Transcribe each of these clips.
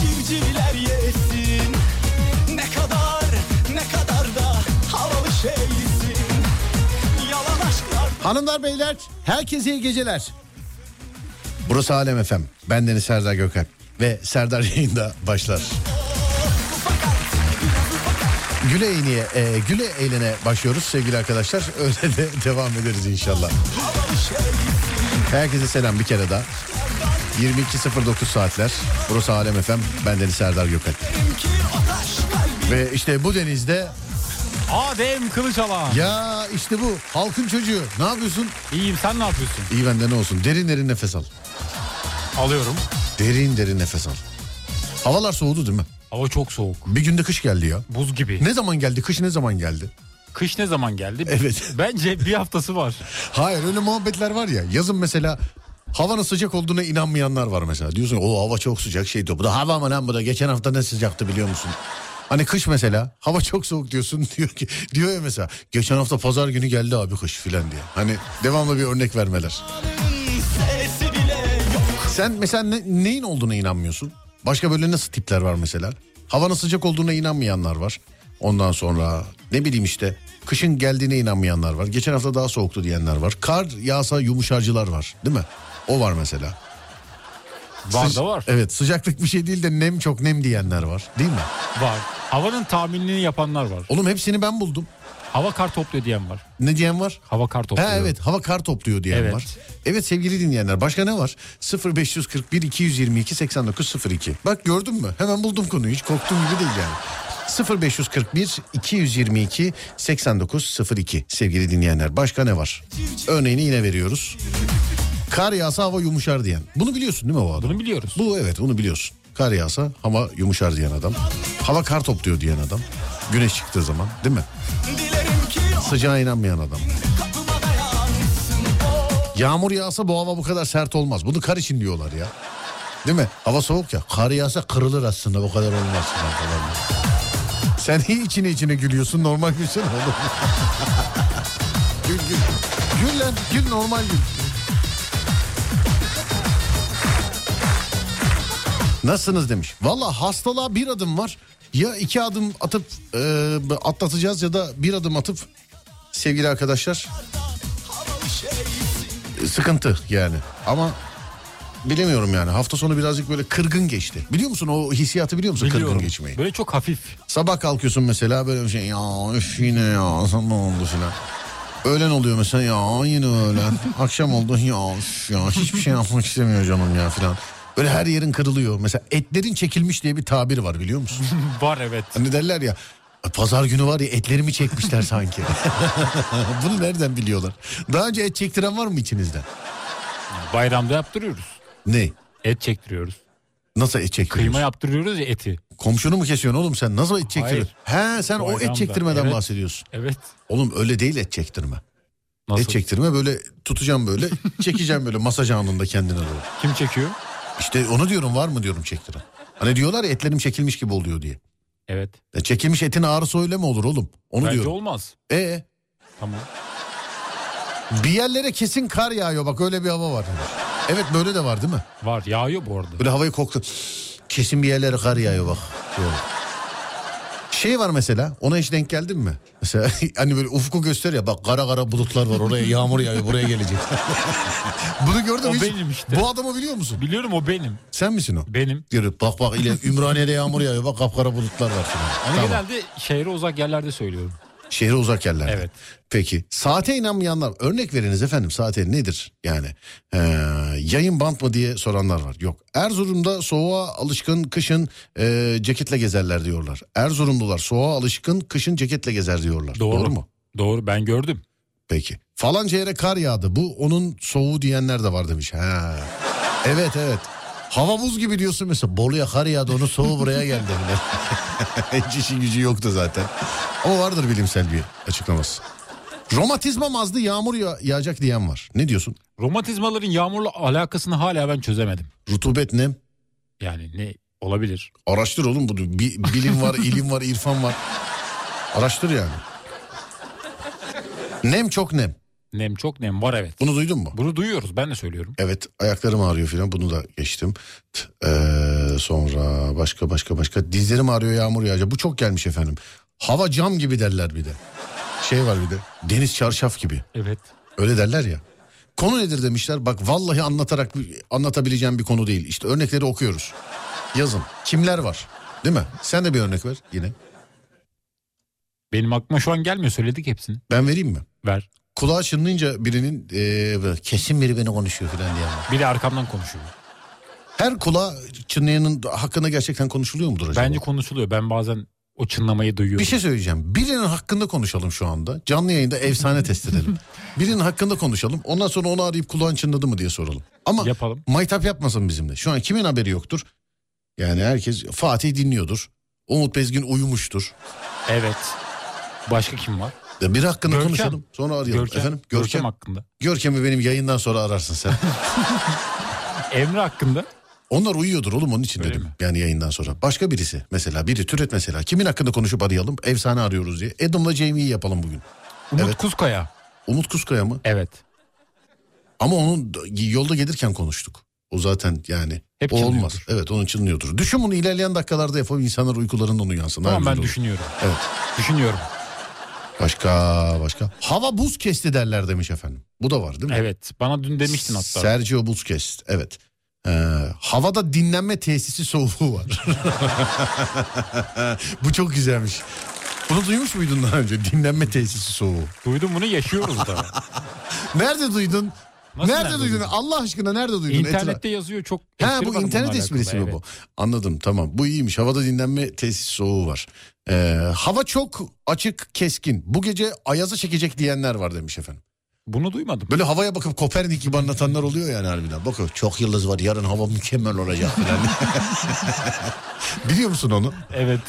civcivler yesin Ne kadar ne kadar da havalı şeysin Yalan aşklar Hanımlar beyler herkese iyi geceler. Burası Alem FM. Ben Deniz Serdar Gökalp ve Serdar yayında başlar. Güle eğleniye, e, güle eğlene başlıyoruz sevgili arkadaşlar. Öyle de devam ederiz inşallah. Herkese selam bir kere daha. 22.09 saatler. Burası Alem FM. Ben Deniz Serdar Gökalp. ki o taş kalbi Ve işte bu denizde Adem Kılıçala. ya işte bu halkın çocuğu. Ne yapıyorsun? İyiyim sen ne yapıyorsun? İyi bende ne olsun? Derin derin nefes al. Alıyorum. Derin derin nefes al. Havalar soğudu değil mi? Hava çok soğuk. Bir günde kış geldi ya. Buz gibi. Ne zaman geldi? Kış ne zaman geldi? Kış ne zaman geldi? Evet. Bence bir haftası var. Hayır öyle muhabbetler var ya. Yazın mesela havanın sıcak olduğuna inanmayanlar var mesela. Diyorsun o hava çok sıcak şey diyor. Bu da hava mı lan bu da geçen hafta ne sıcaktı biliyor musun? Hani kış mesela hava çok soğuk diyorsun diyor ki diyor ya mesela geçen hafta pazar günü geldi abi kış filan diye. Hani devamlı bir örnek vermeler. sesi bile yok Sen mesela ne- neyin olduğuna inanmıyorsun? Başka böyle nasıl tipler var mesela? Havanın sıcak olduğuna inanmayanlar var. Ondan sonra ne bileyim işte kışın geldiğine inanmayanlar var. Geçen hafta daha soğuktu diyenler var. Kar yağsa yumuşarcılar var değil mi? O var mesela. Var Sıca- da var. Evet sıcaklık bir şey değil de nem çok nem diyenler var değil mi? Var. Havanın tahminini yapanlar var. Oğlum hepsini ben buldum. Hava kar topluyor diyen var. Ne diyen var? Hava kar topluyor. Ha evet hava kar topluyor diyen Evet. var. Evet sevgili dinleyenler başka ne var? 0541 222 8902. Bak gördün mü? Hemen buldum konuyu. Hiç korktuğum gibi değil yani. 0541 222 8902 sevgili dinleyenler. Başka ne var? Örneğini yine veriyoruz. Kar yağsa hava yumuşar diyen. Bunu biliyorsun değil mi o adam? Bunu biliyoruz. Bu evet bunu biliyorsun. Kar yağsa hava yumuşar diyen adam. Hava kar topluyor diyen adam. Güneş çıktığı zaman değil mi? Dilerim ki o Sıcağa inanmayan adam. kapıma dayansın o Yağmur yağsa bu hava bu kadar sert olmaz. Bunu kar için diyorlar ya. Değil mi? Hava soğuk ya. Kar yağsa kırılır aslında o kadar olmaz. falan falan. Sen iyi içine içine gülüyorsun normal gülsene oğlum. gül gül. Gül lan gül normal gül. Nasılsınız demiş. Valla hastalığa bir adım var. Ya iki adım atıp e, atlatacağız ya da bir adım atıp sevgili arkadaşlar havalı şeysin sıkıntı yani. Ama bilemiyorum yani. Hafta sonu birazcık böyle kırgın geçti. Biliyor musun o hissiyatı biliyor musun Biliyorum. kırgın geçmeyi? Böyle çok hafif. Sabah kalkıyorsun mesela böyle bir şey ya üf yine ya sabah oldu filan. Öğlen oluyor mesela ya yine öğlen. Akşam oldu ya üf ya hiçbir şey yapmak istemiyor canım ya filan. Böyle her yerin kırılıyor. Mesela etlerin çekilmiş diye bir tabir var biliyor musun? Var evet. Hani derler ya pazar günü var ya etlerimi çekmişler sanki. Bunu nereden biliyorlar? Daha önce et çektiren var mı içinizden? Bayramda yaptırıyoruz. Ne? Et çektiriyoruz. Nasıl et çektiriyorsun? Kıyma yaptırıyoruz ya eti. Komşunu mu kesiyorsun oğlum sen? Nasıl et çektiriyorsun? He sen o Bayramda, et çektirmeden evet. bahsediyorsun. Evet. Oğlum öyle değil et çektirme. Nasıl? Et çektirme böyle tutacağım böyle çekeceğim böyle masaj anında kendine doğru. Kim çekiyor? İşte onu diyorum var mı diyorum çektiren. Hani diyorlar ya etlerim çekilmiş gibi oluyor diye. Evet. E, çekilmiş etin ağrısı öyle mi olur oğlum? Onu Bence diyorum. olmaz. E Tamam. bir yerlere kesin kar yağıyor bak öyle bir hava var. Evet böyle de var değil mi? Var. Yağıyor bu arada. Böyle havayı koktu. Kesin bir yerlere kar yağıyor bak. Diyor. Şey var mesela ona hiç denk geldin mi? Mesela hani böyle ufku göster ya bak kara kara bulutlar var oraya yağmur yağıyor buraya gelecek. Bunu gördüm O hiç. benim işte. Bu adamı biliyor musun? Biliyorum o benim. Sen misin o? Benim. Diyor bak bak ile Ümraniye'de yağmur yağıyor bak kapkara bulutlar var. Hani Ama Falan. Tamam. genelde şehre uzak yerlerde söylüyorum. Şehre uzak yerlerde. Evet. Peki saate inanmayanlar örnek veriniz efendim saate nedir yani Ee, yayın bant mı diye soranlar var yok Erzurum'da soğuğa alışkın kışın e, ceketle gezerler diyorlar Erzurumlular soğuğa alışkın kışın ceketle gezer diyorlar Doğru. mu Doğru ben gördüm. peki falanca yere kar yağdı bu onun soğuğu diyenler de var demiş ha. evet evet hava buz gibi diyorsun mesela Bolu'ya kar yağdı onun soğuğu buraya geldi bile. hiç işi gücü yoktu zaten ama vardır bilimsel bir açıklaması Romatizma mazlı yağmur ya- yağacak diyen var. Ne diyorsun? Romatizmaların yağmurla alakasını hala ben çözemedim. Rutubet nem. Yani ne olabilir? Araştır oğlum bunu. Bi- bilim var, ilim var, irfan var. Araştır yani. Nem çok nem. Nem çok nem var evet. Bunu duydun mu? Bunu duyuyoruz ben de söylüyorum. Evet ayaklarım ağrıyor filan bunu da geçtim. T- eee, sonra başka başka başka dizlerim ağrıyor yağmur yağacak. Bu çok gelmiş efendim. Hava cam gibi derler bir de. Şey var bir de deniz çarşaf gibi. Evet. Öyle derler ya. Konu nedir demişler. Bak vallahi anlatarak bir- anlatabileceğim bir konu değil. İşte örnekleri okuyoruz. Yazın. Kimler var? Değil mi? Sen de bir örnek ver yine. Benim aklıma şu an gelmiyor. Söyledik hepsini. Ben vereyim mi? Ver. Kulağı çınlayınca birinin eee, böyle kesin biri beni konuşuyor falan diye. Biri arkamdan konuşuyor. Her kulağı çınlayanın hakkında gerçekten konuşuluyor mudur acaba? Bence konuşuluyor. Ben bazen o çınlamayı duyuyorum. Bir şey söyleyeceğim. Birinin hakkında konuşalım şu anda. Canlı yayında efsane test edelim. Birinin hakkında konuşalım. Ondan sonra onu arayıp kulağın çınladı mı diye soralım. Ama Yapalım. maytap yapmasın bizimle. Şu an kimin haberi yoktur? Yani herkes Fatih dinliyordur. Umut Bezgin uyumuştur. Evet. Başka kim var? Ya Biri hakkında Görkem. konuşalım. Sonra arayalım. Görkem. Efendim? Görkem. Görkem. hakkında. Görkem'i benim yayından sonra ararsın sen. Emre hakkında. Onlar uyuyordur oğlum onun için Öyle dedim. mi? Yani yayından sonra. Başka birisi mesela biri türet mesela. Kimin hakkında konuşup arayalım? Efsane arıyoruz diye. Adam'la Jamie'yi yapalım bugün. Umut Evet. Kuzkaya. Umut Kuskaya mı? Evet. Ama onun yolda gelirken konuştuk. O zaten yani Hep o çınlıyordur. olmaz. Evet onun çınlıyordur. Düşün bunu ilerleyen dakikalarda yapalım insanlar uykularından uyansın. Tamam Daha güzel ben olur. düşünüyorum. Evet. Düşünüyorum. Başka başka. Hava buz kesti derler demiş efendim. Bu da var değil mi? Evet. Bana dün demiştin hatta. Sergio Busquets evet. Ee, havada dinlenme tesisi soğuğu var. Bu çok güzelmiş. Bunu duymuş muydun daha önce? Dinlenme tesisi soğuğu. Duydum bunu yaşıyoruz da. Nerede duydun? Nasıl nerede, nerede duydun? duydun? Allah aşkına nerede duydun? Etra- İnternette yazıyor çok. Ha espri bu var internet bununla esprisi alakalı, mi bu? evet. Anladım tamam bu iyiymiş havada dinlenme tesis soğuğu var. Ee, hava çok açık keskin bu gece ayaza çekecek diyenler var demiş efendim. Bunu duymadım. Böyle havaya bakıp Kopernik gibi anlatanlar oluyor yani harbiden. Bakın çok yıldız var yarın hava mükemmel olacak falan. Biliyor musun onu? Evet.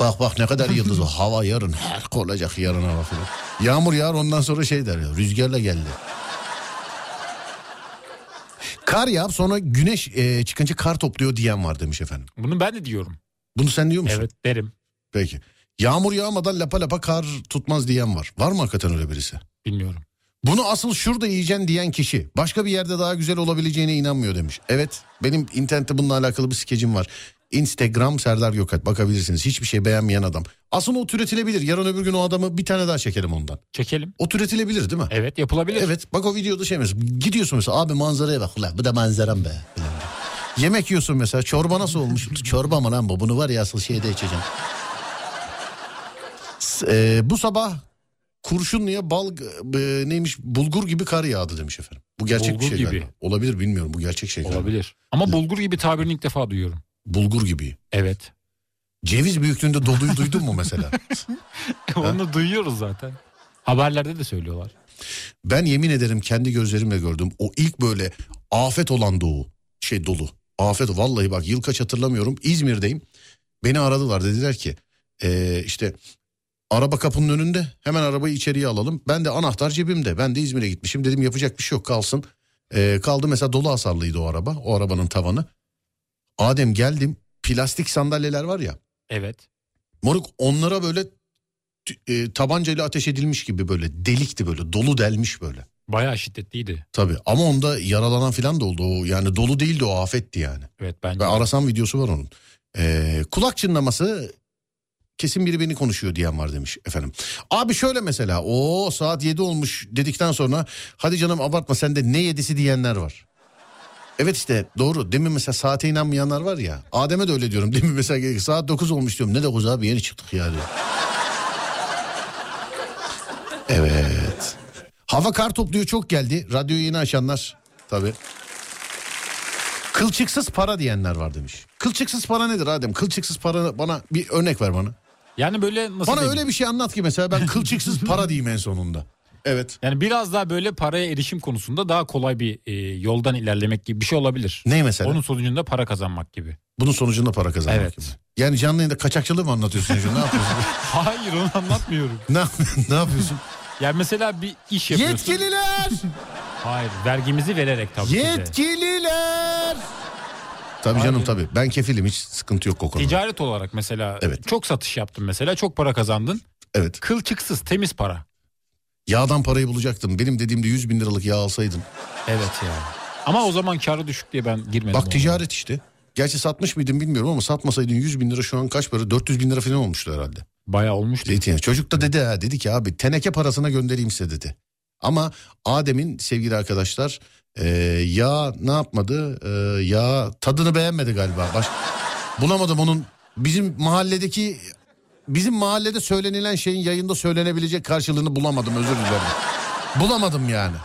Bak bak ne kadar yıldız var hava yarın her olacak yarın hava falan. Yağmur yağar ondan sonra şey der ya rüzgarla geldi. Kar yağıp sonra güneş e, çıkınca kar topluyor diyen var demiş efendim. Bunu ben de diyorum. Bunu sen diyor musun? Evet derim. Peki. Yağmur yağmadan lapa lapa kar tutmaz diyen var. Var mı hakikaten öyle birisi? Bilmiyorum. Bunu asıl şurada yiyeceksin diyen kişi başka bir yerde daha güzel olabileceğine inanmıyor demiş. Evet benim internette bununla alakalı bir skecim var. Instagram Serdar Gökalp bakabilirsiniz. Hiçbir şey beğenmeyen adam. Aslında o türetilebilir. Yarın öbür gün o adamı bir tane daha çekelim ondan. Çekelim. O türetilebilir değil mi? Evet yapılabilir. Evet bak o videoda şey mesela gidiyorsun mesela abi manzaraya bak ulan bu da manzaram be. Ulan. Yemek yiyorsun mesela çorba nasıl olmuş? çorba mı lan bu bunu var ya asıl şeyde içeceğim. S- e, bu sabah kurşunluya bal e, neymiş bulgur gibi kar yağdı demiş efendim. Bu gerçek Bulgur bir şey gibi. galiba. Olabilir bilmiyorum bu gerçek şey galiba. Olabilir. Ama bulgur gibi tabirini ilk defa duyuyorum. Bulgur gibi. Evet. Ceviz büyüklüğünde doluyu duydun mu mesela? Onu duyuyoruz zaten. Haberlerde de söylüyorlar. Ben yemin ederim kendi gözlerimle gördüm. O ilk böyle afet olan doğu şey dolu. Afet vallahi bak yıl kaç hatırlamıyorum. İzmir'deyim. Beni aradılar dediler ki "Ee, işte araba kapının önünde hemen arabayı içeriye alalım. Ben de anahtar cebimde ben de İzmir'e gitmişim dedim yapacak bir şey yok kalsın. Ee, kaldı mesela dolu hasarlıydı o araba o arabanın tavanı. Adem geldim plastik sandalyeler var ya Evet. Moruk onlara böyle t- e, tabancayla ateş edilmiş gibi böyle delikti böyle dolu delmiş böyle. Bayağı şiddetliydi. Tabii ama onda yaralanan filan da oldu. O, yani dolu değildi o afetti yani. Evet bence. Ve arasam videosu var onun. Ee, kulak çınlaması kesin biri beni konuşuyor diyen var demiş efendim. Abi şöyle mesela o saat 7 olmuş dedikten sonra hadi canım abartma sen de ne yedisi diyenler var. Evet işte doğru demin mesela saate inanmayanlar var ya Adem'e de öyle diyorum demin mesela gelip, saat 9 olmuş diyorum ne 9 abi yeni çıktık ya diyor. Evet. Hava kar topluyor çok geldi. Radyoyu yeni açanlar tabii. Kılçıksız para diyenler var demiş. Kılçıksız para nedir Adem? Kılçıksız para bana bir örnek ver bana. Yani böyle nasıl Bana diyeyim? öyle bir şey anlat ki mesela ben kılçıksız para diyeyim en sonunda. Evet. Yani biraz daha böyle paraya erişim konusunda daha kolay bir e, yoldan ilerlemek gibi bir şey olabilir. Ne mesela? Onun sonucunda para kazanmak gibi. Bunun sonucunda para kazanmak Evet. gibi. Yani canlı yayında kaçakçılığı mı anlatıyorsun? Ece? ne yapıyorsun? Hayır onu anlatmıyorum. ne, yap- ne yapıyorsun? Yani mesela bir iş yapıyorsun. Yetkililer! Hayır vergimizi vererek tabii ki de. Yetkililer! Tabii canım tabii. Ben kefilim hiç sıkıntı yok o konuda. Ticaret olarak mesela Evet. çok satış yaptın mesela çok para kazandın. Evet. Kılçıksız temiz para. Yağdan parayı bulacaktım. Benim dediğimde 100 bin liralık yağ alsaydın. Evet ya. Ama o zaman karı düşük diye ben girmedim. Bak ona. ticaret işte. Gerçi satmış mıydın bilmiyorum ama satmasaydın 100 bin lira şu an kaç para? 400 bin lira falan olmuştu herhalde. Bayağı olmuş. Zeytinyağı. Çocuk da dedi ha dedi ki abi teneke parasına göndereyim size dedi. Ama Adem'in sevgili arkadaşlar e, ya ne yapmadı? E, ya tadını beğenmedi galiba. Baş... Bulamadım onun bizim mahalledeki bizim mahallede söylenilen şeyin yayında söylenebilecek karşılığını bulamadım özür dilerim. bulamadım yani.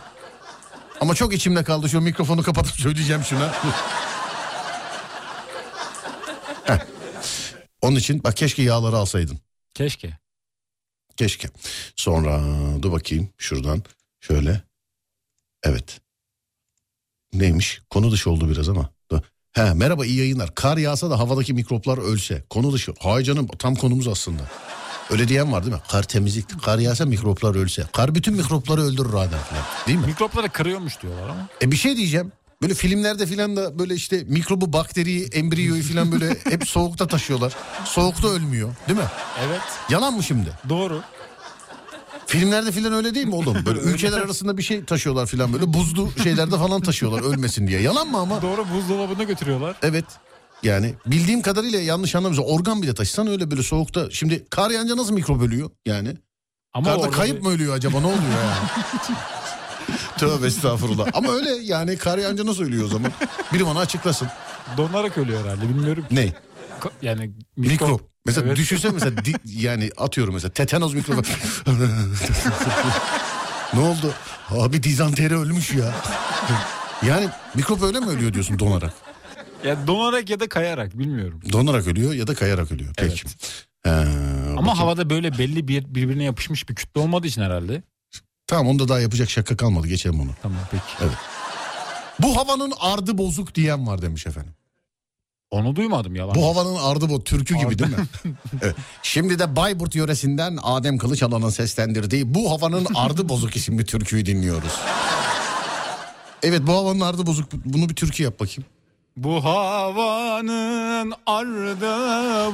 Ama çok içimde kaldı şu mikrofonu kapatıp söyleyeceğim şuna. Heh. Onun için bak keşke yağları alsaydın. Keşke. Keşke. Sonra dur bakayım şuradan şöyle. Evet. Neymiş? Konu dışı oldu biraz ama. Dur. He, merhaba iyi yayınlar. Kar yağsa da havadaki mikroplar ölse. Konu dışı. Hay canım tam konumuz aslında. Öyle diyen var değil mi? Kar temizlik. Kar yağsa mikroplar ölse. Kar bütün mikropları öldürür adam falan. Değil mi? Mikropları kırıyormuş diyorlar ama. E bir şey diyeceğim. Böyle filmlerde filan da böyle işte mikrobu, bakteriyi, embriyoyu filan böyle hep soğukta taşıyorlar. Soğukta ölmüyor değil mi? Evet. Yalan mı şimdi? Doğru. Filmlerde filan öyle değil mi oğlum? Böyle ülkeler arasında bir şey taşıyorlar filan böyle buzlu şeylerde falan taşıyorlar ölmesin diye. Yalan mı ama? Doğru buzdolabına götürüyorlar. Evet. Yani bildiğim kadarıyla yanlış anlamıyorsun. Organ bile taşısan öyle böyle soğukta. Şimdi kar yağınca nasıl mikrop ölüyor yani? Ama Karda orada kayıp bir- mı ölüyor acaba ne oluyor yani? Tövbe estağfurullah. Ama öyle yani kar yağınca nasıl ölüyor o zaman? Biri bana açıklasın. Donarak ölüyor herhalde bilmiyorum. ki. Ne? Ka- Yani mikrop. Mikrop. Mesela Evet. düşünsene mesela di- yani atıyorum mesela tetanoz mikrobu. ne oldu? Abi dizanteri ölmüş ya. yani mikrop öyle mi ölüyor diyorsun donarak? Ya donarak ya da kayarak bilmiyorum. Donarak ölüyor ya da kayarak ölüyor. Peki. Ee, Ama havada böyle belli bir birbirine yapışmış bir kütle olmadığı için herhalde. tamam onda daha yapacak şaka kalmadı geçelim onu. Tamam peki. Bu havanın ardı bozuk diyen var demiş efendim. Onu duymadım yalan. Bu havanın ardı bu türkü gibi değil mi? evet. Şimdi de Bayburt yöresinden Adem Kılıçalan'ın seslendirdiği bu havanın ardı bozuk isimli türküyü dinliyoruz. Evet bu havanın ardı bozuk bunu bir türkü yap bakayım. Bu havanın ardı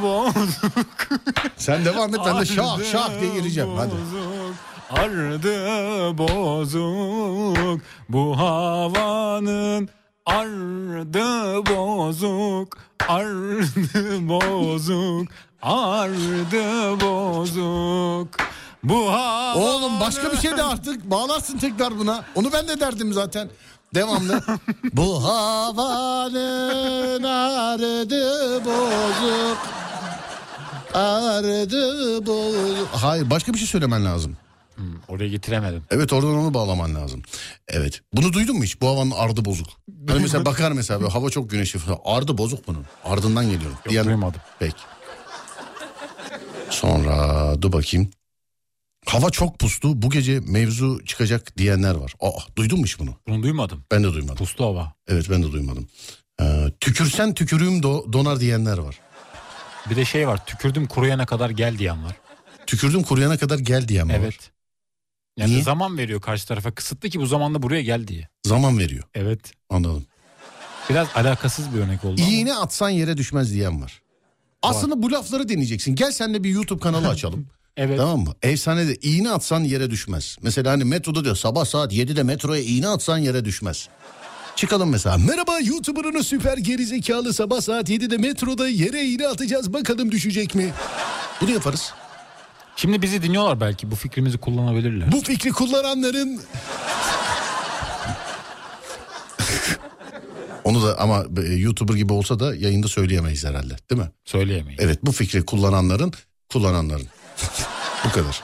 bozuk. Sen devam et ben de şah şah diye gireceğim hadi. bozuk, Ardı bozuk. Bu havanın ardı bozuk. Ardı bozuk. Ardı bozuk. Bu havanın... Oğlum başka bir şey de artık bağlarsın tekrar buna. Onu ben de derdim zaten. Devamlı. bu havanın ardı bozuk. Ardı bozuk. Hayır başka bir şey söylemen lazım. Oraya Hmm, getiremedim. Evet oradan onu bağlaman lazım. Evet. Bunu duydun mu hiç? Bu havanın ardı bozuk. Hani mesela bakar mesela böyle hava çok güneşli falan. Ardı bozuk bunun. Ardından geliyorum. Yok, duymadım. Peki. Sonra dur bakayım. Hava çok puslu bu gece mevzu çıkacak diyenler var. Aa duydun mu hiç bunu? Bunu duymadım. Ben de duymadım. Puslu hava. Evet ben de duymadım. Ee, tükürsen tükürüğüm do- donar diyenler var. Bir de şey var tükürdüm kuruyana kadar gel diyen var. Tükürdüm kuruyana kadar gel diyen var. Evet. Yani Niye? zaman veriyor karşı tarafa kısıtlı ki bu zamanda buraya gel diye. Zaman veriyor. Evet. Anladım. Biraz alakasız bir örnek oldu. ama. İğne atsan yere düşmez diyen var. Aslında bu lafları deneyeceksin. Gel senle bir YouTube kanalı açalım. Evet. Tamam mı? Efsanede iğne atsan yere düşmez. Mesela hani metroda diyor sabah saat 7'de metroya iğne atsan yere düşmez. Çıkalım mesela. Merhaba YouTuber'ın süper gerizekalı sabah saat 7'de metroda yere iğne atacağız bakalım düşecek mi? Bunu yaparız. Şimdi bizi dinliyorlar belki bu fikrimizi kullanabilirler. Bu fikri kullananların... Onu da ama e, YouTuber gibi olsa da yayında söyleyemeyiz herhalde değil mi? Söyleyemeyiz. Evet bu fikri kullananların kullananların. bu kadar.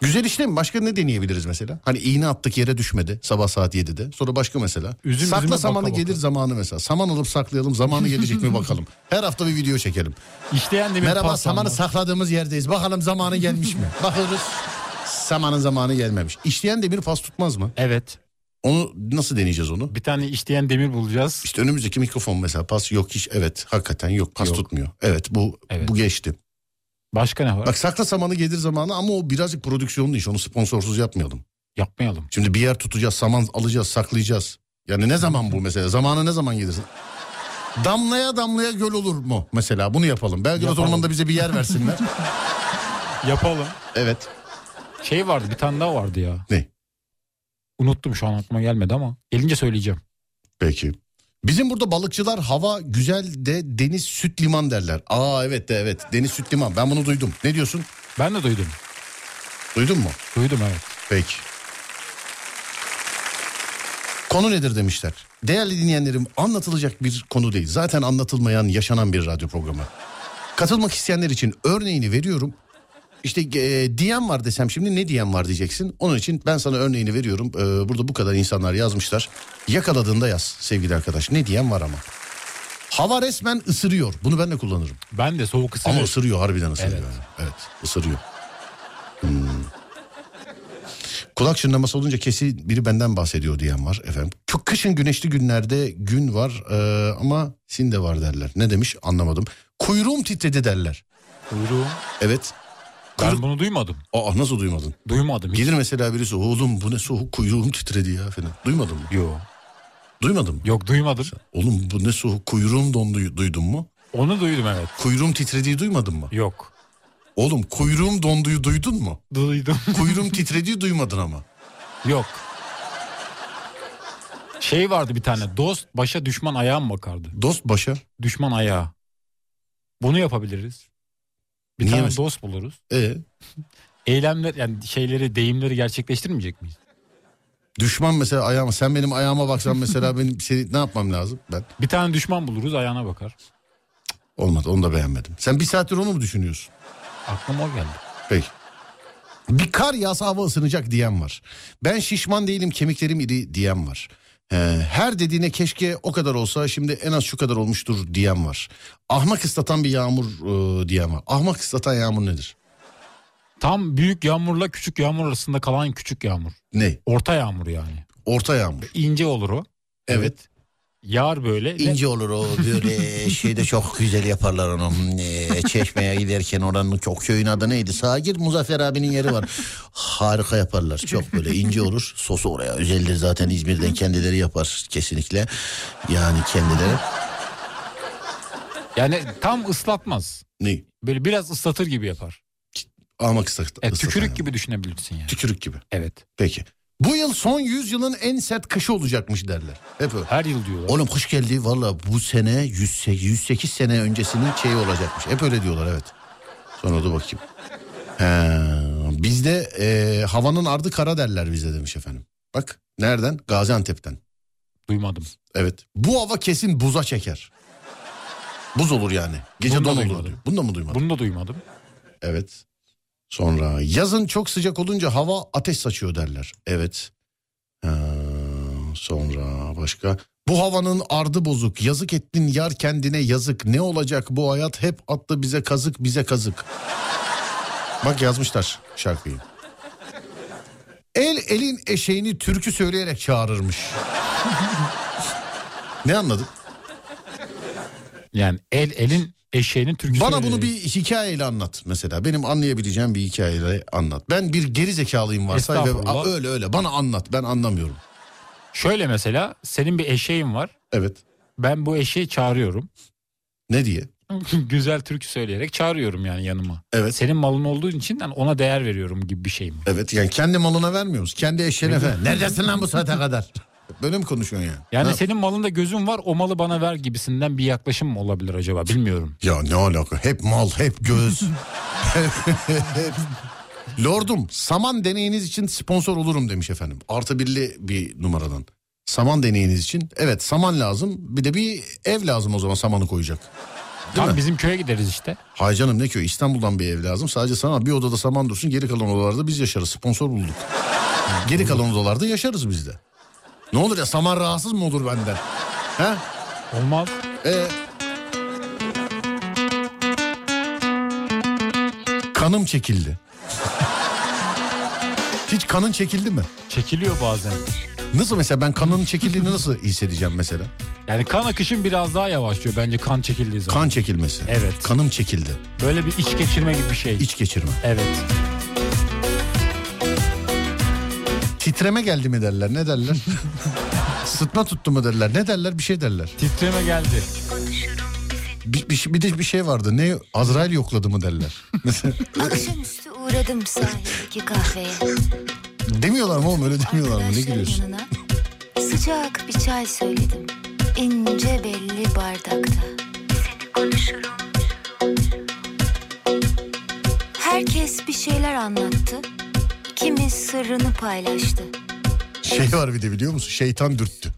Güzel işlem başka ne deneyebiliriz mesela? Hani iğne attık yere düşmedi sabah saat 7'de. Sonra başka mesela. Üzüm üzüme Sakla baka samanı baka. gelir zamanı mesela. Saman alıp saklayalım zamanı gelecek mi bakalım. Her hafta bir video çekelim. İşleyen demir Merhaba paslanmaz. samanı sakladığımız yerdeyiz. Bakalım zamanı gelmiş mi? Bakıyoruz. Samanın zamanı gelmemiş. İşleyen demir pas tutmaz mı? Evet. Onu nasıl deneyeceğiz onu? Bir tane işleyen demir bulacağız. İşte önümüzdeki mikrofon mesela pas yok hiç evet hakikaten yok pas Yok. tutmuyor. Evet bu Evet. bu geçti. Başka ne var? Bak sakla samanı gelir zamanı ama o birazcık prodüksiyonlu iş. Onu sponsorsuz yapmayalım. Yapmayalım. Şimdi bir yer tutacağız, saman alacağız, saklayacağız. Yani ne zaman bu mesela? Zamanı ne zaman gelir? Damlaya damlaya göl olur mu mesela? Bunu yapalım. Belgrad Yapalım. Ormanı'nda bize bir yer versinler. Yapalım. evet. Şey vardı bir tane daha vardı ya. Ne? Unuttum şu an aklıma gelmedi ama gelince söyleyeceğim. Peki. Bizim burada balıkçılar hava güzel de deniz süt liman derler. Aa evet de evet deniz süt liman ben bunu duydum. Ne diyorsun? Ben de duydum. Duydun mu? Duydum evet. Peki. Konu nedir demişler. Değerli dinleyenlerim anlatılacak bir konu değil. Zaten anlatılmayan yaşanan bir radyo programı. Katılmak isteyenler için örneğini veriyorum. İşte e, diyen var desem şimdi ne diyen var diyeceksin. Onun için ben sana örneğini veriyorum. E, burada bu kadar insanlar yazmışlar. Yakaladığında yaz sevgili arkadaş. Ne diyen var ama. Hava resmen ısırıyor. Bunu ben de kullanırım. Ben de soğuk ısırıyor. Ama ısırıyor harbiden ısırıyor. Evet. Evet, evet ısırıyor. Hmm. Kulak çınlaması olunca kesin biri benden bahsediyor diyen var efendim. Çok kışın güneşli günlerde gün var e, ama sin de var derler. Ne demiş anlamadım. Kuyruğum titredi derler. Kuyruğu. Evet. Ben Kuyruk- bunu duymadım. Aa nasıl duymadın? Duymadım. hiç. Gelir mesela birisi oğlum bu ne soğuk kuyruğum titredi ya falan. Duymadın mı? Yo. Duymadın mı? Yok duymadım. Oğlum bu ne soğuk kuyruğum dondu duydun mu? Onu duydum evet. Kuyruğum titrediği duymadın mı? Yok. Oğlum kuyruğum donduyu duydun mu? Duydum. Kuyruğum titrediği duymadın ama. Yok. Şey vardı bir tane. Dost başa düşman ayağa mı bakardı? Dost başa. Düşman ayağa. Bunu yapabiliriz. Bir Niye tane mesela? dost buluruz. E Eylemler yani şeyleri deyimleri gerçekleştirmeyecek miyiz? düşman mesela ayağıma sen benim ayağıma baksan mesela benim seni ne yapmam lazım ben? Bir tane düşman buluruz ayağına bakar. Olmadı onu da beğenmedim. Sen bir saattir onu mu düşünüyorsun? Aklıma o geldi. Peki. Bir kar yağsa hava ısınacak diyen var. Ben şişman değilim kemiklerim iri diyen var. Ee, her dediğine keşke o kadar olsa şimdi en az şu kadar olmuştur diyen var. Ahmak ıslatan bir yağmur e, diyen var. Ahmak ıslatan yağmur nedir? Tam büyük yağmurla küçük yağmur arasında kalan küçük yağmur. Ne? Orta yağmur yani. Orta yağmur. İnce olur o. Evet. Yağar böyle. ve İnce olur o böyle şeyde çok güzel yaparlar onu. Ee, Çeşmeye giderken oranın çok köyün adı neydi? Sagir Muzaffer abinin yeri var. Harika yaparlar. Çok böyle ince olur. Sosu oraya özeldir zaten İzmir'den kendileri yapar kesinlikle. Yani kendileri. Yani tam ıslatmaz. Ne? Böyle biraz ıslatır gibi yapar. Ahmak ıslatan. E, ıslatan tükürük yağmur. gibi düşünebilirsin yani. Tükürük gibi. Evet. Peki. Bu yıl son yüzyılın en sert kışı olacakmış derler. Hep öyle. Her yıl diyorlar. Oğlum hoş geldi. Valla bu sene 108, 108 sene öncesinin şeyi olacakmış. Hep öyle diyorlar evet. Sonra da bakayım. He, bizde e, havanın ardı kara derler bizde demiş efendim. Bak nereden? Gaziantep'ten. Duymadım. Evet. Bu hava kesin buza çeker. Buz olur yani. Gece Bunu da don olur duymadım. diyor. Bunu da mı duymadın? Bunu da duymadım. Evet. Sonra yazın çok sıcak olunca hava ateş saçıyor derler. Evet. Ee, sonra başka. Bu havanın ardı bozuk. Yazık ettin yar kendine yazık. Ne olacak bu hayat hep attı bize kazık bize kazık. Bak yazmışlar şarkıyı. El elin eşeğini türkü söyleyerek çağırırmış. ne anladın? Yani el elin eşeğinin türküsü. Bana bunu bir hikayeyle anlat mesela. Benim anlayabileceğim bir hikayeyle anlat. Ben bir geri zekalıyım varsa ve Estağfurullah. Aa, öyle öyle bana anlat. Ben anlamıyorum. Şöyle mesela senin bir eşeğin var. Evet. Ben bu eşeği çağırıyorum. Ne diye? Güzel türkü söyleyerek çağırıyorum yani yanıma. Evet. Senin malın olduğu için yani ona değer veriyorum gibi bir şey mi? Evet yani kendi malına vermiyoruz. Kendi eşeğine ver. Neredesin lan bu saate kadar? Böyle mi konuşuyorsun yani? Yani Ha? senin malında gözüm var o malı bana ver gibisinden bir yaklaşım mı olabilir acaba bilmiyorum. Ya ne alaka? Hep mal, hep göz. Lordum, saman deneyiniz için sponsor olurum demiş efendim. Artı birli bir numaradan. Saman deneyiniz için. Evet, saman lazım. Bir de bir ev lazım o zaman samanı koyacak. Değil Tam mi? bizim köye gideriz işte. Hay canım ne köy İstanbul'dan bir ev lazım. Sadece sana bir odada saman dursun geri kalan odalarda biz yaşarız. Sponsor bulduk. geri kalan odalarda yaşarız biz de. Ne olur ya saman rahatsız mı olur benden? He? Olmaz. Ee, kanım çekildi. Hiç kanın çekildi mi? Çekiliyor bazen. Nasıl mesela ben kanın çekildiğini nasıl hissedeceğim mesela? Yani kan akışın biraz daha yavaşlıyor bence kan çekildiği zaman. Kan çekilmesi. Evet. Kanım çekildi. Böyle bir iç geçirme gibi bir şey. İç geçirme. Evet. Titreme geldi mi derler ne derler? Sıtma tuttu mu derler ne derler bir şey derler. Titreme geldi. Bir, bir, şey- bir de bir şey vardı ne Azrail yokladı mı derler. Mesela Akşamüstü uğradım sahildeki kahveye. demiyorlar mı oğlum öyle demiyorlar mı ne Arkadaşların gülüyorsun? yanına Sıcak bir çay söyledim. ince belli bardakta. Seni konuşurum. Herkes bir şeyler anlattı. Kimi sırrını paylaştı. Şey var bir de biliyor musun? Şeytan dürttü.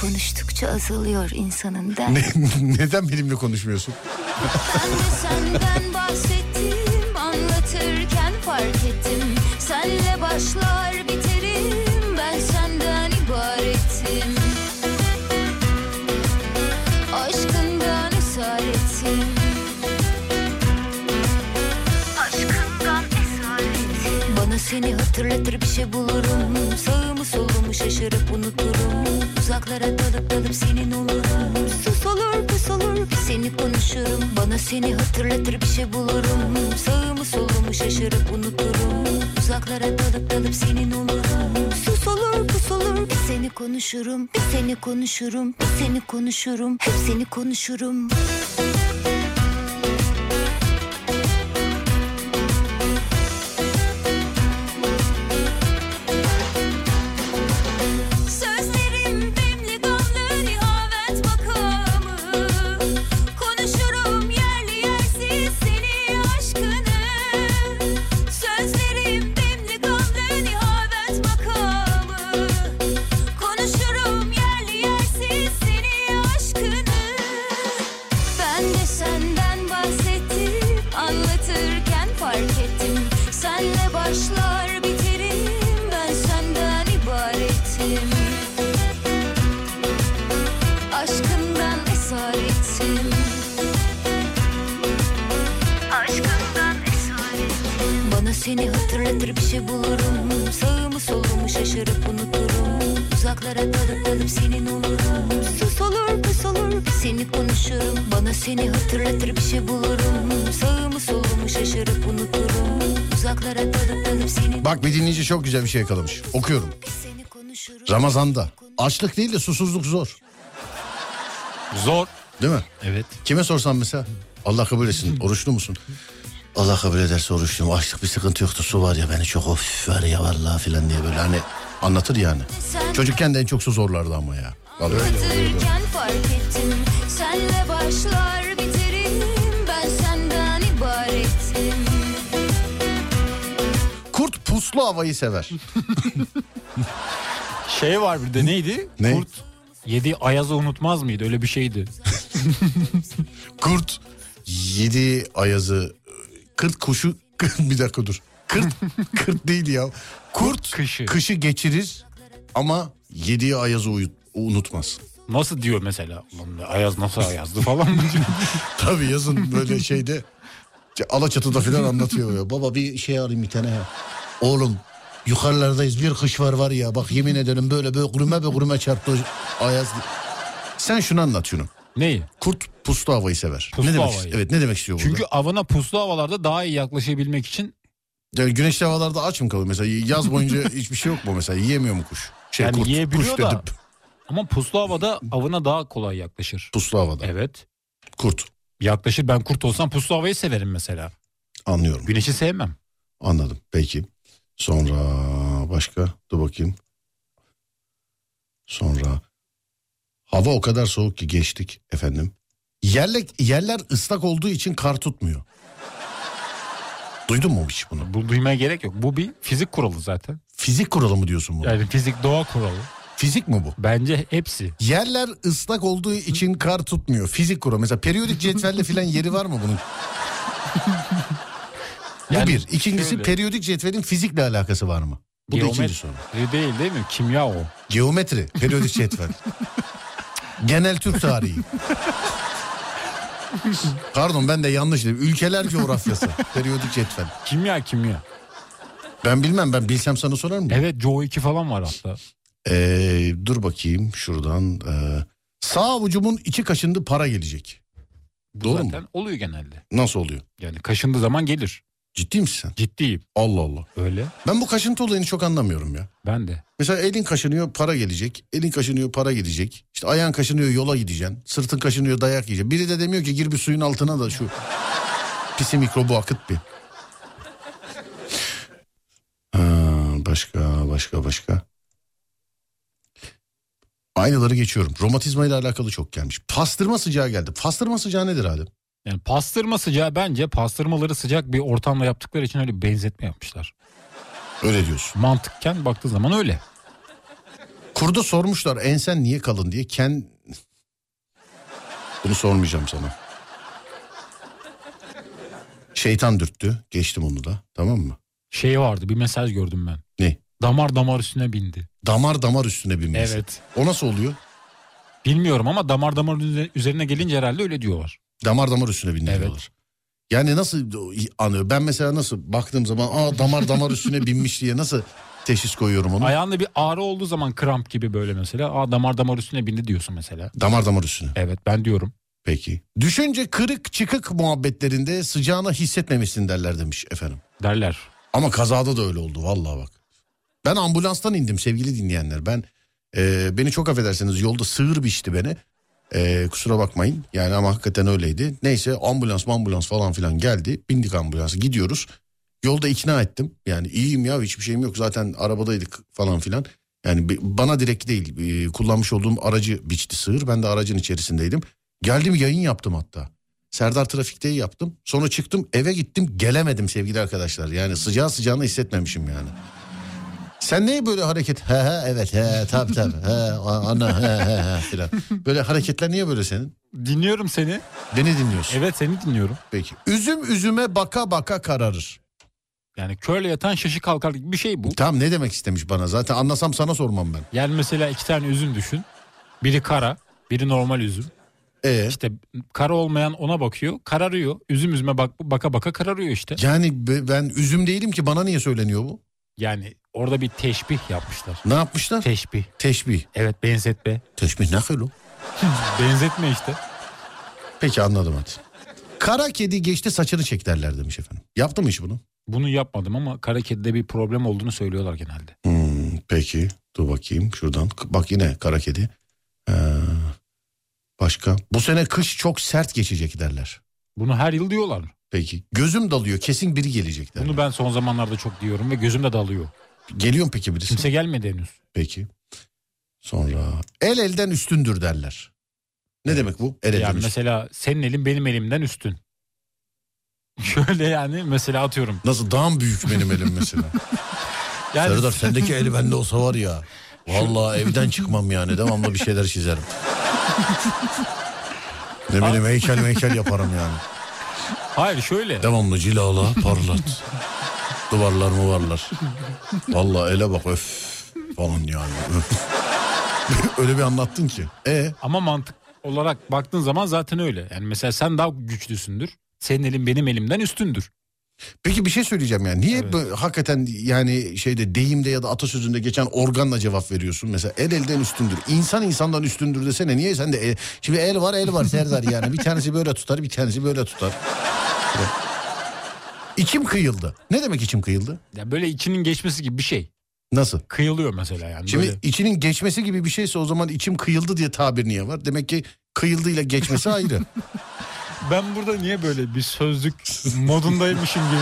Konuştukça azalıyor insanın derdi. Ne- Neden benimle konuşmuyorsun? Ben de senden bahsettim anlatırken fark ettim. Senle başlar biterim ben senden ibarettim. Aşkından esaretim. Aşkından esaretim. Bana seni hatırlatır bir şey bulurum. Sağımı solumu şaşırıp unuturum. Uzaklara dalıp dalıp senin olurum. Sus olur pus olur seni konuşurum. Bana seni hatırlatır bir şey bulurum. Sağımı solumu şaşırıp unuturum. Uzaklara dalıp dalıp senin olurum. Sus olur pus olur bir seni konuşurum. Bir seni konuşurum. Bir seni konuşurum. Hep seni konuşurum. Sözlerim demli damlı nihavet makamı Konuşurum yerli yersiz seni aşkını Sözlerim demli damlı nihavet makamı Konuşurum yerli yersiz seni aşkını Ben de senden bahsettim anlatırken fark ettim Senle başlar biterim ben senden ibaretim Aşkından esaretim Aşkından esaretim Bana seni hatırlatır bir şey bulurum Sağımı solumu şaşırıp unuturum Uzaklara dalıp dalıp senin olurum Sus olur pus olur seni konuşurum Bana seni hatırlatır bir şey bulurum Sağımı solumu şaşırıp unuturum Uzaklara dalıp dalıp senin Bak bir dinleyici çok güzel bir şey yakalamış. Okuyorum. Seni konuşurum Ramazanda. Açlık değil de susuzluk zor. Zor. Değil mi? Evet. Kime sorsam mesela Allah kabul etsin oruçlu musun? Allah kabul ederse oruçluyum. Açlık bir sıkıntı yoktu. Su var ya beni çok of var ya vallahi filan diye böyle hani anlatır yani. Çocukken de en çok su zorlardı ama ya. Vallahi. Hatırken fark ettim Senle başlar biterim Ben senden ibaretim Kurt puslu havayı sever. Şey var bir de neydi? Ne? Kurt yedi ayazı unutmaz mıydı? Öyle bir şeydi. Kurt yedi ayazı kırt kuşu bir dakika dur. Kırt kırt değil ya. Kurt kışı. kışı. geçirir ama yediği ayazı uyu- unutmaz. Nasıl diyor mesela? Ulan be, ayaz nasıl ayazdı falan mı? diyor? Tabii yazın böyle şeyde Alaçatı'da falan anlatıyor ya. Baba bir şey alayım bir tane ya. Oğlum yukarılardayız bir kış var var ya bak yemin ederim böyle böyle gurme be gurme çarptı o ayaz. Sen şunu anlat şunu. Neyi? Kurt puslu havayı sever. Puslu ne demek? havayı. Evet ne demek istiyor Çünkü avına puslu havalarda daha iyi yaklaşabilmek için burada? Yani güneşli havalarda aç mı kalıyor mesela? Yaz boyunca hiçbir şey yok mu mesela? Yiyemiyor mu kuş? Şey, Yani yiyebiliyor kuş da. dedim. ama puslu havada avına daha kolay yaklaşır. Puslu havada. Evet. Kurt. Yaklaşır. Ben kurt olsam puslu havayı severim mesela. Anlıyorum. Güneşi sevmem. Anladım. Peki. Sonra başka? Dur bakayım. Sonra hava o kadar soğuk ki geçtik efendim. Yerler, yerler ıslak olduğu için kar tutmuyor. Duydun mu hiç bunu? Bu duymaya gerek yok. Bu bir fizik kuralı zaten. Fizik kuralı mı diyorsun bunu? Yani fizik doğa kuralı. Fizik mi bu? Bence hepsi. Yerler ıslak olduğu için kar tutmuyor. Fizik kuralı. Mesela periyodik cetvelle filan yeri var mı bunun? Yani bu bir. İkincisi şöyle. periyodik cetvelin fizikle alakası var mı? Bu da ikinci soru. Geometri değil değil mi? Kimya o. Geometri, periyodik cetvel. Genel Türk tarihi. Pardon ben de yanlış dedim. Ülkeler coğrafyası, periyodik cetvel. Kimya kimya. Ben bilmem ben bilsem sana sorar mı? Evet Joe 2 falan var hatta. Ee, dur bakayım şuradan. Ee, sağ avucumun içi kaşındı para gelecek. Bu Doğru mu? zaten oluyor genelde. Nasıl oluyor? Yani kaşındığı zaman gelir. Ciddi misin sen? Ciddiyim. Allah Allah. Öyle. Ben bu kaşıntı olayını çok anlamıyorum ya. Ben de. Mesela elin kaşınıyor para gelecek. Elin kaşınıyor para gidecek. İşte ayağın kaşınıyor yola gideceksin. Sırtın kaşınıyor dayak yiyeceksin. Biri de demiyor ki gir bir suyun altına da şu pisi mikrobu akıt bir. Ha, başka başka başka. Ay- Aynıları geçiyorum. Romatizma ile alakalı çok gelmiş. Pastırma sıcağı geldi. Pastırma sıcağı nedir Adem? Yani pastırma sıcağı bence pastırmaları sıcak bir ortamla yaptıkları için öyle bir benzetme yapmışlar. Öyle diyorsun. Mantıkken baktığı zaman öyle. Kurda sormuşlar ensen niye kalın diye. Ken... Bunu sormayacağım sana. Şeytan dürttü. Geçtim onu da. Tamam mı? Şey vardı bir mesaj gördüm ben. Ne? Damar damar üstüne bindi. Damar damar üstüne binmesi. Evet. O nasıl oluyor? Bilmiyorum ama damar damar üze- üzerine gelince herhalde öyle diyorlar. Damar damar üstüne bindi Evet. diyorlar. Yani nasıl anıyor? Ben mesela nasıl baktığım zaman aa damar damar üstüne binmiş diye nasıl teşhis koyuyorum onu? Ayağında bir ağrı olduğu zaman kramp gibi böyle mesela. Aa damar damar üstüne bindi diyorsun mesela. Damar damar üstüne. Evet ben diyorum. Peki. Düşünce kırık çıkık muhabbetlerinde sıcağına hissetmemişsin derler demiş efendim. Derler. Ama kazada da öyle oldu vallahi bak. Ben ambulanstan indim sevgili dinleyenler. Ben e, beni çok affedersiniz yolda sığır biçti beni. E, kusura bakmayın yani ama hakikaten öyleydi. Neyse ambulans ambulans falan filan geldi. Bindik ambulansa gidiyoruz. Yolda ikna ettim. Yani iyiyim ya hiçbir şeyim yok zaten arabadaydık falan filan. Yani bi- bana direkt değil e, kullanmış olduğum aracı biçti sığır. Ben de aracın içerisindeydim. Geldim yayın yaptım hatta. Serdar Trafik'te yaptım. Sonra çıktım eve gittim gelemedim sevgili arkadaşlar. Yani sıcağı sıcağına hissetmemişim yani. Sen neye böyle hareket? He he evet he tabi tabi he a- ana he he he filan. Böyle hareketler niye böyle senin? Dinliyorum seni. Beni dinliyorsun Evet seni dinliyorum. peki. Üzüm üzüme baka baka kararır. Yani körle yatan şaşı kalkar gibi bir şey bu. Tam ne demek istemiş bana zaten anlasam sana sormam ben. Yani mesela iki tane üzüm düşün. Biri kara, biri normal üzüm. E İşte kara olmayan ona bakıyor, kararıyor. Üzüm üzüme bak, baka baka kararıyor işte. yani be- ben üzüm değilim ki bana niye söyleniyor bu? Yani orada bir teşbih yapmışlar. Ne yapmışlar? Teşbih. Teşbih. Evet benzetme. Teşbih ne kadar Benzetme işte. Peki anladım hadi. Kara kedi geçti saçını çek derler demiş efendim. Yaptı mı hiç bunu? Bunu yapmadım ama kara kedide bir problem olduğunu söylüyorlar genelde. Hmm, peki dur bakayım şuradan. K- Bak yine kara kedi. Ee, başka. Bu sene kış çok sert geçecek derler. Bunu her yıl diyorlar. Peki. Gözüm dalıyor kesin biri gelecek derler. Bunu ben son zamanlarda çok diyorum ve gözüm de dalıyor. Geliyor mu peki birisi? Kimse gelmedi henüz. Peki. Sonra el elden üstündür derler. Ne demek bu? El elden yani üstün. mesela senin elin benim elimden üstün. Şöyle yani mesela atıyorum. Nasıl dağım büyük benim elim mesela. Yani Serdar sendeki el bende olsa var ya. Vallahi evden çıkmam yani devamlı bir şeyler çizerim. ne bileyim heykel heykel yaparım yani. hayır şöyle. Devamlı cilala parlat. Duvarlar muvarlar. Vallahi ele bak öf falan yani. öf. Öyle bir anlattın ki. E Ama mantık olarak baktığın zaman zaten öyle. Yani mesela sen daha güçlüsündür. Senin elin benim elimden üstündür. peki bir şey söyleyeceğim yani. Niye bu- hakikaten yani şeyde deyimde ya da atasözünde geçen organla cevap veriyorsun? Mesela el elden üstündür. İnsan insandan üstündür desene. Niye sen de el- şimdi el var el var Serdar yani. Bir tanesi böyle tutar bir tanesi böyle tutar. İçim kıyıldı. Ne demek içim kıyıldı? Ya böyle içinin geçmesi gibi bir şey. Nasıl? Kıyılıyor mesela yani. Şimdi böyle. içinin geçmesi gibi bir şeyse o zaman içim kıyıldı diye tabir niye var? Demek ki kıyıldıyla geçmesi ayrı. Ben burada niye böyle bir sözlük modundaymışım gibi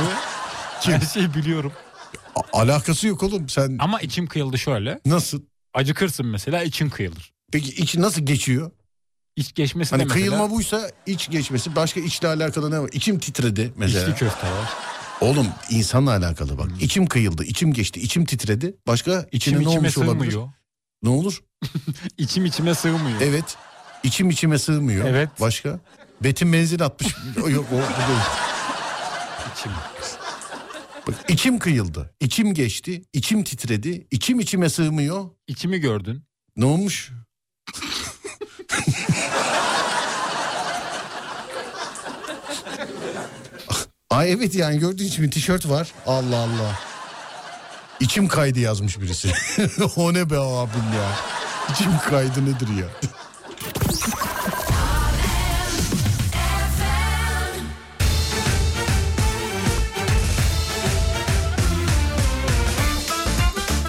her şeyi biliyorum. A- alakası yok oğlum sen Ama içim kıyıldı şöyle. nasıl? Acıkırsın mesela için kıyılır. Peki iç nasıl geçiyor? İç geçmesi Hani de mesela kıyılma buysa iç geçmesi başka içle alakalı ne var? İçim titredi mesela. içli köfte var. Hmm. Oğlum insanla alakalı bak. İçim kıyıldı, içim geçti, içim titredi. Başka içine İçim ne içime olmuş sığmıyor. olabilir? Ne olur? İçim içime sığmıyor. Evet. İçim içime sığmıyor. Evet. Başka? Betim menzil atmış. O Yok o bu değil. İçim. Bak, içim kıyıldı, içim geçti, içim titredi, içim içime sığmıyor. İçimi gördün. Ne olmuş? Ay evet yani gördüğün için bir tişört var. Allah Allah. İçim kaydı yazmış birisi. o ne be abim ya. İçim kaydı nedir ya?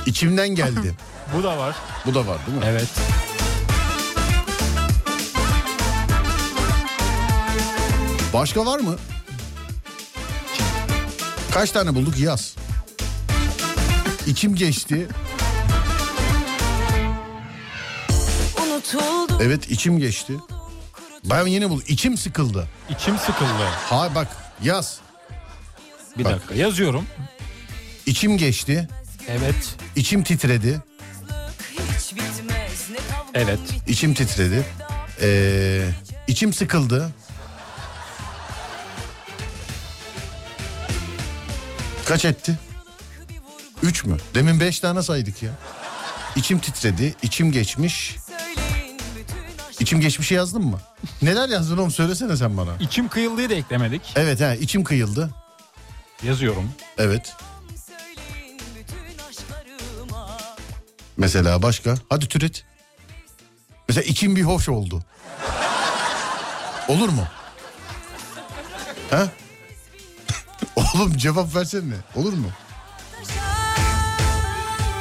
İçimden geldi. Bu da var. Bu da var değil mi? Evet. Başka var mı? Kaç tane bulduk yaz. İçim geçti. kurtuldum Evet içim geçti. Ben yine bul. İçim sıkıldı. İçim sıkıldı. Ha bak yaz. Bir Bak. dakika yazıyorum. İçim geçti. Evet. İçim titredi. Hiç bitmez ne kavga Evet. İçim titredi. Ee, içim sıkıldı. Kaç etti? Üç mü? Demin beş tane saydık ya. İçim titredi, içim geçmiş. İçim geçmişi yazdın mı? Neler yazdın oğlum söylesene sen bana. İçim kıyıldığı da eklemedik. Evet ha içim kıyıldı. Yazıyorum. Evet. Mesela başka. Hadi türet. Mesela içim bir hoş oldu. Olur mu? Ha? Oğlum cevap versene. Olur mu?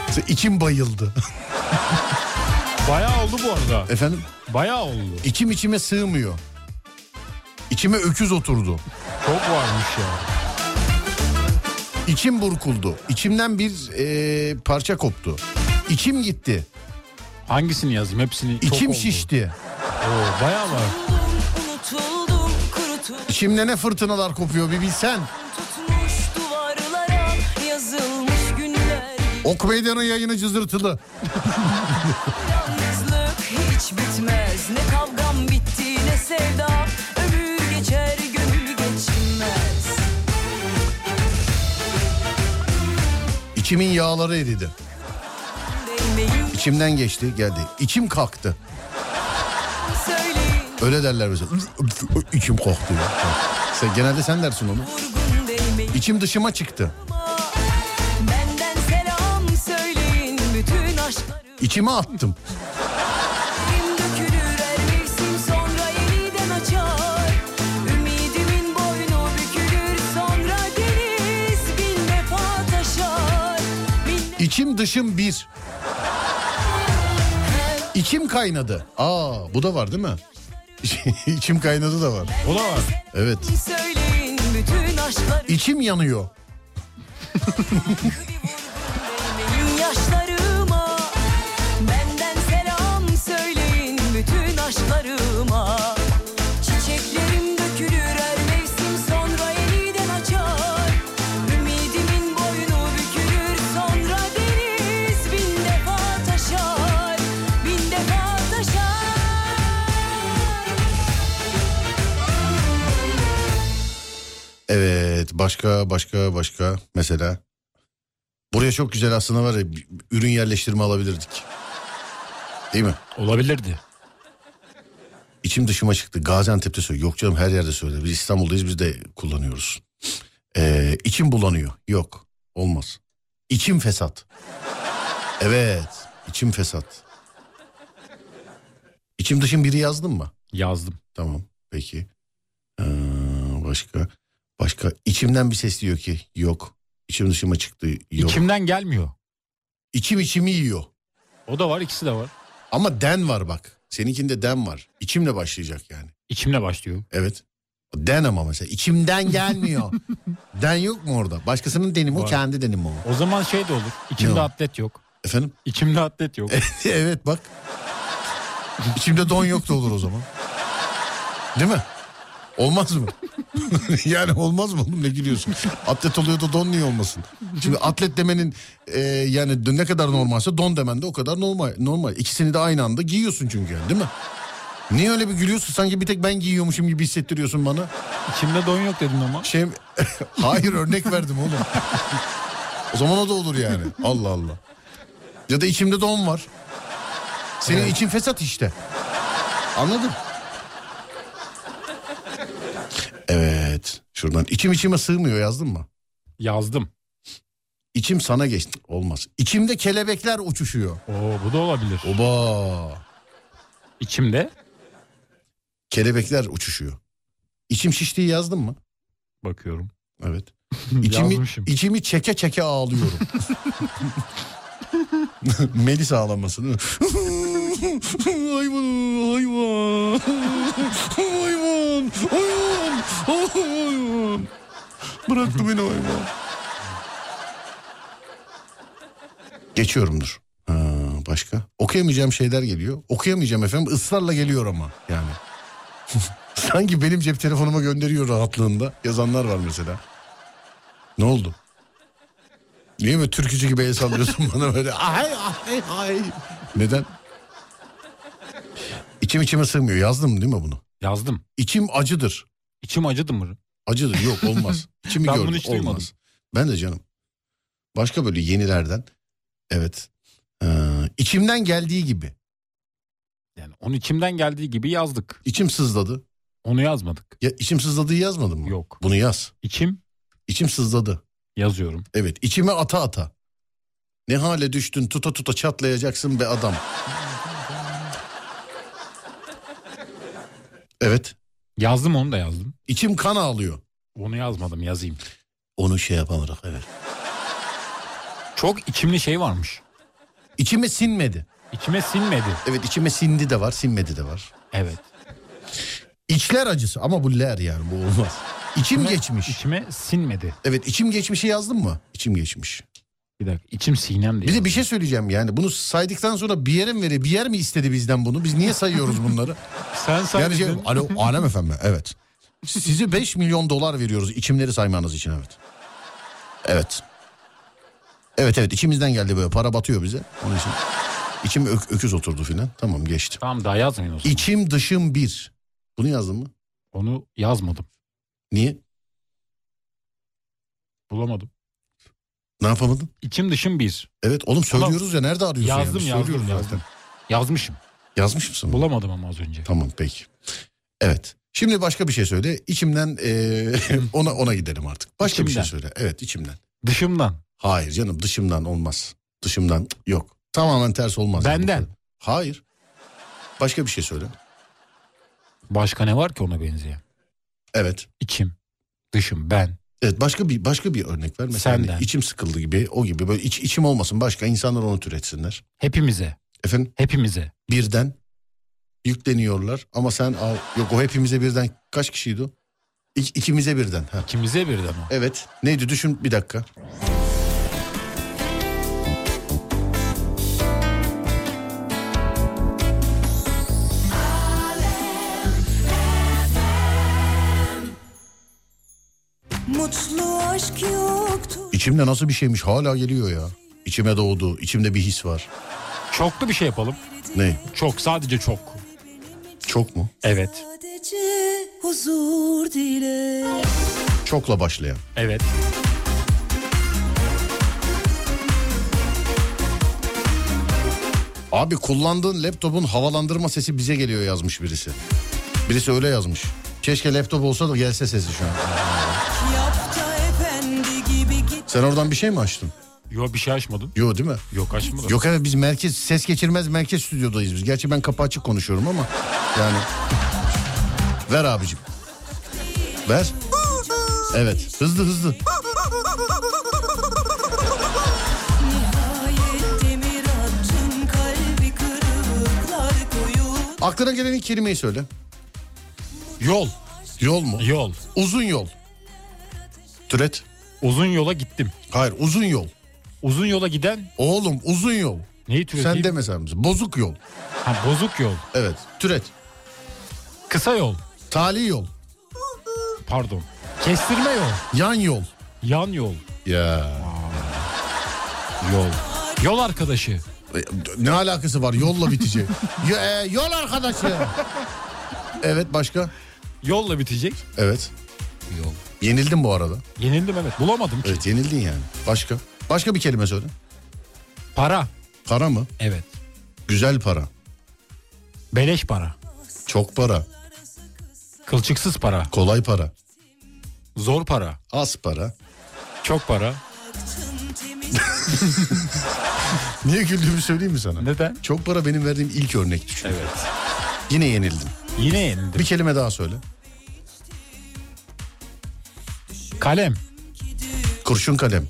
Mesela içim bayıldı. Bayağı oldu bu arada. Efendim? Bayağı oldu. İçim içime sığmıyor. İçime öküz oturdu. Çok varmış ya. İçim burkuldu. İçimden bir eee, parça koptu. İçim gitti. Hangisini yazayım? Hepsini çok İçim oldu. şişti. Oo, bayağı var. Unutuldum kurutuldum İçimde ne fırtınalar kopuyor bir bilsen. tutmuş duvarlara yazılmış günler Ok meydanı yayını cızırtılı. Yalnızlık hiç bitmez Ne kavgam bitti ne sevda Ömür geçer gönül geçmez İçimin yağları eridi. Değmeyin İçimden geçti geldi. İçim kalktı. söyleyin Öyle derler mesela. İçim kalktı. ya. Sen, genelde sen dersin onu. Vurgun değmeyin İçim dışıma çıktı. Benden selam söyleyin Bütün aşklarım İçime attım. dökülür Her mevsim sonra yeniden açar Ümidimin boynu bükülür Sonra deniz bin defa taşar Bin İçim dışım bir. İçim kaynadı. Aa bu da var değil mi? İçim kaynadı da var. O da var. Evet. söyleyin Bütün aşklarım İçim yanıyor. Benim yaşlarıma benden selam söyleyin bütün aşklarıma Çiçeklerim dökülür her mevsim sonra yeniden açar Ümidimin boynu bükülür sonra deniz bin defa taşar Bin defa taşar Evet başka başka başka mesela. Buraya çok güzel aslında var ya bir- bir ürün yerleştirme alabilirdik. Değil mi? Olabilirdi. İçim dışıma çıktı. Gaziantep'te söylüyor. Yok canım her yerde söylüyor. Biz İstanbul'dayız biz de kullanıyoruz. Ee, içim bulanıyor. Yok. Olmaz. İçim fesat. Evet. içim fesat. İçim dışım biri yazdın mı? Yazdım. Tamam peki. Ee, başka başka içimden bir ses diyor ki yok. İçim dışıma çıktı yok. İçimden gelmiyor. İçim içimi yiyor. O da var ikisi de var. Ama den var bak. Seninkinde den var. İçimle başlayacak yani. İçimle başlıyor. Evet. O Den ama mesela içimden gelmiyor. den yok mu orada? Başkasının deni mi o Var. kendi deni mi o? O zaman şey de olur. İçimde Ne o? atlet yok. Efendim? İçimde atlet yok. evet bak. İçimde don yok da olur o zaman. Değil mi? Olmaz mı? yani olmaz mı oğlum ne gülüyorsun? Atlet oluyor da don niye olmasın? Şimdi atlet demenin e, yani ne kadar normalse don demen de o kadar normal. normal. İkisini de aynı anda giyiyorsun çünkü yani, değil mi? Niye öyle bir gülüyorsun? Sanki bir tek ben giyiyormuşum gibi hissettiriyorsun bana. İçimde don yok dedin ama. Şey hayır örnek verdim oğlum. o zaman o da olur yani. Allah Allah. Ya da içimde don var. Senin için fesat işte. Anladım. Evet. Şuradan içim içime sığmıyor yazdın mı? Yazdım. İçim sana geçti. Olmaz. İçimde kelebekler uçuşuyor. Oo bu da olabilir. Oba. İçimde. Kelebekler uçuşuyor. İçim şiştiği yazdın mı? Bakıyorum. Evet. İçimi, Yazmışım. içimi çeke çeke ağlıyorum. Melis ağlaması değil mi? hayvan, hayvan, hayvan, hayvan, hayvan. Bıraktı beni hayvan. Geçiyorum dur. Ha, Başka? Okuyamayacağım şeyler geliyor. Okuyamayacağım efendim ısrarla geliyor ama yani. Sanki benim cep telefonuma gönderiyor rahatlığında. Yazanlar var mesela. Ne oldu? Niye böyle türkücü gibi el sallıyorsun bana böyle? Ay ay ay. Neden? İçim içime sığmıyor. Yazdım değil mi bunu? Yazdım. İçim acıdır. İçim acıdı mı? Acıdır yok olmaz. İçimi Ben gördüm bunu hiç olmaz. duymadım. Ben de canım. Başka böyle yenilerden. Evet. Ee, içimden geldiği gibi. Yani onu içimden geldiği gibi yazdık. İçim sızladı. Onu yazmadık. Ya içim sızladıyı yazmadın mı? Yok. Bunu yaz. İçim İçim sızladı. yazıyorum. Evet içime ata ata. Ne hale düştün tuta tuta çatlayacaksın be adam. Evet. Yazdım onu da yazdım. İçim kan ağlıyor. Onu yazmadım yazayım. Onu şey yapamadık evet. Çok içimli şey varmış. İçime sinmedi. İçime sinmedi. Evet içime sindi de var sinmedi de var. Evet. İçler acısı ama bu ler yani bu olmaz. İçim geçmiş. İçime sinmedi. Evet içim geçmişi yazdın mı? İçim geçmiş. Bir dakika. İçim sinem Bir diye. de bir şey söyleyeceğim yani bunu saydıktan sonra bir yere mi veriyor? Bir yer mi istedi bizden bunu? Biz niye sayıyoruz bunları? Sen yani sadece şey, alo Alem efendim evet. Size 5 milyon dolar veriyoruz içimleri saymanız için evet. Evet. Evet evet içimizden geldi böyle para batıyor bize. Onun için içim ök- öküz oturdu filan. Tamam geçti. Tamam daha yazmayın o zaman. İçim dışım bir. Bunu yazdın mı? Onu yazmadım. Niye? Bulamadım. Ne yapamadın? İçim dışım bir. Evet oğlum söylüyoruz ya nerede arıyorsun? yani? Yazdım Biz yazdım söylüyoruz yazdım. Yazmışım. Yazmış mısın? Bulamadım ama az önce. Tamam peki. Evet. Şimdi başka bir şey söyle. İçimden eee, ona ona gidelim artık. Başka bir şey İçimden. söyle. Evet içimden. Dışımdan. Hayır canım dışımdan olmaz. Dışımdan cık, yok. Tamamen ters olmaz. yani. Benden. Hayır. Başka bir şey söyle. Başka ne var ki ona benzeyen? Evet. İçim, dışım, ben. Evet başka bir başka bir örnek ver. Mesela hani Senden. içim sıkıldı gibi o gibi böyle iç, içim olmasın başka insanlar onu türetsinler. Hepimize, Efendim hepimize. birden yükleniyorlar ama sen al. Yok o hepimize birden kaç kişiydi o? İk, ikimize birden. Ha. İkimize birden o. Evet. Neydi düşün bir dakika. Mutlu aşk yoktur İçimde nasıl bir şeymiş hala geliyor ya. İçime doğdu. içimde bir his var. Çoklu bir şey yapalım. Ne? Çok, sadece çok. Çok mu? Evet, sadece huzur dile Çokla başlayan. evet. Abi kullandığın laptopun havalandırma sesi bize geliyor yazmış birisi. Birisi öyle yazmış. Keşke laptop olsa da gelse sesi şu an. Yap da efendi gibi git Sen oradan bir şey mi açtın? Yo bir şey açmadım. Yo değil mi? Yok açmadım. Yok evet biz merkez ses geçirmez merkez stüdyodayız biz. Gerçi ben kapı açık konuşuyorum ama yani. Ver abicim. Ver. Evet hızlı hızlı. Nihayet demir attım kalbi kırıklar koyu Aklına gelen ilk kelimeyi söyle. Yol, Yol mu? yol. Uzun yol. Türet. Uzun yola gittim. Hayır uzun yol. Uzun yola giden Oğlum uzun yol. neyi türeteyim? Sen deme sen bize. Bozuk yol. Ha, bozuk yol, Evet. Türet. kısa yol, Tali yol. pardon. Kestirme yol, Yan yol. yan yol, Ya. yol. Yol arkadaşı, E, Ne alakası var yolla bitecek. Ya, e, yol arkadaşı. evet başka? yolla bitecek. Evet. Yol. Yenildin bu arada. Yenildim evet, bulamadım ki. Evet yenildin yani. Başka? Başka bir kelime söyle. Para, Para mı? evet. Güzel para. Beleş para, Çok para. kılçıksız para, Kolay para. zor para, Az para. çok para. Tın temiz Niye güldüğümü söyleyeyim mi sana? Neden? Çok para benim verdiğim ilk örnekti çünkü. Evet. Yine yenildim. Yine yenildim. Bir kelime daha söyle. Kalem. Kurşun kalem,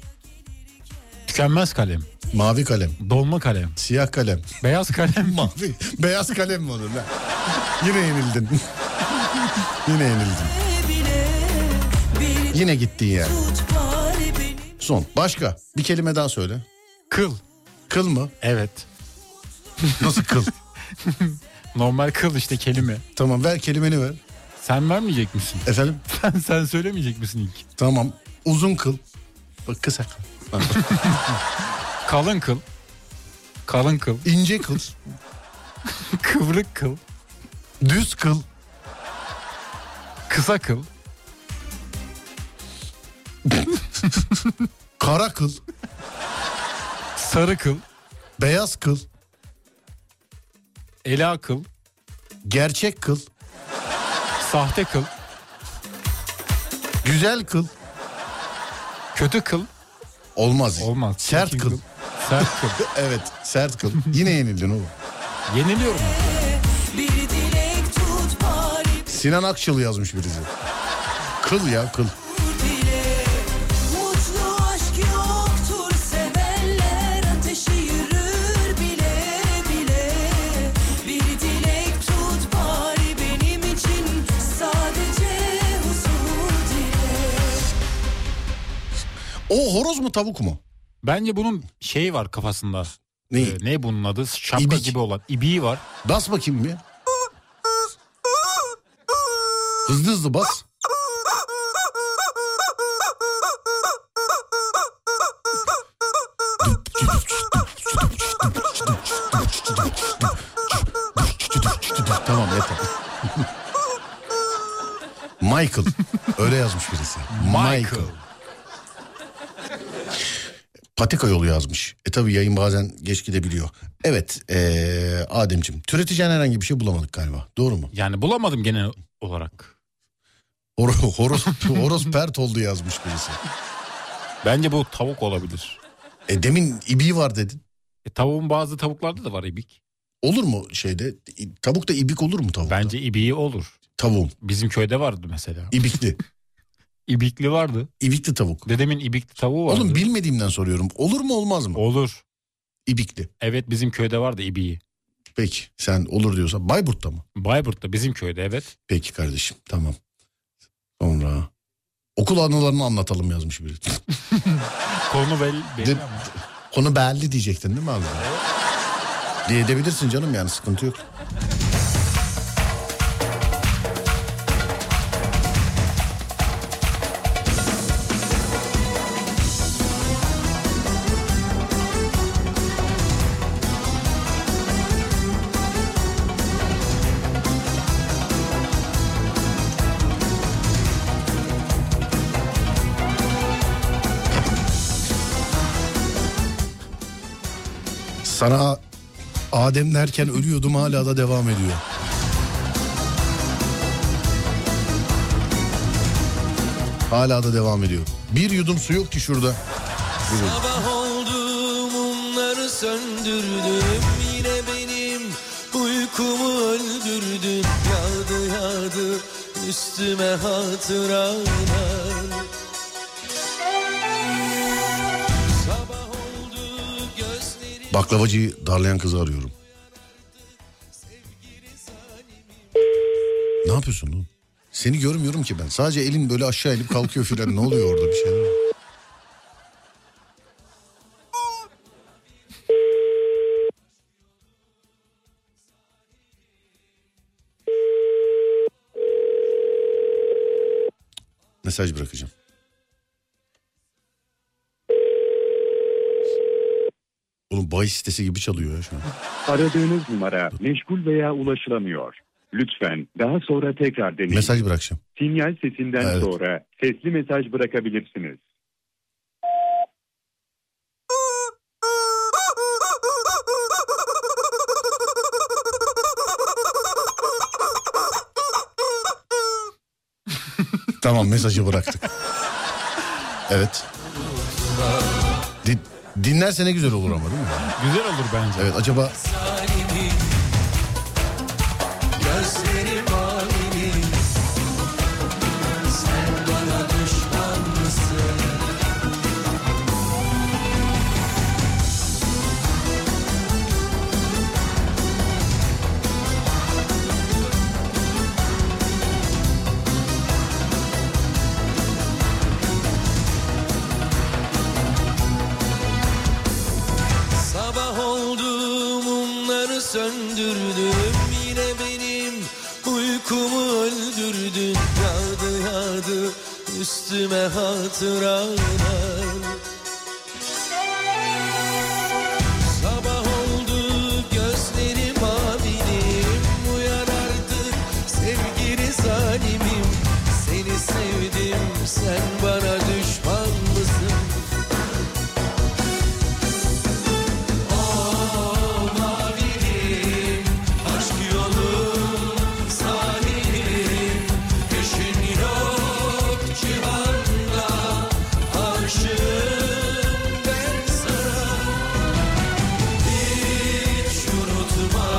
Tükenmez kalem. mavi kalem, Dolma kalem. siyah kalem, Beyaz kalem. mavi, beyaz kalem mi olur lan? Yine yenildin. Yine yenildin. bile bir Yine gittin yani. tut bari beni Son. Başka. Bir kelime daha söyle. Kıl. Kıl mı? Evet. Nasıl kıl? Normal kıl işte kelime. tamam ver kelimeni ver. Sen vermeyecek misin? Efendim? Sen, sen söylemeyecek misin ilk? Tamam. Uzun kıl. Bak kısa kıl. Kalın kıl. Kalın kıl. İnce kıl. Kıvrık kıl. Düz kıl. Kısa kıl. Kara kıl. Sarı kıl. Beyaz kıl. Ela kıl. Gerçek kıl. Sahte kıl. Güzel kıl. Kötü kıl. Olmaz. Olmaz. Sert Çirkin kıl. Sert kıl. Evet sert kıl. Yine yenildin oğlum. Yeniliyorum. Bir dilek tut bari Sinan Akçıl yazmış birisi. Kıl ya kıl. bu dile Mutlu aşk yoktur sevenler ateşi yürür bile bile Bir dilek tut bari benim için sadece huzur dile O horoz mu tavuk mu? Bence bunun şeyi var kafasında. Neyi? Ee, ne bunun adı? Şapka İbik. gibi olan. İbiği var. Bas bakayım bir. Hızlı hızlı bas. tamam yeter. Michael. Öyle yazmış birisi. Michael. Patika yolu yazmış. E tabi yayın bazen geç gidebiliyor. Evet ee, Ademciğim türeteceğin herhangi bir şey bulamadık galiba. Doğru mu? Yani bulamadım genel olarak. Hor- horoz, horoz pert oldu yazmış birisi. Bence bu tavuk olabilir. E demin ibiği var dedin. E, tavuğun bazı tavuklarda da var ibik. Olur mu şeyde? İ- Tavukta ibik olur mu tavukta? Bence ibiği olur. Tavuğun. Bizim köyde vardı mesela. İbikli. İbikli vardı. İbikli tavuk. Dedemin ibikli tavuğu vardı. Oğlum bilmediğimden soruyorum. Olur mu olmaz mı? Olur. İbikli. Evet bizim köyde vardı ibiği. Peki sen olur diyorsa Bayburt'ta mı? Bayburt'ta bizim köyde evet. Peki kardeşim tamam. Sonra okul anılarını anlatalım yazmış biri. Konu bel- belli De- ama. Konu belli diyecektin değil mi abi? Diye edebilirsin canım yani sıkıntı yok. Sana Adem derken ölüyordum hala da devam ediyor. Hala da devam ediyor. Bir yudum su yok ki şurada. Sabah oldu mumları söndürdüm Yine benim uykumu öldürdün Yağdı yağdı üstüme hatıralar Sabah oldu gözleri Baklavacıyı darlayan kızı arıyorum. Ne yapıyorsun oğlum? Seni görmüyorum ki ben. Sadece elin böyle aşağı elip kalkıyor filan. ne oluyor orada bir şey? Mesaj bırakacağım. Oğlum bahis sitesi gibi çalıyor ya şu an. Aradığınız numara meşgul veya ulaşılamıyor. Lütfen daha sonra tekrar deneyin. Mesaj bırakacağım. Sinyal sesinden Evet. sonra sesli mesaj bırakabilirsiniz. Tamam mesajı bıraktık. evet. Din, dinlerse ne güzel olur ama değil mi? Güzel olur bence. Evet acaba halimi Gözlerim halimi Sen bana düşman mısın? Sabah oldu mumları Uykumu öldürdün Yağdı yağdı üstüme hatıralar Sabah oldu gözlerim mavinim Uyan artık sevgili zalimim Seni sevdim sen bana düşman mısın? Oh mavinim aşk yolu sahilim Peşin yok cihanda aşığım ben sana hiç unutma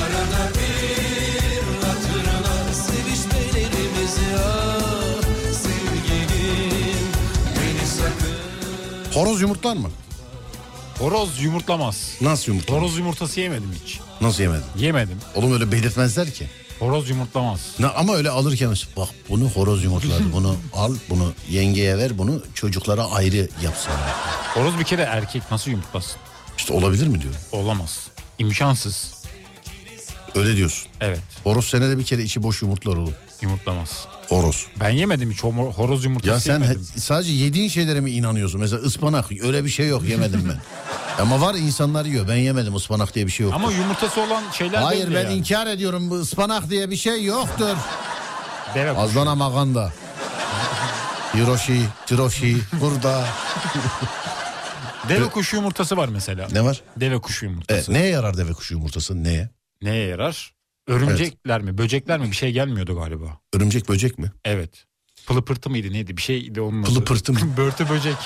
Arada bir hatırla Sevişmelerimizi ah Sevgilim beni sakın Horoz yumurtlar mı? Horoz yumurtlamaz. Nasıl yumurtlar? Horoz yumurtası yemedim hiç. Nasıl yemedin? Yemedim. Oğlum öyle belirtmezler ki. Horoz yumurtlamaz. Ne, ama öyle alırken işte bak bunu horoz yumurtladı bunu al bunu yengeye ver bunu çocuklara ayrı yapsana. Horoz bir kere erkek nasıl yumurtlasın? İşte olabilir mi diyor. Olamaz. İmkansız. Öyle diyorsun. Evet. Horoz senede bir kere içi boş yumurtlar olur. Yumurtlamaz. Horoz. Ben yemedim hiç homor- horoz Ya yumurtası sen he- yemedim. sadece yediğin şeylere mi inanıyorsun? Mesela ıspanak öyle bir şey yok yemedim ben. Ama var insanlar yiyor ben yemedim ıspanak diye bir şey yok. Ama yumurtası olan şeyler Hayır belli ben yani. inkar ediyorum bu ıspanak diye bir şey yoktur. Deve kuşu. Azlana maganda. Hiroshi, Tiroshi burada. Deve kuşu yumurtası var mesela. Ne var? Deve kuşu yumurtası. Evet, E, neye yarar deve kuşu yumurtası? Neye? Neye yarar? Örümcekler mi, böcekler mi bir şey gelmiyordu galiba. Örümcek böcek mi? Evet. Pılıpırtı mıydı neydi bir şeydi onun adı. Pılıpırtı mı? Börtü böcek.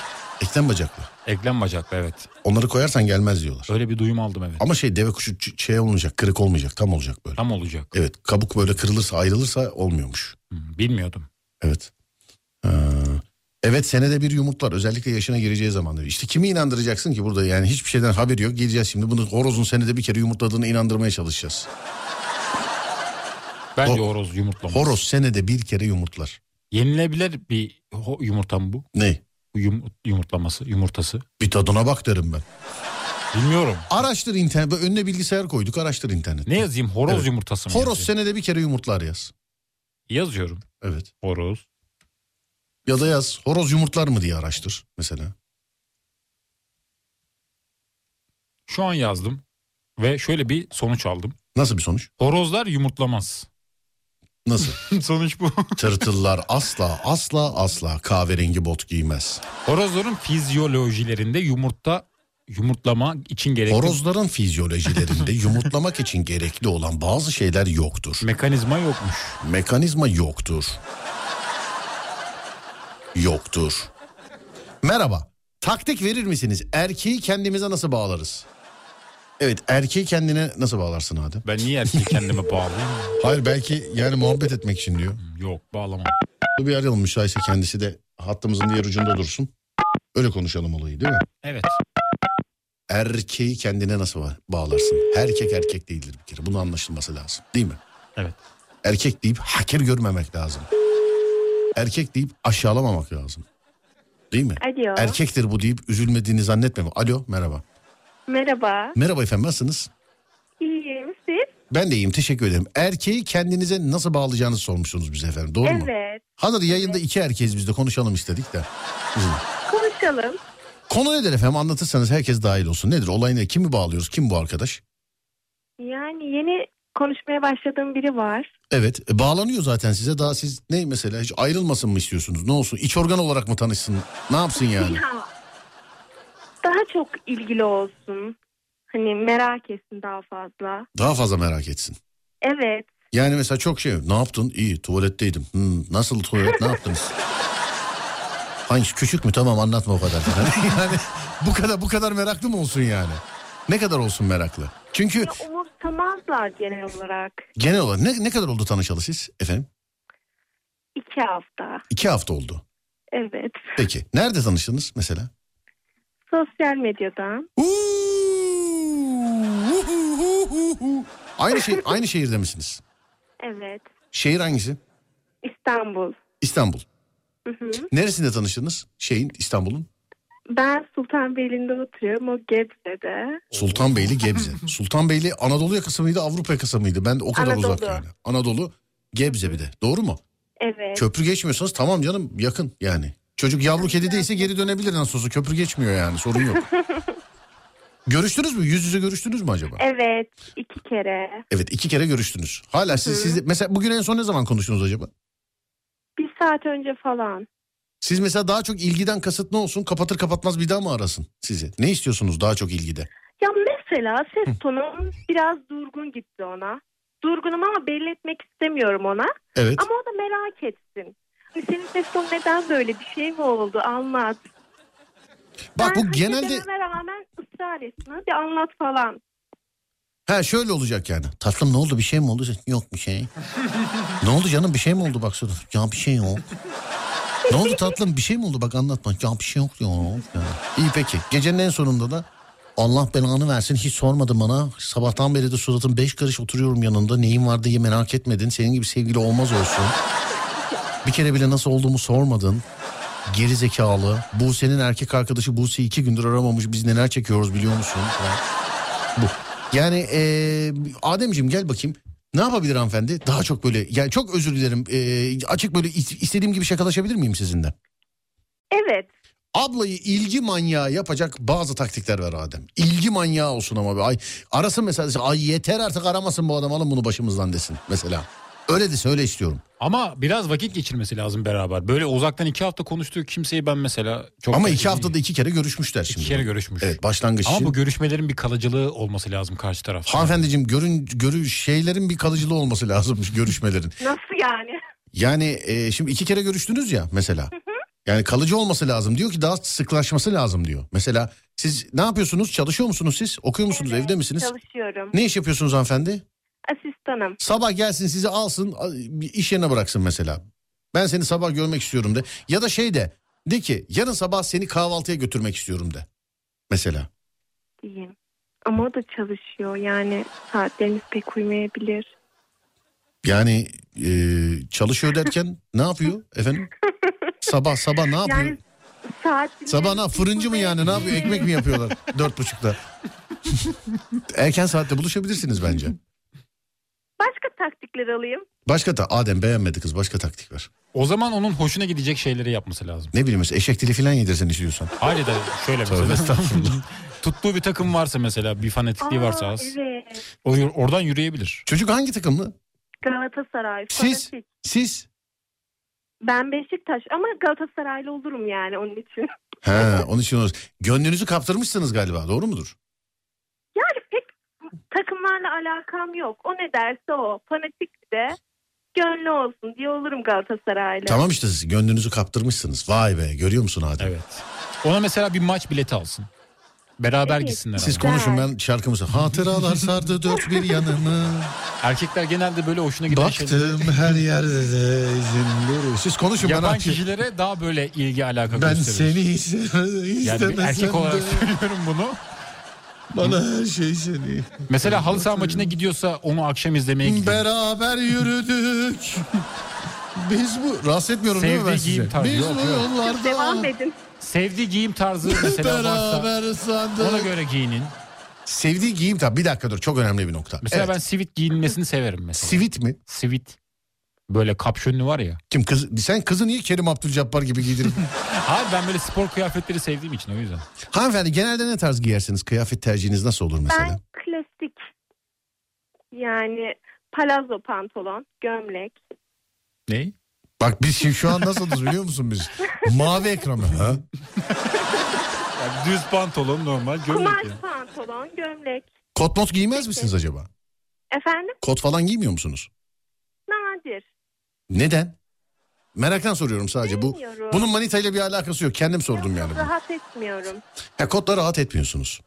Eklem bacaklı. Eklem bacaklı evet. Onları koyarsan gelmez diyorlar. Öyle bir duyum aldım evet. Ama şey deve kuşu ç- şey olmayacak, kırık olmayacak, tam olacak böyle. Tam olacak. Evet, kabuk böyle kırılırsa, ayrılırsa olmuyormuş. Hmm, Bilmiyordum. Evet. Ee, evet senede bir yumurtlar özellikle yaşına gireceği zaman. diyor. İşte kimi inandıracaksın ki burada yani hiçbir şeyden haberi yok. Gideceğiz şimdi bunu horozun senede bir kere yumurtladığını inandırmaya çalışacağız. Bence Ho- horoz yumurtlamış. Horoz senede bir kere yumurtlar. Yenilebilir bir ho- yumurta mı bu? Ne? Bu yum- yumurtlaması, yumurtası. Bir tadına bak derim ben. Bilmiyorum. Araştır internet. Böyle Önüne bilgisayar koyduk araştır internet. Ne yazayım? Horoz Evet. yumurtası mı? Horoz yazayım? senede bir kere yumurtlar yaz. Yazıyorum. Evet. Horoz. Ya da yaz horoz yumurtlar mı diye araştır mesela. Şu an yazdım ve şöyle bir sonuç aldım. Nasıl bir sonuç? Horozlar yumurtlamaz. Nasıl? sonuç bu. Tırtıllar asla asla asla kahverengi bot giymez. Horozların fizyolojilerinde yumurta yumurtlama için gerekli Horozların fizyolojilerinde yumurtlamak için gerekli olan bazı şeyler yoktur. mekanizma yokmuş. Mekanizma yoktur. Yoktur. Merhaba. Taktik verir misiniz? Erkeği kendimize nasıl bağlarız? Evet erkeği kendine nasıl bağlarsın Adem? Ben niye erkeği kendime bağlayayım? Hayır belki yani muhabbet etmek için diyor. Yok bağlamam. Dur bir arayalım müsaitse kendisi de hattımızın diğer ucunda dursun. Öyle konuşalım olayı değil mi? Evet. Erkeği kendine nasıl ba- bağlarsın? Erkek erkek değildir bir kere. Bunu anlaşılması lazım değil mi? Evet. Erkek deyip hakir görmemek lazım. Erkek deyip aşağılamamak lazım. Değil mi? Alo. Erkektir bu deyip üzülmediğini zannetmemek. Alo merhaba. Merhaba. Merhaba efendim nasılsınız? İyiyim siz? Ben de iyiyim teşekkür ederim. Erkeği kendinize nasıl bağlayacağınızı sormuşsunuz bize efendim doğru mu? Evet. Hazır yayında iki erkeğiz biz de konuşalım istedik de. Bizim- Konuşalım. Konu nedir efendim anlatırsanız herkes dahil olsun. Nedir olay ne? Kimi bağlıyoruz? Kim bu arkadaş? Yani yeni konuşmaya başladığım biri var. Evet e, bağlanıyor zaten size daha siz ne mesela hiç ayrılmasın mı istiyorsunuz? Ne olsun iç organ olarak mı tanışsın? Ne yapsın yani? Ya, daha çok ilgili olsun. Hani merak etsin daha fazla. Daha fazla merak etsin. Evet. Yani mesela çok şey ne yaptın? İyi tuvaletteydim. Hmm, nasıl tuvalet ne yaptınız? Hangisi küçük mü? Tamam anlatma o kadar. yani bu kadar bu kadar meraklı mı olsun yani? Ne kadar olsun meraklı? Çünkü Ya, umursamazlar genel olarak. genel olarak ne, ne kadar oldu tanışalı siz efendim? İki hafta. İki hafta oldu. Evet. Peki nerede tanıştınız mesela? Sosyal medyadan. aynı şey aynı şehirde misiniz? Evet. Şehir hangisi? İstanbul. İstanbul. Hı hı. Neresinde tanıştınız? Şeyin İstanbul'un? Ben Sultanbeyli'nde oturuyorum. O Gebze'de. Sultanbeyli Gebze. Sultanbeyli Anadolu yakası mıydı Avrupa yakası mıydı? Ben de o kadar uzak Anadolu. yani. Anadolu Gebze bir de doğru mu? Evet. Köprü geçmiyorsanız tamam canım yakın yani. Çocuk yavru kedi değilse geri dönebilir nasıl olsa köprü geçmiyor yani sorun yok. görüştünüz mü? Yüz yüze görüştünüz mü acaba? Evet. iki kere. Evet iki kere görüştünüz. Hala siz, siz mesela bugün en son ne zaman konuştunuz acaba? Bir saat önce falan. Siz mesela daha çok ilgiden kasıt ne olsun? Kapatır kapatmaz bir daha mı arasın sizi? Ne istiyorsunuz daha çok ilgide? Ya mesela ses tonum biraz durgun gitti ona. Durgunum ama belli etmek istemiyorum ona. Evet. Ama o da merak etsin. Hani senin ses tonun neden böyle? Bir şey mi oldu? Anlat. Bak Ben bu hani genelde dememe rağmen ısrar etsin. Hadi anlat falan. ha şöyle olacak yani. Tatlım ne oldu bir şey mi oldu? Yok bir şey. ne oldu canım bir şey mi oldu baksana. Ya bir şey yok. ne oldu tatlım bir şey mi oldu bak anlatma. Ya bir şey yok diyor. Ya. İyi peki. Gecenin en sonunda da Allah belanı versin hiç sormadın bana. Sabahtan beri de suratın beş karış oturuyorum yanında. Neyin var diye merak etmedin. Senin gibi sevgili olmaz olsun. Bir kere bile nasıl olduğumu sormadın. Geri zekalı. Buse'nin erkek arkadaşı Buse'yi iki gündür aramamış. Biz neler çekiyoruz biliyor musun? Falan. Bu. Yani eee Ademciğim gel bakayım. Ne yapabilir hanımefendi? Daha çok böyle yani çok özür dilerim. eee, açık böyle is- istediğim gibi şakalaşabilir miyim sizinle? Evet. Ablayı ilgi manyağı yapacak bazı taktikler ver Adem. İlgi manyağı olsun ama. be. Ay, arasın mesela. Ay yeter artık aramasın bu adam alın bunu başımızdan desin mesela. Öyle desin öyle istiyorum. Ama biraz vakit geçirmesi lazım beraber. Böyle uzaktan iki hafta konuştuğu kimseyi ben mesela çok... ama iki haftada iki kere görüşmüşler İki şimdi. kere görüşmüş. Evet başlangıç Ama için. bu görüşmelerin bir kalıcılığı olması lazım karşı tarafta. Hanımefendiciğim görün, görü şeylerin bir kalıcılığı olması lazım görüşmelerin. Nasıl yani? Yani e, şimdi iki kere görüştünüz ya mesela. Yani kalıcı olması lazım diyor ki daha sıklaşması lazım diyor. Mesela siz ne yapıyorsunuz? Çalışıyor musunuz siz? Okuyor musunuz? Evet, Evde misiniz? Çalışıyorum. E, Ne iş yapıyorsunuz hanımefendi? Asistanım. Sabah gelsin sizi alsın a- bir iş yerine bıraksın mesela. Ben seni sabah görmek istiyorum de. Ya da şey de de ki yarın sabah seni kahvaltıya götürmek istiyorum de. Mesela. diyeyim. Ama o da çalışıyor yani saatleriniz pek uymayabilir. Yani e, çalışıyor derken ne yapıyor efendim? Sabah sabah ne yapıyor? Yani saat Sabah ne fırıncı mı yani ne yapıyor ekmek mi yapıyorlar dört buçukta? Erken saatte buluşabilirsiniz bence. Başka taktikler alayım. Başka da Adem beğenmedi kız başka taktik var. O zaman onun hoşuna gidecek şeyleri yapması lazım. Ne bileyim mesela eşek dili falan yedirsen istiyorsan. Ayrıca da şöyle Tövbe mesela. Tuttuğu bir takım varsa mesela bir fanatikliği Aa, varsa az. Evet. o yür- oradan yürüyebilir. Çocuk hangi takımlı? Galatasaray. Siz? fanatik. Siz? Ben Beşiktaş ama Galatasaraylı olurum yani onun için. He onun için olur. Gönlünüzü kaptırmışsınız galiba doğru mudur? Yani pek takımlarla alakam yok. O ne derse o. Fanatik de gönlü olsun diye olurum Galatasaraylı. Tamam işte siz gönlünüzü kaptırmışsınız. Vay be görüyor musun Adem? Evet. Ona mesela bir maç bileti alsın. Beraber Evet. gitsinler. Siz ama. konuşun ben şarkımı söyleyeyim. Hatıralar sardı dört bir yanımı. Erkekler genelde böyle hoşuna giden şeyleri- Baktım her yerde de izin duruyor. Siz konuşun ben Yapan artık- kişilere daha böyle ilgi alaka Ben gösterir. seni istemesem yani bir erkek de olarak söylüyorum bunu. bana her şey seni. Mesela halı saha maçına gidiyorsa onu akşam izlemeye gidiyor. Beraber yürüdük. Biz bu rahatsız etmiyorum değil mi ben Sevdiğim sizi? tarzı, Biz yok, bu yok. yollarda Devam edin. Sevdiği giyim tarzı mesela varsa beraber ona sandık. göre giyinin. Sevdiği giyim tabi bir dakika dur çok önemli bir nokta. Mesela Evet. ben sivit giyinmesini severim mesela. Sivit mi? Sivit. Böyle kapşonlu var ya. Kim kız? Sen kızı niye Kerim Abdülcabbar gibi giydirin? Abi ben böyle spor kıyafetleri sevdiğim için o yüzden. Hanımefendi genelde ne tarz giyersiniz? Kıyafet tercihiniz nasıl olur mesela? Ben klasik yani palazzo pantolon, gömlek. Ne? Bak biz şimdi şu an nasılız biliyor musun biz? Mavi ekranı. Ha? düz pantolon normal Kumaş gömlek. yani. pantolon, gömlek. Kot mot giymez misiniz acaba? Efendim? Kot falan giymiyor musunuz? Nadir. Neden? Meraktan soruyorum sadece. Bu Bilmiyorum. bunun manitayla bir alakası yok. Kendim sordum yani. bunu. Rahat etmiyorum. Ha, kodla rahat etmiyorsunuz.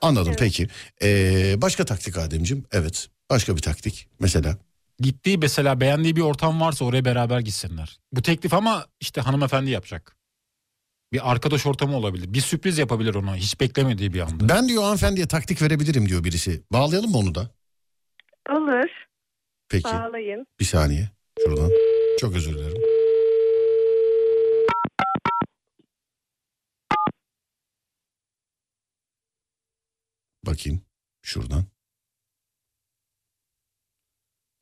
Anladım peki. Ee, başka taktik Ademciğim. Evet. Başka bir taktik mesela. Gittiği mesela beğendiği bir ortam varsa oraya beraber gitsinler. Bu teklif ama işte hanımefendi yapacak. Bir arkadaş ortamı olabilir. Bir sürpriz yapabilir ona hiç beklemediği bir anda. Ben diyor hanımefendiye taktik verebilirim diyor birisi. şey, Bağlayalım mı onu da? Olur. Peki. Bağlayın. Bir saniye. Şuradan. Çok özür dilerim. Şuradan.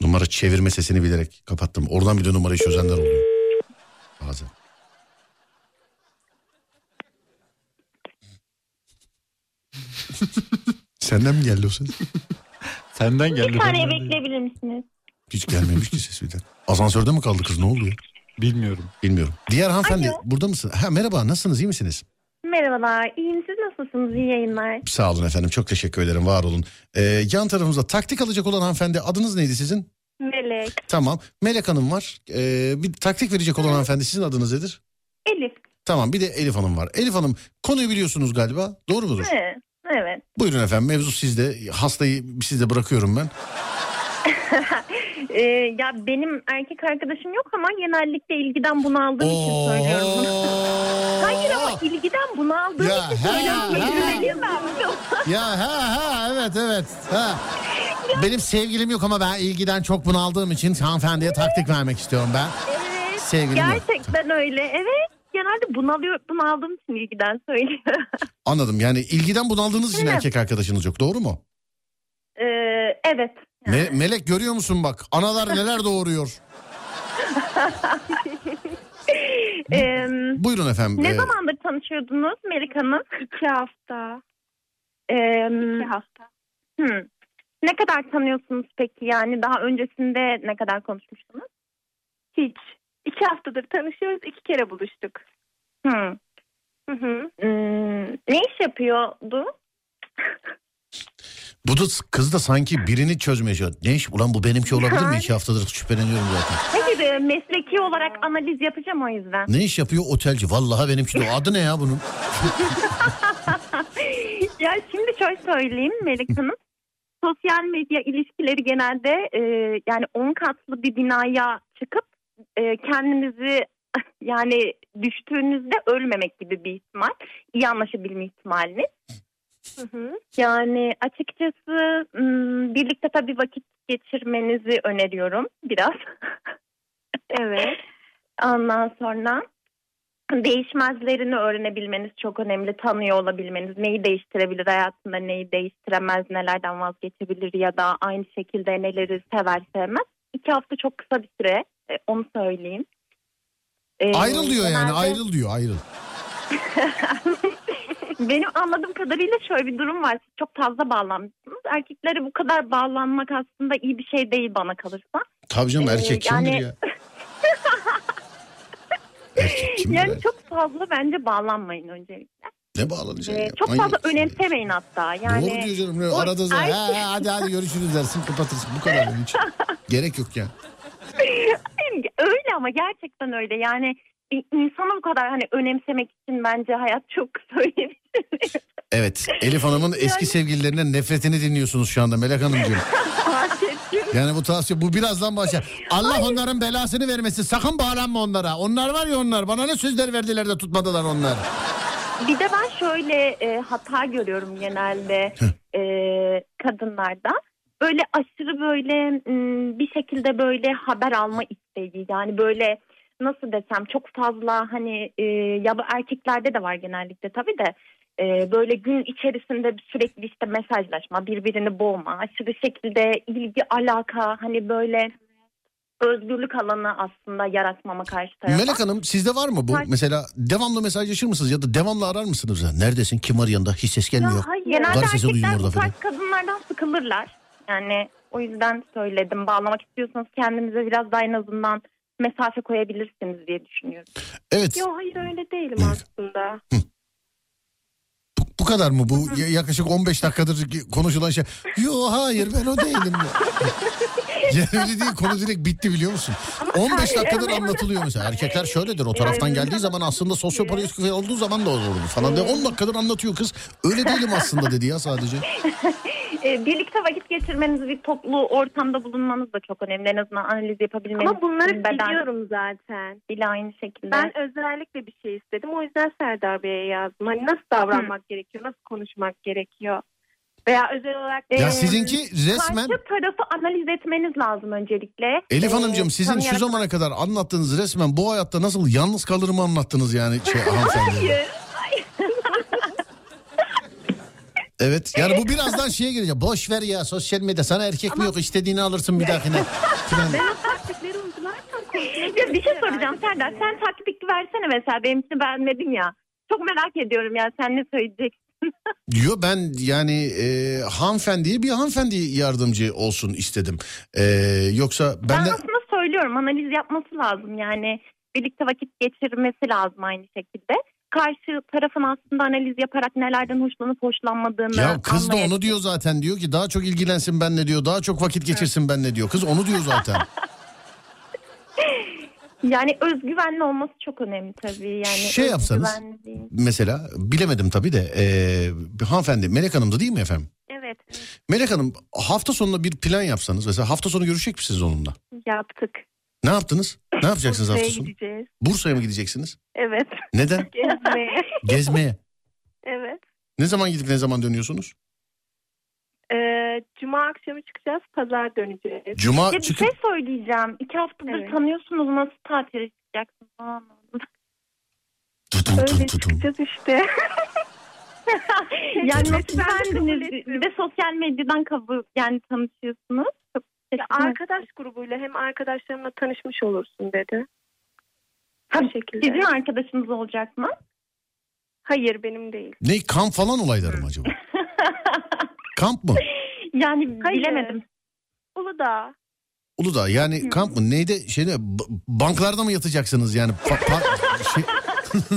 Numara çevirme sesini bilerek kapattım. Oradan bile numarayı çözenler oluyor. Bazen. Senden mi geldi o ses? Senden geldi. Bir saniye benden değil. bekleyebilir misiniz? Hiç gelmemiş ki ses birden. Asansörde mi kaldı kız ne oluyor? Bilmiyorum. Bilmiyorum. Diğer hanımefendi Alo. burada mısın? Ha, merhaba nasılsınız iyi misiniz? Merhabalar. İyiyim siz nasılsınız? İyi yayınlar. Sağ olun efendim çok teşekkür ederim var olun. Ee, yan tarafımızda taktik alacak olan hanımefendi adınız neydi sizin? Melek, Tamam Melek Hanım var. Ee, bir taktik verecek olan hanımefendi sizin adınız nedir? Elif. Tamam bir de Elif Hanım var. Elif Hanım konuyu biliyorsunuz galiba doğru mudur? Evet. evet. Buyurun efendim mevzu sizde. Hastayı sizde bırakıyorum ben. Ee, ya benim erkek arkadaşım yok ama genellikle ilgiden bunaldığım için söylüyorum. bunu. Hayır ama ilgiden bunaldığım Ya, için ha, söylüyorum. ha. Üzüleyim ben bunu. Ya ha ha evet evet. Ha. Benim sevgilim yok ama ben ilgiden çok bunaldığım için hanımefendiye taktik vermek istiyorum ben. Evet. Sevgilim yok. gerçekten öyle. Evet. Genelde bunalıyor, bunaldığım için ilgiden söylüyorum. Anladım yani ilgiden bunaldığınız için Evet. erkek arkadaşınız yok doğru mu? Ee, evet. Me- Melek görüyor musun bak analar neler doğuruyor. Ee, Buyurun efendim. ne ee, zamandır tanışıyordunuz Melika Hanım? İki hafta. Ee, iki hafta. hmm. Ne kadar tanıyorsunuz peki? Yani daha öncesinde ne kadar konuşmuştunuz? Hiç. İki haftadır tanışıyoruz. iki kere buluştuk. Hmm. Hı hı. Hmm, Ne iş yapıyordu? Bu da kız da sanki birini çözmeye çalışıyor. Ne iş? Ulan bu benimki olabilir mi? İki haftadır şüpheleniyorum zaten. Hayır e, mesleki olarak analiz yapacağım o yüzden. Ne iş yapıyor? Otelci. Vallahi benimki de. Adı ne ya bunun? ya şimdi şöyle söyleyeyim Melek Hanım. Sosyal medya ilişkileri genelde e, yani 10 katlı bir binaya çıkıp e, kendinizi yani düştüğünüzde ölmemek gibi bir ihtimal. İyi anlaşabilme ihtimaliniz. Yani açıkçası m, birlikte tabii vakit geçirmenizi öneriyorum biraz. Evet. Ondan sonra değişmezlerini öğrenebilmeniz çok önemli. Tanıyor olabilmeniz. Neyi değiştirebilir hayatında, neyi değiştiremez, nelerden vazgeçebilir ya da aynı şekilde neleri sever sevmez. İki hafta çok kısa bir süre. e, Onu söyleyeyim. Ee, Ayrıl diyor yani. genelde- Ayrıl diyor. Ayrıl. Benim anladığım kadarıyla şöyle bir durum var. Siz çok fazla bağlanmışsınız. Erkeklere bu kadar bağlanmak aslında iyi bir şey değil bana kalırsa. Tabii canım Ee, erkek kimdir yani- ya? erkek kimdir? Yani çok fazla bence bağlanmayın öncelikle. Ne bağlanacaksın Ee, ya? çok fazla Manyak. önemsemeyin hatta. Yani Doğru diyor canım. Ne? O Arada zaten. erkek- "Ha, ha, hadi hadi görüşürüz dersin. Kapatırsın. Bu kadar. benim için. Gerek yok ya. Hayır, öyle ama gerçekten öyle. Yani bir insana bu kadar hani önemsemek için bence hayat çok kısa öyle bir şey. Evet. Elif Hanım'ın eski sevgililerinden nefretini dinliyorsunuz şu anda Melek Hanımcığım. Fark ettim. Yani bu tavsiye bu birazdan başlar. Allah onların belasını vermesin. Sakın bağlanma onlara. Onlar var ya onlar. Bana ne sözler verdiler de tutmadılar onlar. Bir de ben şöyle e, hata görüyorum genelde e, kadınlarda. Böyle aşırı böyle m, bir şekilde böyle haber alma isteği yani böyle nasıl desem çok fazla hani e, ya bu erkeklerde de var genellikle tabii de e, böyle gün içerisinde sürekli işte mesajlaşma birbirini boğma aşırı şekilde ilgi alaka hani böyle özgürlük alanı aslında yaratmama karşı tarafa. Melek Hanım sizde var mı bu? Hayır. Mesela devamlı mesajlaşır mısınız ya da devamlı arar mısınız? Ya Neredesin? Kim var yanında? Hiç ses gelmiyor. Ya hayır. Genelde Var sesi duyayım erkekler orada bu falan. tarz kadınlardan sıkılırlar. Yani o yüzden söyledim. Bağlamak istiyorsanız kendinize biraz daha en azından mesafe koyabilirsiniz diye düşünüyorum. Evet. Yo hayır öyle değilim Evet. aslında. Bu, bu kadar mı? Bu ya- yaklaşık 15 dakikadır ki konuşulan şey. Yo hayır ben o değilim. yani öyle değil konu direkt bitti biliyor musun? 15 dakikadır anlatılıyor mesela. Erkekler şöyledir o taraftan geldiği zaman aslında sosyopolitik olduğu zaman da olurdu falan. diye. 10 dakikadır anlatıyor kız. Öyle değilim aslında dedi ya sadece. Ee, birlikte vakit geçirmeniz, bir toplu ortamda bulunmanız da çok önemli. En azından analiz yapabilmeniz. Ama bunları için beden biliyorum zaten. Bile aynı şekilde. Ben özellikle bir şey istedim. O yüzden Serdar Bey'e yazdım. Hani nasıl davranmak gerekiyor, nasıl konuşmak gerekiyor. Veya özel olarak... Ya Ee, sizinki resmen Karşı tarafı analiz etmeniz lazım öncelikle. Elif Ee, Hanımcığım sizin şu tanıyarak- zamana kadar anlattığınız resmen bu hayatta nasıl yalnız kalırımı anlattınız yani şey hanımefendi. Hayır. Evet yani bu birazdan şeye girecek. Boş ver ya sosyal medya sana erkek mi yok istediğini alırsın bir dahakine. Falan. Ben o taktikleri uygularsam konuşuyorum. Ya bir şey soracağım Serdar. Sen takip bilgi versene mesela. Benimkini beğenmedin ya. Çok merak ediyorum ya sen ne söyleyeceksin. Yo ben yani e, hanımefendiye bir hanımefendi yardımcı olsun istedim. E, yoksa Ben, ben de... aslında söylüyorum. Analiz yapması lazım. Yani birlikte vakit geçirmesi lazım aynı şekilde. Karşı tarafın aslında analiz yaparak nelerden hoşlanıp hoşlanmadığını Ya kız da anlayabilir. onu diyor zaten diyor ki daha çok ilgilensin benle diyor. Daha çok vakit geçirsin benle diyor. Kız onu diyor zaten. Yani özgüvenli olması çok önemli tabii. Yani Şey yapsanız- özgüvenli. Mesela bilemedim tabii de e, bir hanımefendi Melek Hanım'dı değil mi efendim? Evet Melek Hanım hafta sonuna bir plan yapsanız mesela hafta sonu görüşecek misiniz onunla? yaptık. Ne yaptınız? Ne yapacaksınız Bursa'ya hafta sonu? gideceğiz. Bursa'ya mı gideceksiniz? Evet. Neden? Gezmeye. Gezmeye. evet. Ne zaman gidip ne zaman dönüyorsunuz? Ee, Cuma akşamı çıkacağız. Pazar döneceğiz. Cuma Ya bir çıkıp şey söyleyeceğim. İki haftadır Evet. tanıyorsunuz nasıl tatile çıkacaksınız falan. tutum Öyle tutum tutum. çıkacağız işte. yani Çok nasıl güzel kabul bendiniz? ettim. Bir de sosyal medyadan kabul yani tanışıyorsunuz. Çok Ya teşekkür ederim. arkadaş grubuyla hem arkadaşlarımla tanışmış olursun dedi. Ha, Bu şekilde. Sizin arkadaşınız olacak mı? Hayır benim değil. Ne kamp falan olayları mı acaba? kamp mı? yani Hayır. bilemedim. Uludağ. Uludağ Hmm. yani kamp mı? Neydi? Şeyde b- banklarda mı yatacaksınız yani? Pa- pa- şey...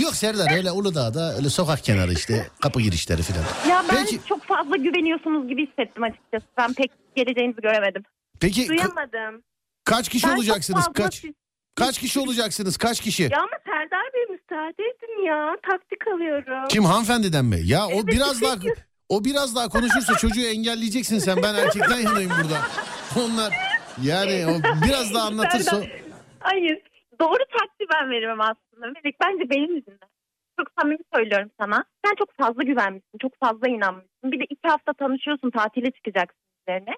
Yok Serdar öyle Uludağ'da öyle sokak kenarı işte kapı girişleri filan. Ya ben Peki. çok fazla güveniyorsunuz gibi hissettim açıkçası. Ben pek geleceğinizi göremedim. Peki ka- Duyamadım. kaç kişi Ben çok olacaksınız? fazla Kaç siz- kaç kişi olacaksınız? Kaç kişi? Ya ama Serdar Bey müsaade edin ya. Taktik alıyorum. Kim hanımefendiden mi? Ya o Evet, biraz daha çünkü- o biraz daha konuşursa çocuğu engelleyeceksin sen. Ben erkekten yanayım burada. Onlar yani o biraz daha anlatırsa Serdar- Hayır. Doğru taktiği ben veririm aslında. Melek bence benim yüzümden. Çok samimi söylüyorum sana. Sen çok fazla güvenmişsin. Çok fazla inanmışsın. Bir de iki hafta tanışıyorsun. Tatile çıkacaksın üzerine.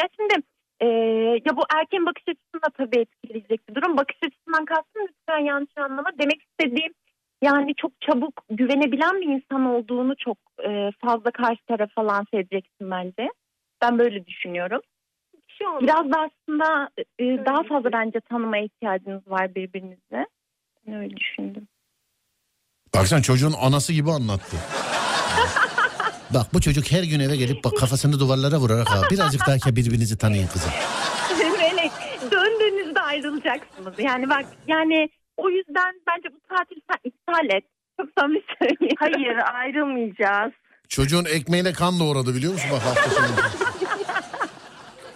Ya şimdi eee, ya bu erken bakış açısını da tabii etkileyecek bir durum. Bakış açısından kastım lütfen yanlış anlama. Demek istediğim yani çok çabuk güvenebilen bir insan olduğunu çok eee, fazla karşı tarafa lanse edeceksin bence. Ben böyle düşünüyorum. Bir şey olmaz. Biraz da aslında e, daha fazla bence tanımaya ihtiyacınız var birbirinize. Ben öyle düşündüm. Baksana çocuğun anası gibi anlattı. Bak bu çocuk her gün eve gelip bak kafasını duvarlara vurarak ha birazcık daha ki birbirinizi tanıyın kızım. Melek döndüğünüzde ayrılacaksınız. Yani bak yani o yüzden bence bu tatili sen iptal et. Çok samimi söylüyorum. Hayır ayrılmayacağız. Çocuğun ekmeğine kan doğradı biliyor musun bak hafta sonu.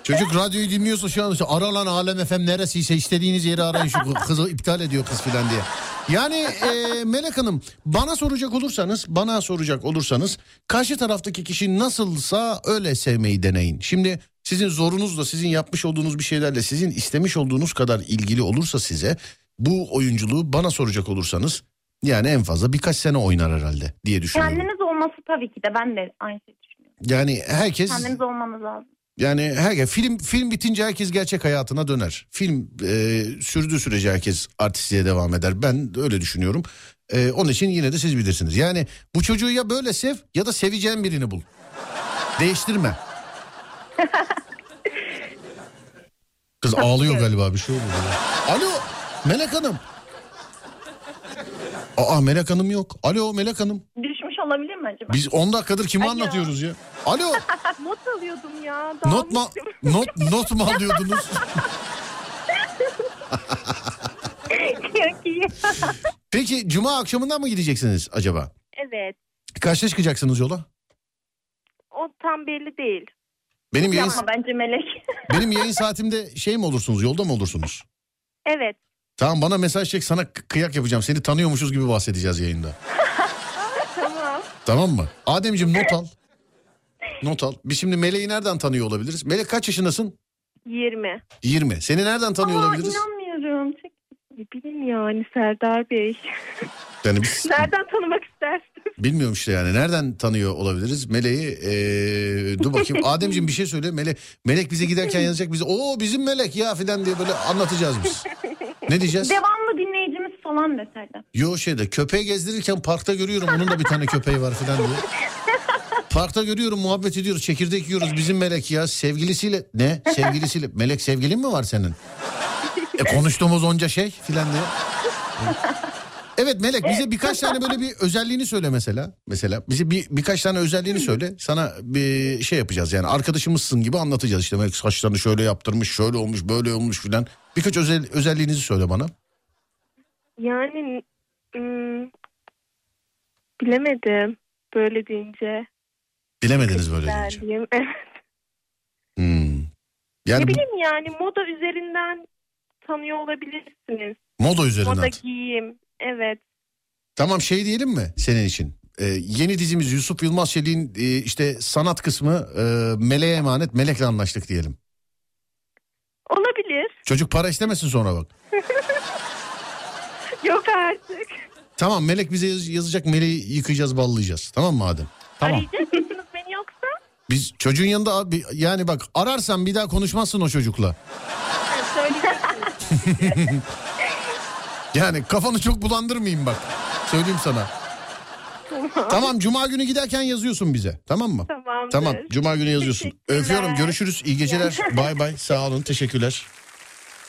Çocuk radyoyu dinliyorsa şu an işte ara lan Alem FM neresiyse istediğiniz yeri arayın şu kızı iptal ediyor kız filan diye. Yani e, Melek Hanım bana soracak olursanız bana soracak olursanız karşı taraftaki kişi nasılsa öyle sevmeyi deneyin. Şimdi sizin zorunuzla sizin yapmış olduğunuz bir şeylerle sizin istemiş olduğunuz kadar ilgili olursa size bu oyunculuğu bana soracak olursanız yani en fazla birkaç sene oynar herhalde diye düşünüyorum. Kendiniz olması tabii ki de ben de aynı şeyi düşünüyorum. Yani herkes Kendiniz olmanız lazım. yani herkes film film bitince herkes gerçek hayatına döner. Film e, sürdüğü sürece herkes artistliğe devam eder. Ben de öyle düşünüyorum. E, onun için yine de siz bilirsiniz. Yani bu çocuğu ya böyle sev ya da seveceğin birini bul. Değiştirme. Kız ağlıyor galiba bir şey oldu. Alo Melek Hanım. Aa Melek Hanım yok. Alo Melek Hanım. Düşmüş olabilir mi acaba? Biz 10 dakikadır kimi Alo. anlatıyoruz ya? Alo. Not alıyordum ya. Not mu, dağılmıştım. not, not mu alıyordunuz? Yok iyi. Peki cuma akşamından mı gideceksiniz acaba? Evet. Kaçta çıkacaksınız yola? O tam belli değil. Benim yayın, Yapma bence Melek. benim yayın saatimde şey mi olursunuz yolda mı olursunuz? Evet. Tamam bana mesaj çek sana kı- kıyak yapacağım. Seni tanıyormuşuz gibi bahsedeceğiz yayında. Tamam. Tamam mı? Ademciğim not al. Not al. Biz şimdi Meleği nereden tanıyor olabiliriz? Melek kaç yaşındasın? 20. 20. Seni nereden tanıyor Aa, olabiliriz? inanmıyorum. Çok Ne bileyim yani Serdar Bey. Yani biz Nereden tanımak istersin? bilmiyorum işte yani. Nereden tanıyor olabiliriz? Meleği ee, dur bakayım. Ademciğim bir şey söyle. Melek, Melek bize giderken yazacak bize. Oo bizim Melek ya filan diye böyle anlatacağız biz. Ne diyeceğiz? Devamlı dinleyicimiz falan deselerdi. Yo şeyde köpeği gezdirirken parkta görüyorum onun da bir tane köpeği var filan diye. Parkta görüyorum muhabbet ediyoruz çekirdek yiyoruz bizim Melek ya sevgilisiyle ne sevgilisiyle Melek sevgilin mi var senin? E konuştuğumuz onca şey filan diye. Evet Melek bize birkaç tane böyle bir özelliğini söyle mesela. Mesela bize bir birkaç tane özelliğini söyle. Sana bir şey yapacağız yani arkadaşımızsın gibi anlatacağız işte Melek saçlarını şöyle yaptırmış, şöyle olmuş, böyle olmuş filan. Birkaç özel özelliğinizi söyle bana. Yani hmm, bilemedim böyle deyince. Bilemediniz böyle Ben deyince. diyeyim. Hmm. Yani ne bu- bileyim yani moda üzerinden tanıyor olabilirsiniz. moda üzerinden. Moda giyim. Evet. Tamam şey diyelim mi senin için? Ee, yeni dizimiz Yusuf Yılmaz Şeli'nin e, işte sanat kısmı e, Melek'e emanet. Melek'le anlaştık diyelim. Olabilir. Çocuk para istemesin sonra bak. Yok artık. Tamam Melek bize yaz- yazacak Melek'i yıkayacağız ballayacağız. Tamam mı Adem? Tamam. Arayacak mısınız beni yoksa? Biz çocuğun yanında abi, yani bak ararsan bir daha konuşmazsın o çocukla. Yani kafanı çok bulandırmayayım bak. Söyleyeyim sana. Tamam cuma günü giderken yazıyorsun bize. Tamam mı? Tamamdır. Tamam cuma günü yazıyorsun. Teşekkürler. Öpüyorum görüşürüz. İyi geceler. Bay bay. Sağ olun. Teşekkürler.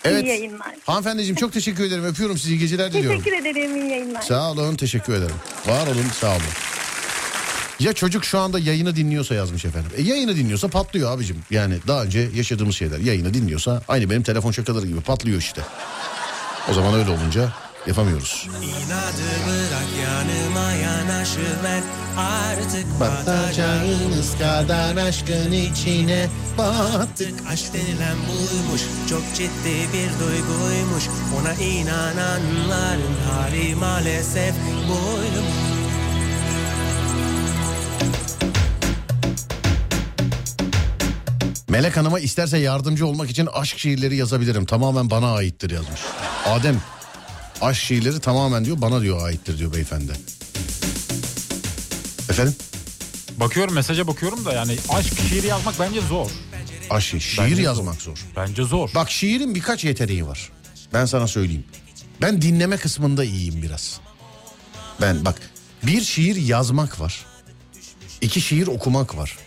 İyi Evet. yayınlar. Hanımefendiciğim çok teşekkür ederim. Öpüyorum sizi. İyi geceler diliyorum. Teşekkür ederim. İyi yayınlar. Sağ olun. Teşekkür ederim. Var olun. Sağ olun. Ya çocuk şu anda yayını dinliyorsa yazmış efendim. E yayını dinliyorsa patlıyor abicim. Yani daha önce yaşadığımız şeyler. Yayını dinliyorsa aynı benim telefon şakaları gibi patlıyor işte. O zaman öyle olunca yapamıyoruz. İnadı bırak yanıma yanaşıver artık Batacağınız kadar aşkın içine battık. Artık aşk denilen buymuş Çok ciddi bir duyguymuş Ona inananların hali maalesef buymuş Melek Hanım'a isterse yardımcı olmak için aşk şiirleri yazabilirim. Tamamen bana aittir yazmış. Adem aşk şiirleri tamamen diyor bana diyor aittir diyor beyefendi. Efendim? Bakıyorum mesaja bakıyorum da yani aşk şiiri yazmak bence zor. Aşk şiir. Şiir Bence zor. yazmak zor. Bence zor. Bak şiirin birkaç yeteneği var. Ben sana söyleyeyim. Ben dinleme kısmında iyiyim biraz. Ben bak bir şiir yazmak var. İki şiir okumak var.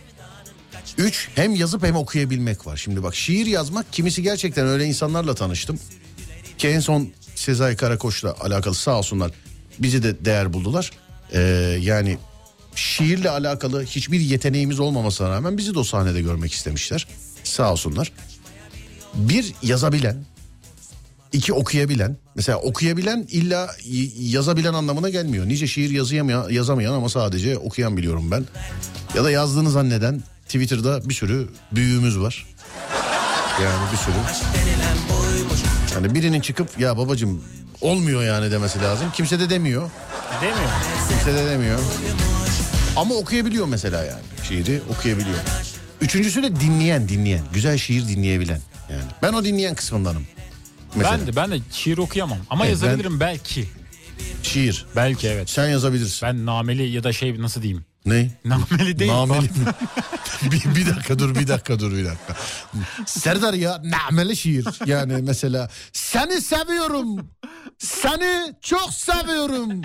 Üç hem yazıp hem okuyabilmek var. Şimdi bak şiir yazmak kimisi gerçekten öyle insanlarla tanıştım. Ki en son Sezai Karakoç'la alakalı sağ olsunlar bizi de değer buldular. Ee, yani şiirle alakalı hiçbir yeteneğimiz olmamasına rağmen bizi de o sahnede görmek istemişler. Sağ olsunlar bir yazabilen, iki okuyabilen. Mesela okuyabilen illa y- yazabilen anlamına gelmiyor. Nice şiir yazıyamayan, yazamayan ama sadece okuyan biliyorum ben. Ya da yazdığını zanneden Twitter'da bir sürü büyüğümüz var. Yani bir sürü. Hani birinin çıkıp ya babacım olmuyor yani demesi lazım. Kimse de demiyor. Demiyor. Kimse de demiyor. Ama okuyabiliyor mesela yani. Şiiri okuyabiliyor. Üçüncüsü de dinleyen dinleyen. Güzel şiir dinleyebilen yani. Ben o dinleyen kısmındanım. Mesela Ben de ben de şiir okuyamam ama Evet, yazabilirim belki. şiir. Belki evet. Sen yazabilirsin. Ben nameli ya da şey nasıl diyeyim? Ne? Nameli değil. Nameli. bir, bir dakika dur bir dakika dur bir dakika. Serdar ya nameli şiir. Yani mesela seni seviyorum. Seni çok seviyorum.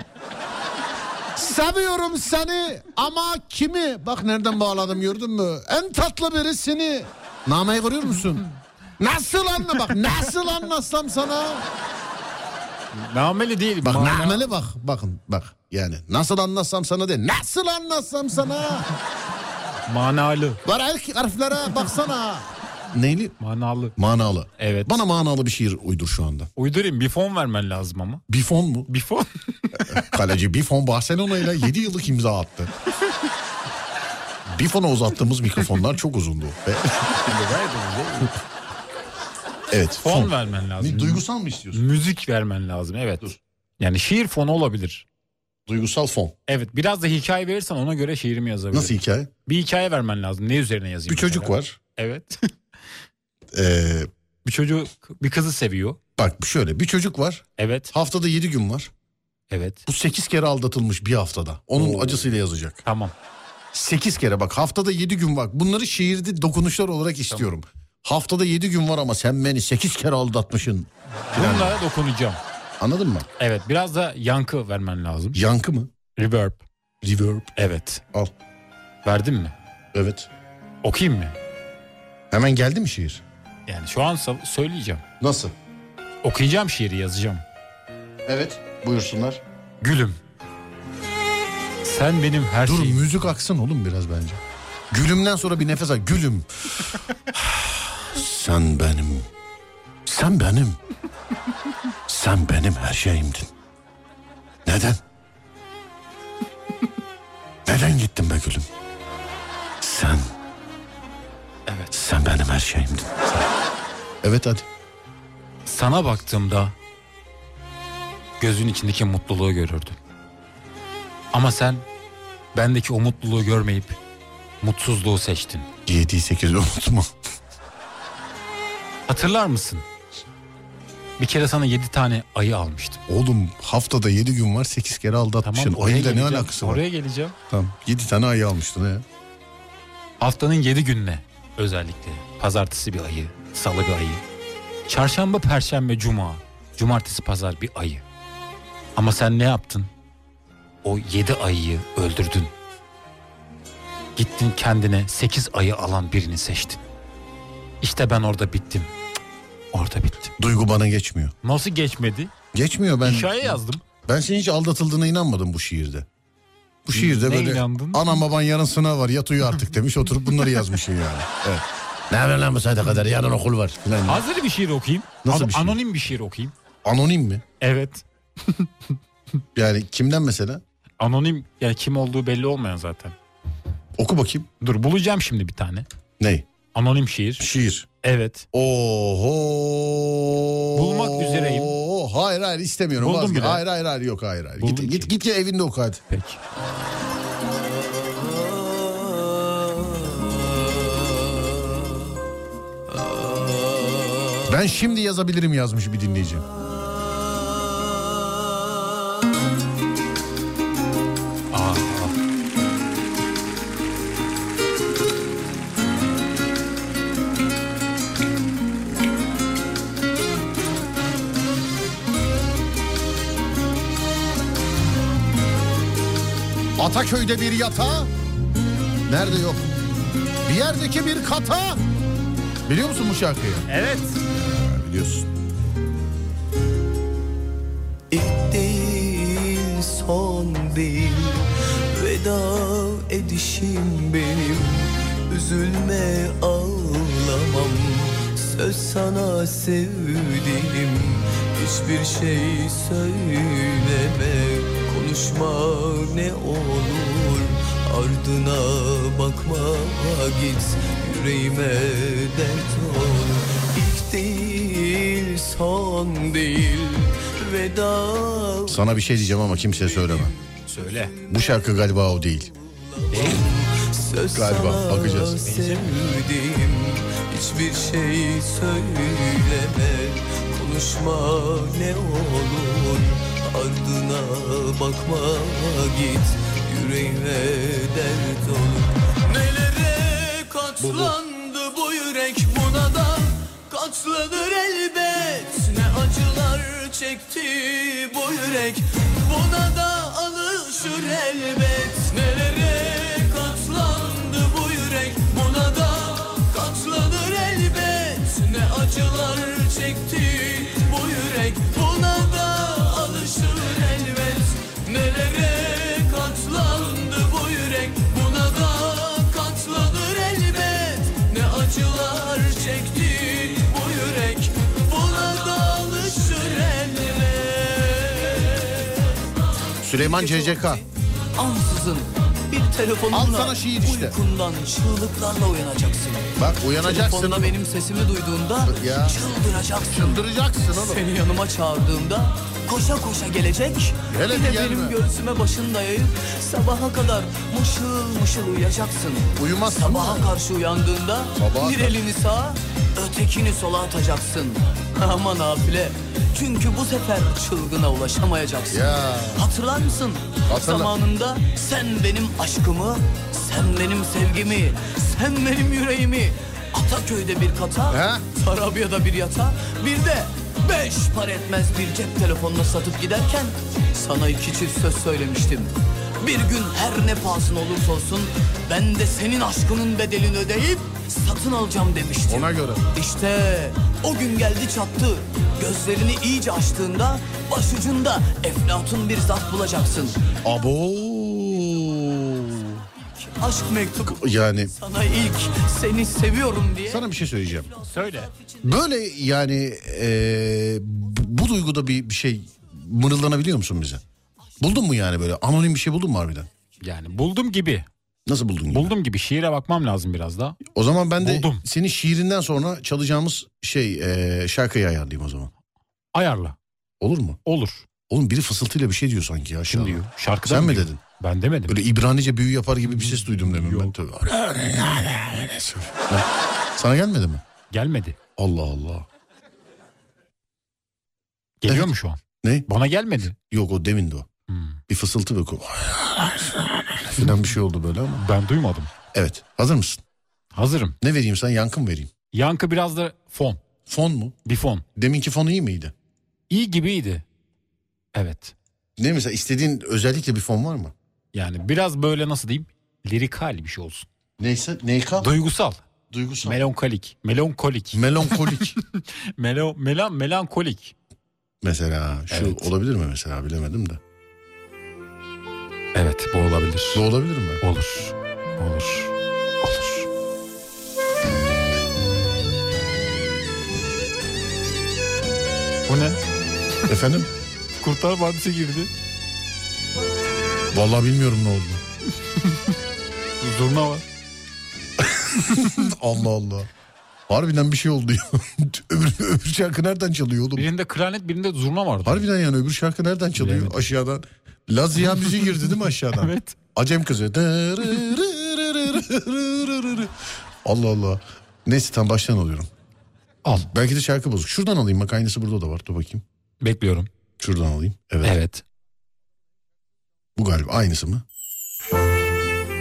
Seviyorum seni ama kimi? Bak nereden bağladım gördün mü? En tatlı birisini. Nameyi görüyor musun? Nasıl anla bak nasıl anlatsam sana? Nameli değil. Bak mana- nameli bak bakın bak yani nasıl anlatsam sana değil nasıl anlatsam sana? Manalı. Var erk harflere baksana. Neyli? Manalı. Manalı. Evet. Bana manalı bir şiir uydur şu anda. Uydurayım bir fon vermen lazım ama. Bifon mu? Bir fon. Kaleci Bifon Barcelona ile 7 yıllık imza attı. Bifon'a uzattığımız mikrofonlar çok uzundu. Ve- evet. fon vermen lazım. Ne, duygusal mı istiyorsun? Müzik vermen lazım evet. Yani şiir fonu olabilir. Duygusal fon. Evet biraz da hikaye verirsen ona göre şiirimi yazabilirim. Nasıl hikaye? Bir hikaye vermen lazım. Ne üzerine yazayım? Bir çocuk mesela? var. Evet. Ee, bir çocuk bir kızı seviyor. bak şöyle bir çocuk var. Evet. Haftada 7 gün var. Evet. Bu 8 kere aldatılmış bir haftada. Onun acısıyla yazacak. Tamam. 8 kere bak haftada 7 gün bak bunları şiirde dokunuşlar olarak istiyorum. Haftada 7 gün var ama sen beni 8 kere aldatmışsın. Yani, Bunlara dokunacağım. anladın mı? Evet biraz da yankı vermen lazım. Yankı mı? Reverb. Reverb. Evet. Al. Verdin mi? Evet. Okuyayım mı? Hemen geldi mi şiir? Yani şu an sa- söyleyeceğim. Nasıl? Okuyacağım şiiri yazacağım. Evet. Buyursunlar. Gülüm. Sen benim her Dur şeyim. müzik aksın oğlum biraz bence. Gülümden sonra bir nefes al. Gülüm. Sen benim. Sen benim. Sen benim her şeyimdin. Neden? Neden gittin be gülüm? Sen. Evet. Sen benim her şeyimdin. Sen- Evet hadi. Sana baktığımda gözün içindeki mutluluğu görürdüm. Ama sen bendeki o mutluluğu görmeyip mutsuzluğu seçtin. 7 8 unutma. Hatırlar mısın? Bir kere sana yedi tane ayı almıştım. Oğlum haftada 7 gün var 8 kere aldatmışsın. mı? Tamam, Ayıyla ne geleceğim, alakası var? Oraya geleceğim. Tamam. 7 tane ayı almıştın he. Haftanın yedi gününe özellikle. Pazartesi bir ayı, salı bir ayı. Çarşamba, perşembe, cuma. Cumartesi, pazar bir ayı. Ama sen ne yaptın? O yedi ayıyı öldürdün. Gittin kendine sekiz ayı alan birini seçtin. İşte ben orada bittim. Cık, Orada bittim. Duygu bana geçmiyor. Nasıl geçmedi? Geçmiyor ben. Hikaye yazdım. Ben senin hiç aldatıldığına inanmadım bu şiirde. Bu şiirde Ne böyle inandın? anam baban yarın sınav var yat uyu artık demiş oturup bunları yazmışsın yani. Evet. Ne yapıyorsun lan bu saate kadar yarın okul var filan. Hazır bir şiir okuyayım. Nasıl An- bir şiir? Anonim bir şiir okuyayım. Anonim mi? Evet. Yani kimden mesela? Anonim yani kim olduğu belli olmayan zaten. Oku bakayım. Dur bulacağım şimdi bir tane. Ney? Anonim şiir. Şiir. Evet. Oho. Bulmak üzereyim. Hayır hayır istemiyorum. Buldum vazgeç. bile. Hayır hayır hayır yok hayır hayır. Buldum Git, ki. git, git ya evinde oku hadi. Peki. Ben şimdi yazabilirim yazmış bir dinleyici. Ataköy'de bir yatağa Nerede yok? Bir yerdeki bir kata. Biliyor musun bu şarkıyı? Evet. Ha, Biliyorsun. İlk değil son değil Veda edişim benim Üzülme ağlamam Söz sana sevdiğim Hiçbir şey söyleme Konuşma ne olur Ardına bakma git Yüreğime dert ol İlk değil son değil Veda Sana bir şey diyeceğim ama kimseye söyleme. Söyle. Bu şarkı galiba o değil. söz Galiba, sana bakacağız. sevdiğim Hiçbir şey söyleme Konuşma ne olur Ardına bakma git Yüreğime dert olur Nelere katlandı bu yürek buna da Katlanır elbet Ne acılar çekti bu yürek Buna da alışır elbet Nelere katlandı bu yürek Buna da katlanır elbet Ne acılar çekti bu yürek Buna da alışır elbet Nelere katlandı bu yürek Buna da katlanır elbet Ne acılar çekti bu yürek Buna da alışır elbet Süleyman CCK. Ansızın bir telefonla Al sana şiir işte. uykundan çığlıklarla uyanacaksın. Bak uyanacaksın. Telefonla benim sesimi duyduğunda Ya. çıldıracaksın. Çıldıracaksın oğlum. Seni yanıma çağırdığımda koşa koşa gelecek. Hele bir bir de gelme. benim göğsüme başını dayayıp sabaha kadar mışıl mışıl uyuyacaksın. Uyumazsın Sabaha mı? karşı uyandığında Sabaha bir karşı. elini sağa ötekini sola atacaksın. Aman afile. Çünkü bu sefer çılgına ulaşamayacaksın. Ya. Hatırlar mısın? Hatırla. Zamanında sen benim aşkımı, sen benim sevgimi, sen benim yüreğimi. Ataköy'de bir kata, He? Sarabya'da bir yata, bir de beş para etmez bir cep telefonuna satıp giderken sana iki çift söz söylemiştim. Bir gün her ne pahasına olursa olsun ben de senin aşkının bedelini ödeyip satın alacağım demiştim. Ona göre. İşte o gün geldi çattı. Gözlerini iyice açtığında başucunda eflatun bir zat bulacaksın. Abo. Aşk mektup Yani sana ilk seni seviyorum diye. sana bir şey söyleyeceğim. Söyle. Böyle yani e, bu bu duyguda bir, bir şey mırıldanabiliyor musun bize? Buldun mu yani böyle anonim bir şey buldun mu harbiden? Yani buldum gibi. Nasıl buldun gibi? Buldum gibi. Şiire bakmam lazım biraz daha. O zaman ben de Buldum. senin şiirinden sonra çalacağımız şey e, şarkıyı ayarlayayım o zaman. Ayarla. Olur mu? Olur. Oğlum biri fısıltıyla bir şey diyor sanki ya. Kim Şimdi diyor? Şarkıda Sen mı mi diyor? dedin? Ben demedim. Böyle İbranice büyü yapar gibi bir ses duydum demin ben. Yok. Tabii. Sana gelmedi mi? Gelmedi. Allah Allah. Geliyor Evet. mu şu an? Ne? Bana gelmedi. Yok o demindi o. Hmm. Bir fısıltı ve ko- falan bir şey oldu böyle ama. Ben duymadım. Evet. Hazır mısın? Hazırım. Ne vereyim sana? Yankı mı vereyim? Yankı biraz da fon. Fon mu? Bir fon. Deminki fon iyi miydi? İyi gibiydi. Evet. Ne mesela istediğin özellikle bir fon var mı? Yani biraz böyle nasıl diyeyim? Lirikal bir şey olsun. Neyse neyka? Duygusal. Duygusal. Melankolik. Melankolik. Melankolik. Melo, melan, melankolik. mesela şu Evet. olabilir mi mesela bilemedim de. Evet bu olabilir. Bu olabilir mi? Olur. Olur. Olur. Bu ne? Efendim? Kurtlar Vadisi girdi. Vallahi bilmiyorum ne oldu. Zurna var. Allah Allah. Harbiden bir şey oldu ya. öbür, öbür şarkı nereden çalıyor oğlum? Birinde klarnet birinde zurna vardı. Harbiden yani öbür şarkı nereden çalıyor? Aşağıdan. Lazia müziği girdi değil mi aşağıdan? Evet. Acem kızı. Allah Allah. Neyse tam baştan alıyorum. Al. Belki de şarkı bozuk. Şuradan alayım bak aynısı burada da var. Dur bakayım. Bekliyorum. Şuradan alayım. Evet. Evet. Bu galiba aynısı mı?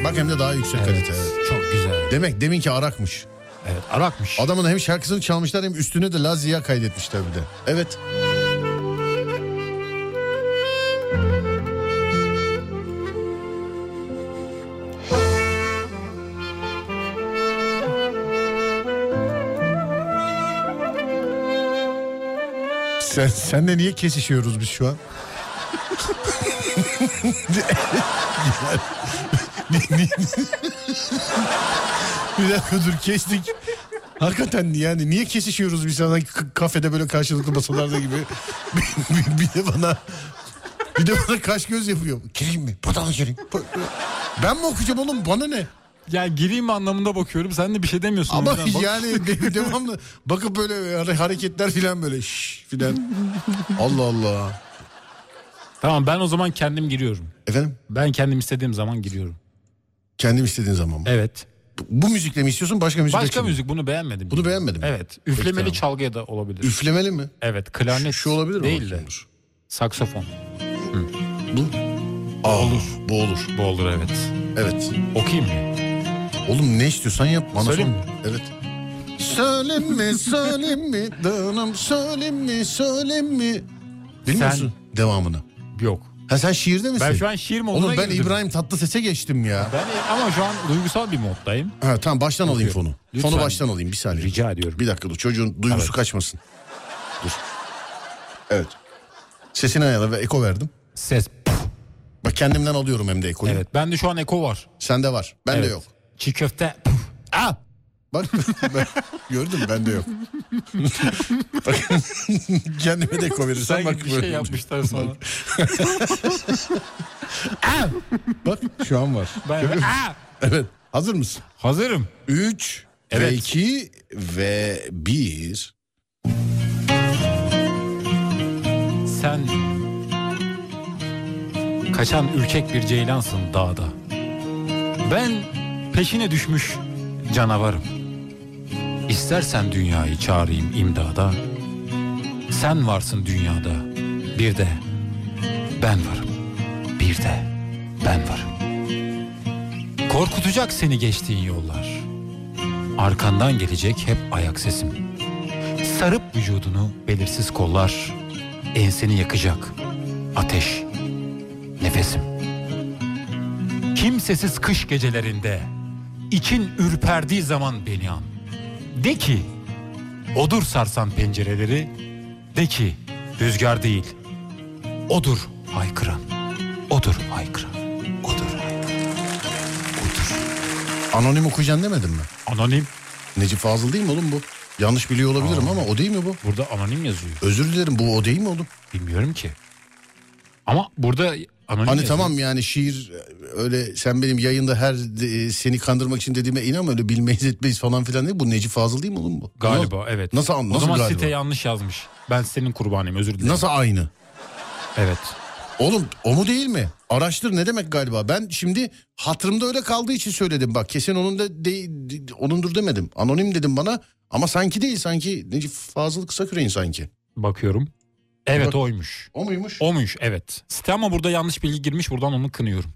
Bak hem de daha yüksek kalite. evet. Çok güzel. Demek deminki arakmış. Evet Arak'mış. Adamın hem şarkısını çalmışlar hem üstüne de Lazia kaydetmişler bir de. Evet. Sen, senle niye kesişiyoruz biz şu an? Bir dakika dur kestik. Hakikaten yani niye kesişiyoruz biz sana k- kafede böyle karşılıklı masalarda gibi. bir, bir- bir de bana bir de bana kaş göz yapıyor. Gireyim mi? Patana gireyim. Pa- Ben mi okuyacağım oğlum bana ne? Yani gireyim mi anlamında bakıyorum. Sen de bir şey demiyorsun. Ama o yüzden bak- yani de- devamlı bakıp böyle hare- hareketler filan böyle şş filan. Allah Allah. Tamam ben o zaman kendim giriyorum. Efendim Ben kendim istediğim zaman giriyorum. kendim istediğin zaman mı? Evet. Bu, bu müzikle mi istiyorsun başka müzikle Başka mi? müzik bunu beğenmedim. Bunu beğenmedin mi? Evet. Üflemeli tamam. çalgıya da olabilir. Üflemeli mi? evet. Klarnet. Şu, şu olabilir mi? Değil de. Dur. Saksofon. Bu? Aa, Olur. Bu olur. Bu olur evet. Evet. Okuyayım mı? Oğlum ne istiyorsan yap bana Söyleyeyim sorma. Evet. Söyleyeyim mi, söyleyeyim mi, canım söyleyeyim mi, söyleyeyim mi? Bilmiyor Sen- musun devamını? Yok. Ha sen şiirde misin? Ben şu an şiir moduna Oğlum ben girdim. İbrahim Tatlıses'e geçtim ya. Ben ama şu an duygusal bir moddayım. Ha, tamam baştan alayım fonu. Lütfen. Fonu baştan alayım bir saniye. Rica ediyorum. Bir dakika dur çocuğun duygusu Evet. kaçmasın. Dur. Evet. Sesini ayarla ve eko verdim. Ses. Bak kendimden alıyorum hem de ekoyu. Evet. Evet. Bende şu an eko var. Sende var. Bende Evet. yok. Çiğ köfte. Aa! Bak ben, gördün mü bende yok. Bak, kendime de eko verirsen Sen bak bir böyle. şey yapmışlar sana. Bak şu an var. ben, Aa! Evet. Hazır mısın? Hazırım. 3 Evet. ve 2 ve 1. Sen kaçan ürkek bir ceylansın dağda. Ben peşine düşmüş canavarım. İstersen dünyayı çağırayım imdada. Sen varsın dünyada. Bir de ben varım. Bir de ben varım. Korkutacak seni geçtiğin yollar. Arkandan gelecek hep ayak sesim. Sarıp vücudunu belirsiz kollar enseni yakacak ateş nefesim. Kimsesiz kış gecelerinde için ürperdiği zaman beni an. De ki odur sarsan pencereleri de ki rüzgar değil odur haykıran odur haykıran Anonim okuyacaksın demedim mi? Anonim. Necip Fazıl değil mi oğlum bu? Yanlış biliyor olabilirim ama o değil mi bu? Burada anonim yazıyor. Özür dilerim bu o değil mi oğlum? Bilmiyorum ki. Ama burada anonim Hani yazıyor. tamam yani şiir e, öyle sen benim yayında her e, seni kandırmak için dediğime inan öyle bilmeyiz etmeyiz falan filan değil. Bu Necip Fazıl değil mi oğlum bu? Galiba Nasıl- evet. Nasıl, an- O nasıl zaman galiba? site yanlış yazmış. Ben senin kurbanıyım özür dilerim. Nasıl aynı? Evet. Oğlum o mu değil mi? Araştır ne demek galiba? Ben şimdi hatırımda öyle kaldığı için söyledim. Bak kesin onun da de, de- onundur demedim. Anonim dedim bana ama sanki değil sanki Necip Fazıl Kısaküre'in sanki. Bakıyorum. Evet Bak- oymuş. O muymuş? Oymuş evet. Site ama burada yanlış bilgi girmiş buradan onu kınıyorum.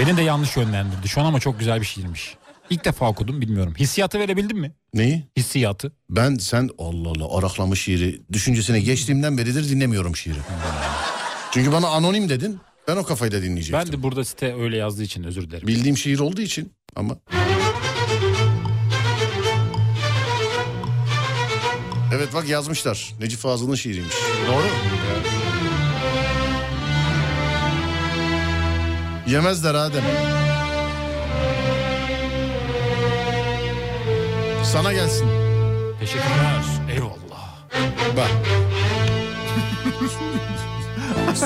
Beni de yanlış yönlendirdi. Şu an ama çok güzel bir şeymiş. İlk defa okudum bilmiyorum. Hissiyatı verebildin mi? Neyi? Hissiyatı. Ben sen Allah Allah araklamış şiiri düşüncesine geçtiğimden beridir dinlemiyorum şiiri. Çünkü bana anonim dedin. Ben o kafayla dinleyecektim. Ben de burada site öyle yazdığı için özür dilerim. Bildiğim şiir olduğu için ama. Evet bak yazmışlar. Necip Fazıl'ın şiiriymiş. Doğru Yemezler Adem. Sana gelsin. Teşekkürler. Eyvallah. Bak.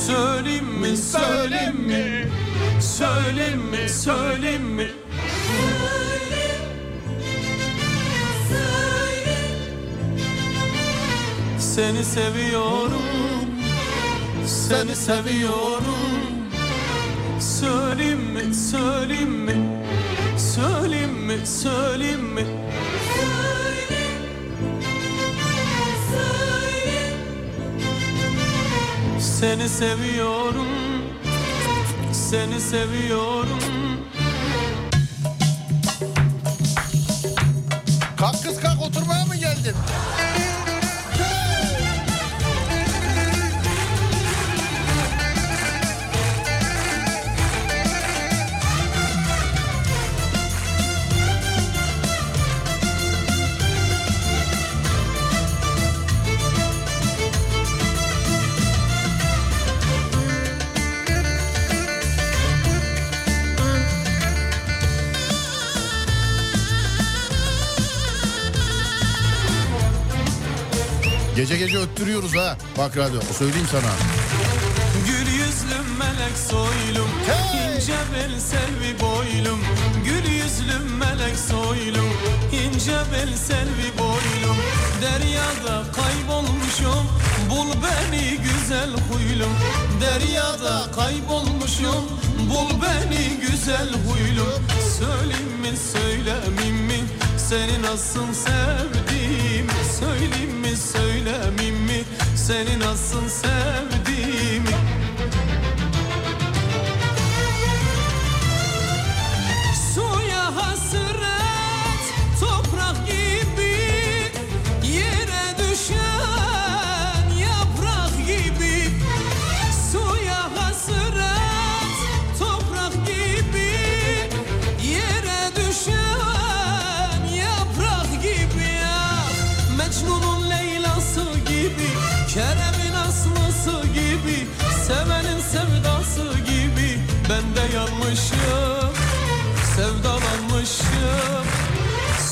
Söyleyeyim mi, söyleyeyim mi? Söyleyeyim mi, söyleyeyim mi? Seni seviyorum, seni seviyorum. Söyleyeyim mi, söyleyeyim mi? Söyleyeyim mi, söyleyeyim mi? Seni seviyorum Seni seviyorum Kalk kız kalk oturmaya mı geldin? Gece gece öttürüyoruz ha. Bak radyo söyleyeyim sana. Gül yüzlüm melek soylum ince bel selvi boylum Gül yüzlüm melek soylum ince bel selvi boylum Deryada kaybolmuşum Bul beni güzel huylum Deryada kaybolmuşum Bul beni güzel huylum Söyleyeyim mi söylemeyeyim mi Seni nasıl sevdiğim Söyleyeyim mi söylemeyeyim mi Seni nasıl sevdiğim Suya hasret toprak gibi Yere düşen yaprak gibi Suya hasret toprak gibi Yere düşen yaprak gibi ya Mecnun'un Leyla'sı gibi Kerem'in Aslı'sı gibi Sevenin sevdası gibi Ben de yanmışım Sevdalanmışım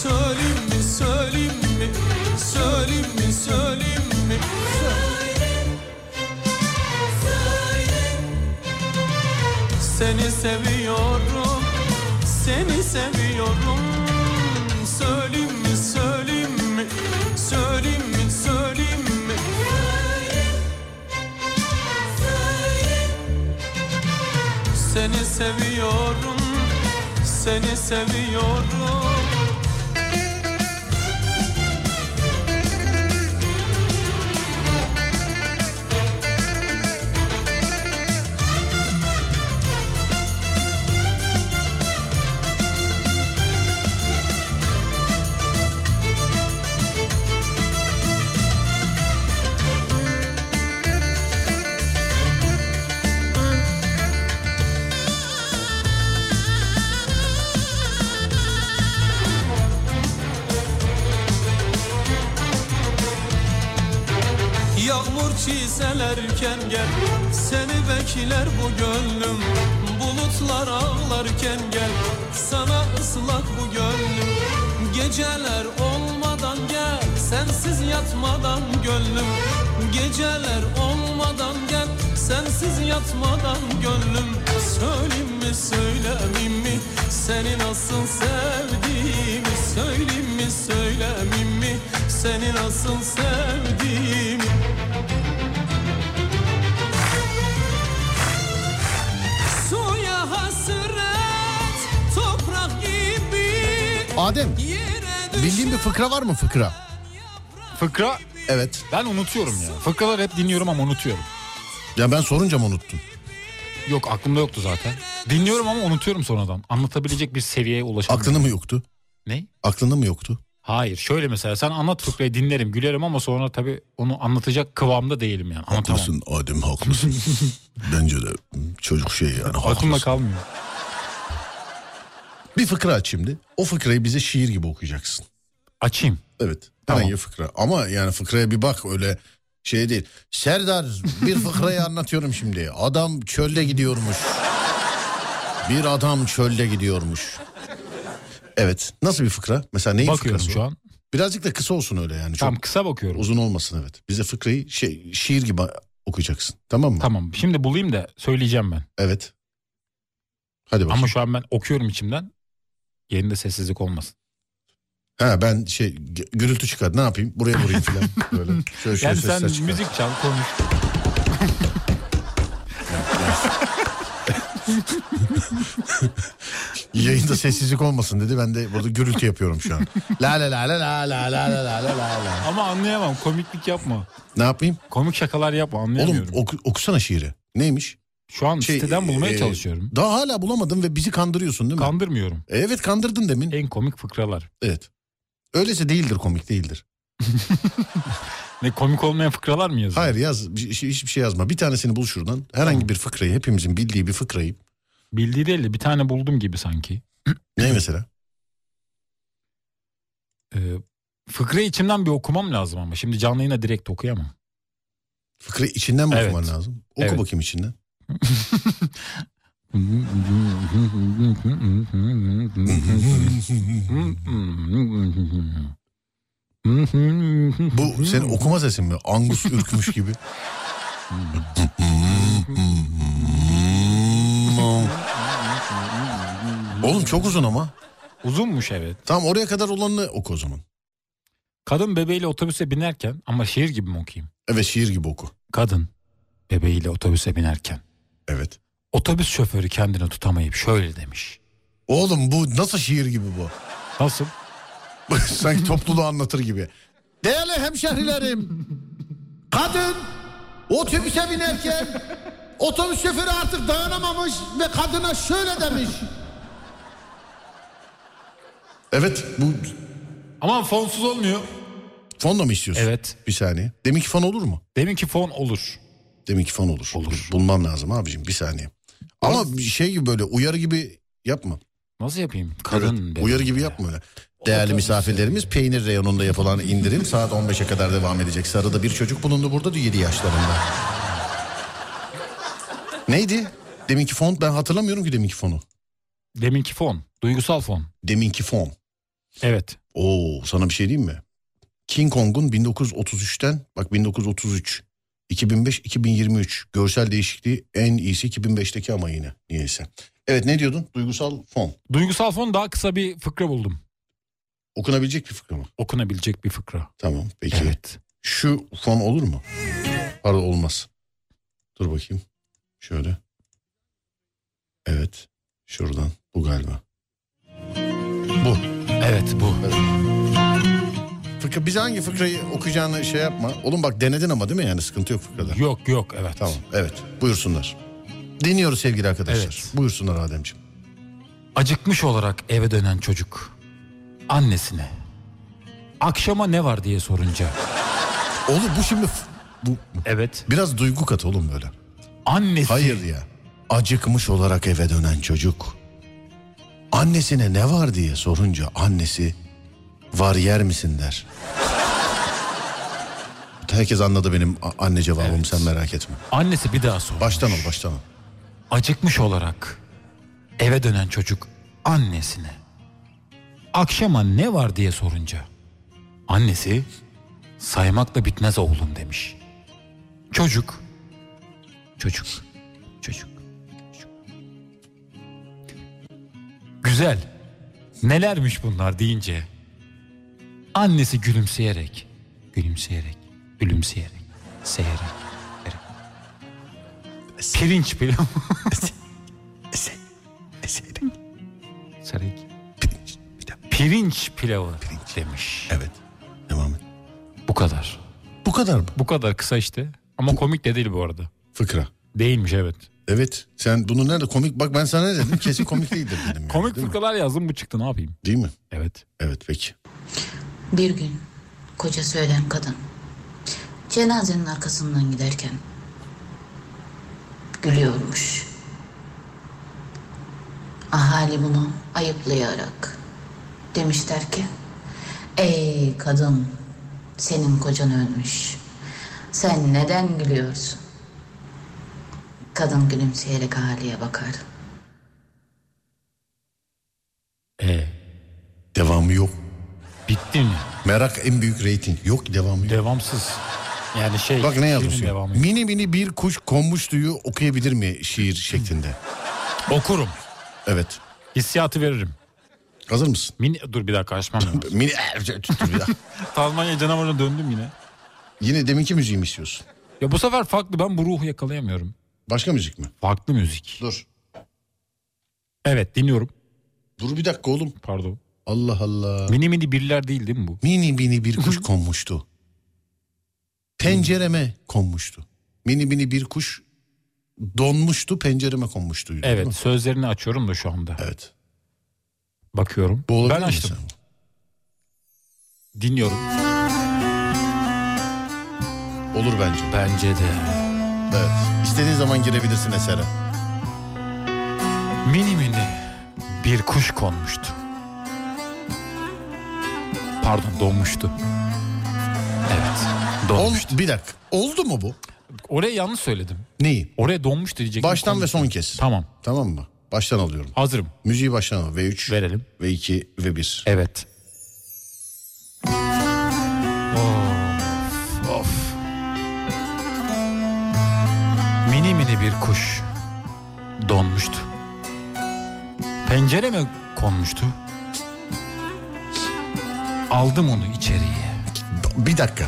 Söyleyeyim mi söyleyeyim mi Söyleyeyim mi söyleyeyim mi Seni seviyorum Seni seviyorum Söyleyeyim mi söyleyeyim mi Söyleyeyim mi söyleyeyim mi Seni seviyorum Seni seviyorum Sen erken gel Seni bekler bu gönlüm Bulutlar ağlarken gel Sana ıslak bu gönlüm Geceler olmadan gel Sensiz yatmadan gönlüm Geceler olmadan gel Sensiz yatmadan gönlüm Söyleyeyim mi söylemeyeyim mi Seni nasıl sevdiğimi Söyleyeyim mi söylemeyeyim mi Seni nasıl sevdiğimi Suya hasret toprak gibi Adem bildiğin bir fıkra var mı fıkra? Fıkra? Evet. Ben unutuyorum ya. Fıkralar hep dinliyorum ama unutuyorum. Ya ben sorunca mı unuttum? Yok aklımda yoktu zaten. Dinliyorum ama unutuyorum sonradan. Anlatabilecek bir seviyeye ulaşamıyorum. Aklında mı yoktu? Ne? Aklında mı yoktu? Hayır şöyle mesela sen anlat fıkrayı dinlerim gülerim ama sonra tabii onu anlatacak kıvamda değilim yani. Ama tamam. Haklısın Adem haklısın. Bence de çocuk şey yani Aklımda haklısın. kalmıyor. Bir fıkra aç şimdi. O fıkrayı bize şiir gibi okuyacaksın. Açayım. Evet. Herhangi bir fıkra. Ama yani fıkraya bir bak öyle şey değil. Serdar bir fıkrayı anlatıyorum şimdi. Adam çölde gidiyormuş. Bir adam çölde gidiyormuş. Evet. Nasıl bir fıkra? Mesela neyin Bakıyorum fıkrası şu o? an. Birazcık da kısa olsun öyle yani. Çok Tamam kısa bakıyorum. Uzun olmasın evet. Bize fıkrayı şey, şiir gibi okuyacaksın. Tamam mı? Tamam şimdi bulayım da söyleyeceğim ben. Evet. Hadi bakalım. Ama şu an ben okuyorum içimden. Yerinde sessizlik olmasın. Ha ben şey gü- gürültü çıkar. Ne yapayım? Buraya vurayım falan. Böyle. Şöyle şöyle Yani sesler sen çıkar. müzik çal konuş. Yayında sessizlik olmasın dedi. Ben de burada gürültü yapıyorum şu an. La la la la la la la la la la la la. Ama anlayamam komiklik yapma. Ne yapayım? Komik şakalar yapma anlayamıyorum. Oğlum oku- okusana şiiri. Neymiş? Şu an Şey, siteden bulmaya e, çalışıyorum. Daha hala bulamadın ve bizi kandırıyorsun değil mi? Kandırmıyorum. evet kandırdın demin. En komik fıkralar. Evet. Öyleyse değildir komik değildir. Ne komik olmayan fıkralar mı yazıyor? Hayır yaz bir şey- hiçbir şey yazma. Bir tanesini bul şuradan. Herhangi bir fıkrayı hepimizin bildiği bir fıkrayı. Bildiği değil de bir tane buldum gibi sanki. Ne mesela? Ee, fıkrayı içimden bir okumam lazım ama. Şimdi canlı yayına direkt okuyamam. Fıkrayı içinden mi Evet. okuman lazım? Oku Evet. bakayım içinden. Bu senin okuma sesin mi? Angus ürkmüş gibi. Oğlum çok uzun ama. Uzunmuş evet. Tamam oraya kadar olanını oku o zaman. Kadın bebeğiyle otobüse binerken ama şiir gibi mi okuyayım? Evet şiir gibi oku. Kadın bebeğiyle otobüse binerken Evet. otobüs şoförü kendini tutamayıp şöyle demiş. Oğlum bu nasıl şiir gibi bu? Nasıl? Sanki topluluğu anlatır gibi. Değerli hemşehrilerim. Kadın otobüse binerken otobüs şoförü artık dayanamamış ve kadına şöyle demiş. Evet bu Ama fonsuz olmuyor. fonla mı istiyorsun? Evet. Bir saniye. Deminki fon olur mu? Deminki fon olur. Deminki fon olur. Olur. Bulmam lazım abicim bir saniye. Ama bir şey gibi böyle uyarı gibi yapma. Nasıl yapayım? Kadın Evet, bebeği. Uyarı gibi yapma öyle. Değerli misafirlerimiz peynir reyonunda yapılan indirim saat 15'e kadar devam edecek. Sarıda bir çocuk bulundu burada 7 yaşlarında. Neydi? Deminki fon ben hatırlamıyorum ki deminki fonu. Deminki fon. Duygusal fon. Deminki fon. Evet. Oo sana bir şey diyeyim mi? King Kong'un 1933'ten bak 1933 2005-2023 görsel değişikliği en iyisi 2005'teki ama yine niyeyse. Evet ne diyordun? Duygusal fon. Duygusal fon daha kısa bir fıkra buldum. Okunabilecek bir fıkra mı? Okunabilecek bir fıkra. Tamam peki. Evet. Şu fon olur mu? Pardon olmaz. Dur bakayım. Şöyle. Evet. Şuradan. Bu galiba. Bu. Evet bu. Fıkra, bize hangi fıkrayı okuyacağını şey yapma. Oğlum bak denedin ama değil mi yani sıkıntı yok fıkrada. Yok yok evet. Tamam evet buyursunlar. Dinliyoruz sevgili arkadaşlar. Evet. Buyursunlar Ademciğim. Acıkmış olarak eve dönen çocuk annesine akşama ne var diye sorunca Oğlum bu şimdi f- bu evet biraz duygu kat oğlum böyle. annesi Hayır ya. Acıkmış olarak eve dönen çocuk. Annesine ne var diye sorunca annesi var yer misin der. Herkes anladı benim a- anne cevabımı sen merak etme. Annesi bir daha sormuş. Baştan ol baştan ol. Acıkmış olarak eve dönen çocuk annesine akşama ne var diye sorunca annesi saymakla bitmez oğlum demiş. Çocuk çocuk çocuk çocuk. Güzel. Nelermiş bunlar deyince annesi gülümseyerek gülümseyerek gülümseyerek seyerek Pirinç pilav. Sarık. Pirinç, pirinç pilavı demiş. Evet. Devam et. Bu kadar. Bu kadar mı? Bu kadar kısa işte. Ama komik de değil bu arada. Fıkra. Değilmiş evet. Evet. Sen bunu nerede komik? Bak ben sana ne dedim? Kesin komik değildir dedim. yani, Komik değil mi? fıkralar yazdım bu çıktı ne yapayım? Değil mi? Evet. Evet peki. Bir gün kocası ölen kadın cenazenin arkasından giderken gülüyormuş. Ahali bunu ayıplayarak demişler ki Ey kadın senin kocan ölmüş. Sen neden gülüyorsun? Kadın gülümseyerek ahaliye bakar. E Devamı yok. Bitti mi? Merak en büyük reyting. Yok devamı yok. Devamsız. Yani şey. Bak ne şiirin yazmışsın? devamı. Mini mini bir kuş konmuş tüyü okuyabilir mi şiir şeklinde? Okurum. Evet. Hissiyatı veririm. Hazır mısın? Mini, dur bir dakika açmam lazım. Mini, eh, Talmanya canavarına döndüm yine. Yine deminki müziği mi istiyorsun? Ya bu sefer farklı ben bu ruhu yakalayamıyorum. Başka müzik mi? Farklı müzik. Dur. Evet dinliyorum. Dur bir dakika oğlum. Pardon. Allah Allah. Mini mini birler değil değil mi bu? Mini mini bir kuş konmuştu. Pencereme konmuştu. Mini mini bir kuş donmuştu pencereme konmuştu. Evet sözlerini açıyorum da şu anda. Evet. Bakıyorum. Bu olabilir ben mi açtım. Dinliyorum. Olur bence. Bence de. Evet. İstediğin zaman girebilirsin esere. Mini mini bir kuş konmuştu. Pardon donmuştu. Evet donmuştu. bir dakika. Oldu mu bu? Oraya yanlış söyledim. Neyi? Oraya donmuştu diyecektim. Baştan ve konmuştu. son kez. Tamam. Tamam mı? Baştan alıyorum. Hazırım. Müziği baştan al. V3. Verelim. V2 ve 1. Evet. Of. Mini mini bir kuş donmuştu. Pencere mi konmuştu? Aldım onu içeriye. Bir dakika.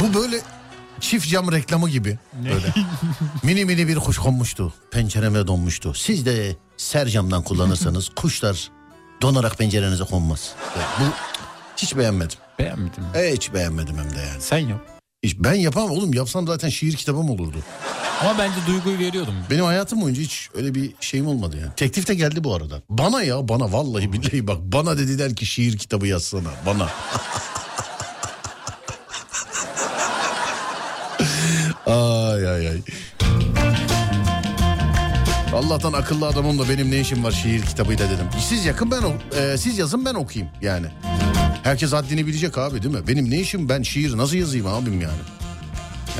Bu böyle çift cam reklamı gibi. Böyle. mini mini bir kuş konmuştu. Pencereme donmuştu. Siz de sercamdan kullanırsanız kuşlar donarak pencerenize konmaz. Evet, bu hiç beğenmedim. Beğenmedim. E, hiç beğenmedim hem de yani. Sen yap. Hiç- Ben yapamam oğlum. Yapsam zaten şiir kitabım olurdu. Ama bence duyguyu veriyordum. Benim hayatım boyunca hiç öyle bir şeyim olmadı yani. Teklif de geldi bu arada. Bana ya bana vallahi billahi bak bana dediler ki şiir kitabı yazsana bana. ay ay ay. Allah'tan akıllı adamım da benim ne işim var şiir kitabıyla dedim. Siz yakın ben o- e, siz yazın ben okuyayım yani. Herkes haddini bilecek abi değil mi? Benim ne işim ben şiir nasıl yazayım abim yani.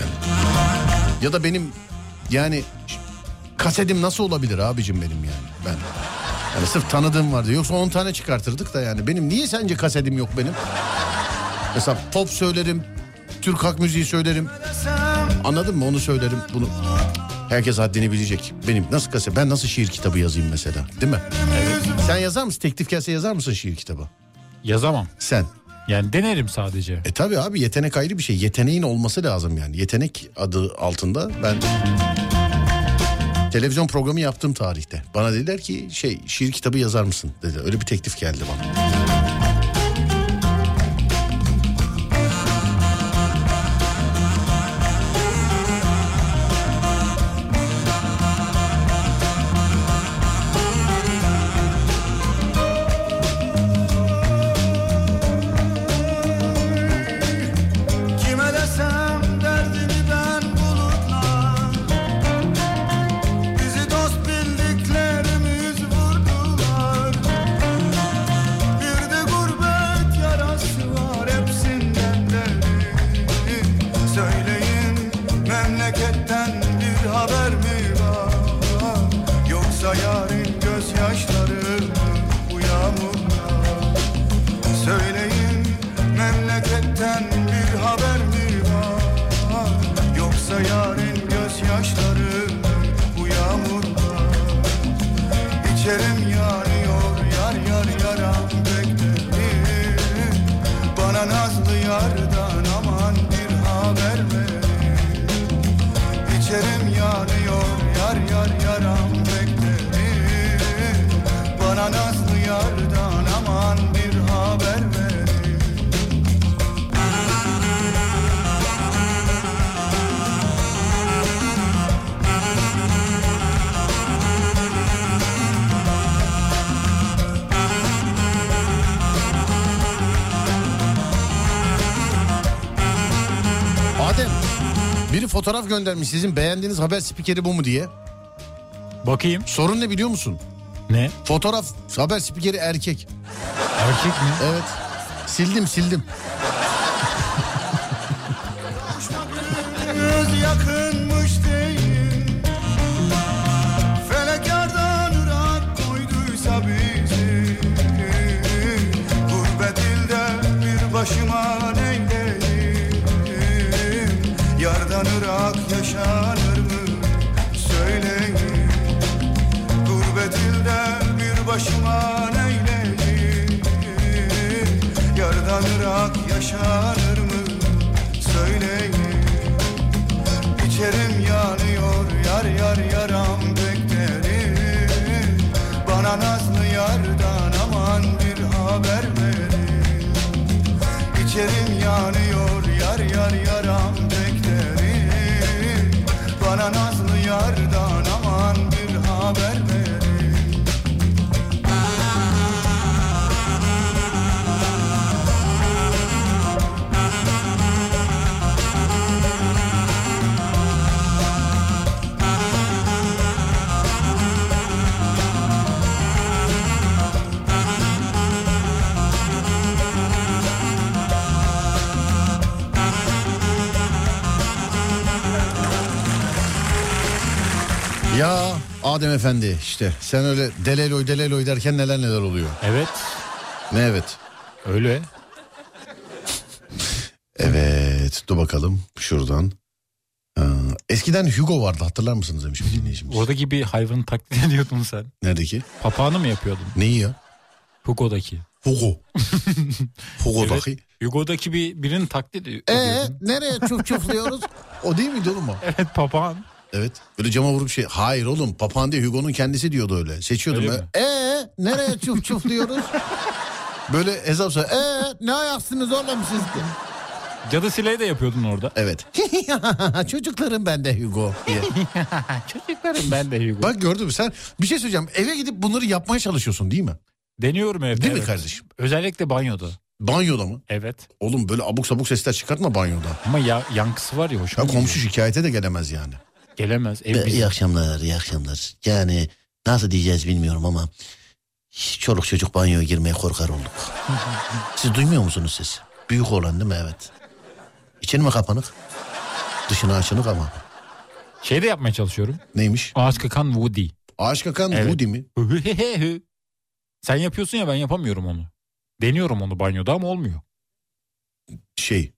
yani. Ya da benim yani kasedim nasıl olabilir abicim benim yani ben. Yani sırf tanıdığım vardı. Yoksa 10 tane çıkartırdık da yani. Benim niye sence kasedim yok benim? Mesela pop söylerim. Türk halk müziği söylerim. Anladın mı? Onu söylerim. Bunu herkes haddini bilecek. Benim nasıl kase ben nasıl şiir kitabı yazayım mesela? Değil mi? Sen yazar mısın? Teklif gelse yazar mısın şiir kitabı? Yazamam. Sen. Yani denerim sadece. E tabi abi yetenek ayrı bir şey. Yeteneğin olması lazım yani. Yetenek adı altında ben televizyon programı yaptığım tarihte. Bana dediler ki şey şiir kitabı yazar mısın dedi. Öyle bir teklif geldi bana. Kime desem derdimi ben bulutla Bizi dost bildiklerimiz vurdular Bir Şerim yanıyor yar yar yaram beklerim Bana nazlı yardan aman bir haber verin İçerim yanıyor yar yar yaram beklerim Bana nazlı yardan aman bir haber verin Adem biri fotoğraf göndermiş sizin beğendiğiniz haber spikeri bu mu diye. Bakayım. Sorun ne biliyor musun? Ne? Fotoğraf haber spikeri erkek. Erkek mi? Evet. Sildim sildim. Göz yakınmış değil Felek yardan ırak koyduysa bizi Gurbet ilde bir başıma neyleyim Yardan ırak yaşanır mı söyleyin Gurbet ilde bir başıma neyleyim Yardan ırak yaşanır mı söyleyin İçerim yanıyor yar yar yaram beklerim Bana nazlı yardan aman bir haber verin İçerim yanıyor yar yar yaram beklerim Bana nazlı yardan aman bir haber verin Ya Adem Efendi işte sen öyle deleloy deleloy derken neler neler oluyor. Evet. Ne evet? Öyle. Evet dur bakalım şuradan. Ee, eskiden Hugo vardı hatırlar mısınız demiş bir dinleyicimiz. Oradaki bir hayvanı taklit ediyordun sen. Neredeki? Papağanı mı yapıyordun? Neyi ya? Hugo'daki. Hugo. Hugo'daki. Hugo'daki bir, birinin taklit ed- Ee ediyordun. nereye çuf çufluyoruz? o değil miydi oğlum o? Evet papağan. Evet. Böyle cama vurup şey. Hayır oğlum papağan değil Hugo'nun kendisi diyordu öyle. Seçiyordum. Öyle ben. mi? Ee nereye çuf çufluyoruz? Böyle hesap sor. Ee ne ayaksınız oğlum siz de? Cadı sileği de yapıyordun orada. Evet. Çocuklarım ben de Hugo diye. Çocuklarım ben de Hugo. Bak gördün mü sen bir şey söyleyeceğim. Eve gidip bunları yapmaya çalışıyorsun değil mi? Deniyorum evde. Değil mi evet. kardeşim? Özellikle banyoda. Banyoda mı? Evet. Oğlum böyle abuk sabuk sesler çıkartma banyoda. Ama ya, yankısı var ya hoşuma Ya komşu şikayete de gelemez yani. Gelemez. Ev Be- bizim. İyi akşamlar, iyi akşamlar. Yani nasıl diyeceğiz bilmiyorum ama hiç çoluk çocuk banyoya girmeye korkar olduk. Siz duymuyor musunuz sesi? Büyük olan değil mi? Evet. İçin mi kapanık? Dışına açınık ama. Şey de yapmaya çalışıyorum. Neymiş? Ağaç kakan Woody. Ağaç kakan Woody mi? Sen yapıyorsun ya ben yapamıyorum onu. Deniyorum onu banyoda ama olmuyor. Şey.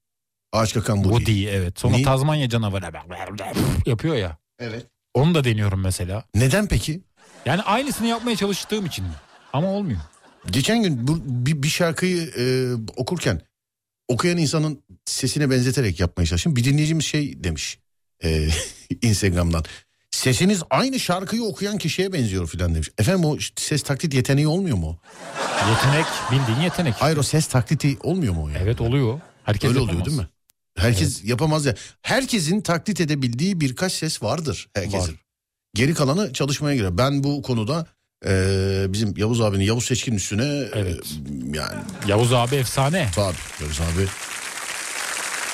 Ağaç kakan Woody. Woody evet. Sonra Ne? Tazmanya canavarı yapıyor ya. Evet. Onu da deniyorum mesela. Neden peki? Yani aynısını yapmaya çalıştığım için. Ama olmuyor. Geçen gün bu, bir, bir şarkıyı e, okurken okuyan insanın sesine benzeterek yapmaya çalıştım. Bir dinleyicimiz şey demiş e, Instagram'dan. Sesiniz aynı şarkıyı okuyan kişiye benziyor filan demiş. Efendim o ses taklit yeteneği olmuyor mu? Yetenek bildiğin yetenek. Hayır o ses takliti olmuyor mu? o Yani? Evet oluyor. Herkes Öyle oluyor yapamaz. değil mi? Herkes yapamaz ya. Herkesin taklit edebildiği birkaç ses vardır herkesin. Var. Geri kalanı çalışmaya girer. Ben bu konuda e, bizim Yavuz abinin Yavuz Seçkin üstüne evet. yani Yavuz abi efsane. Tabii Yavuz abi.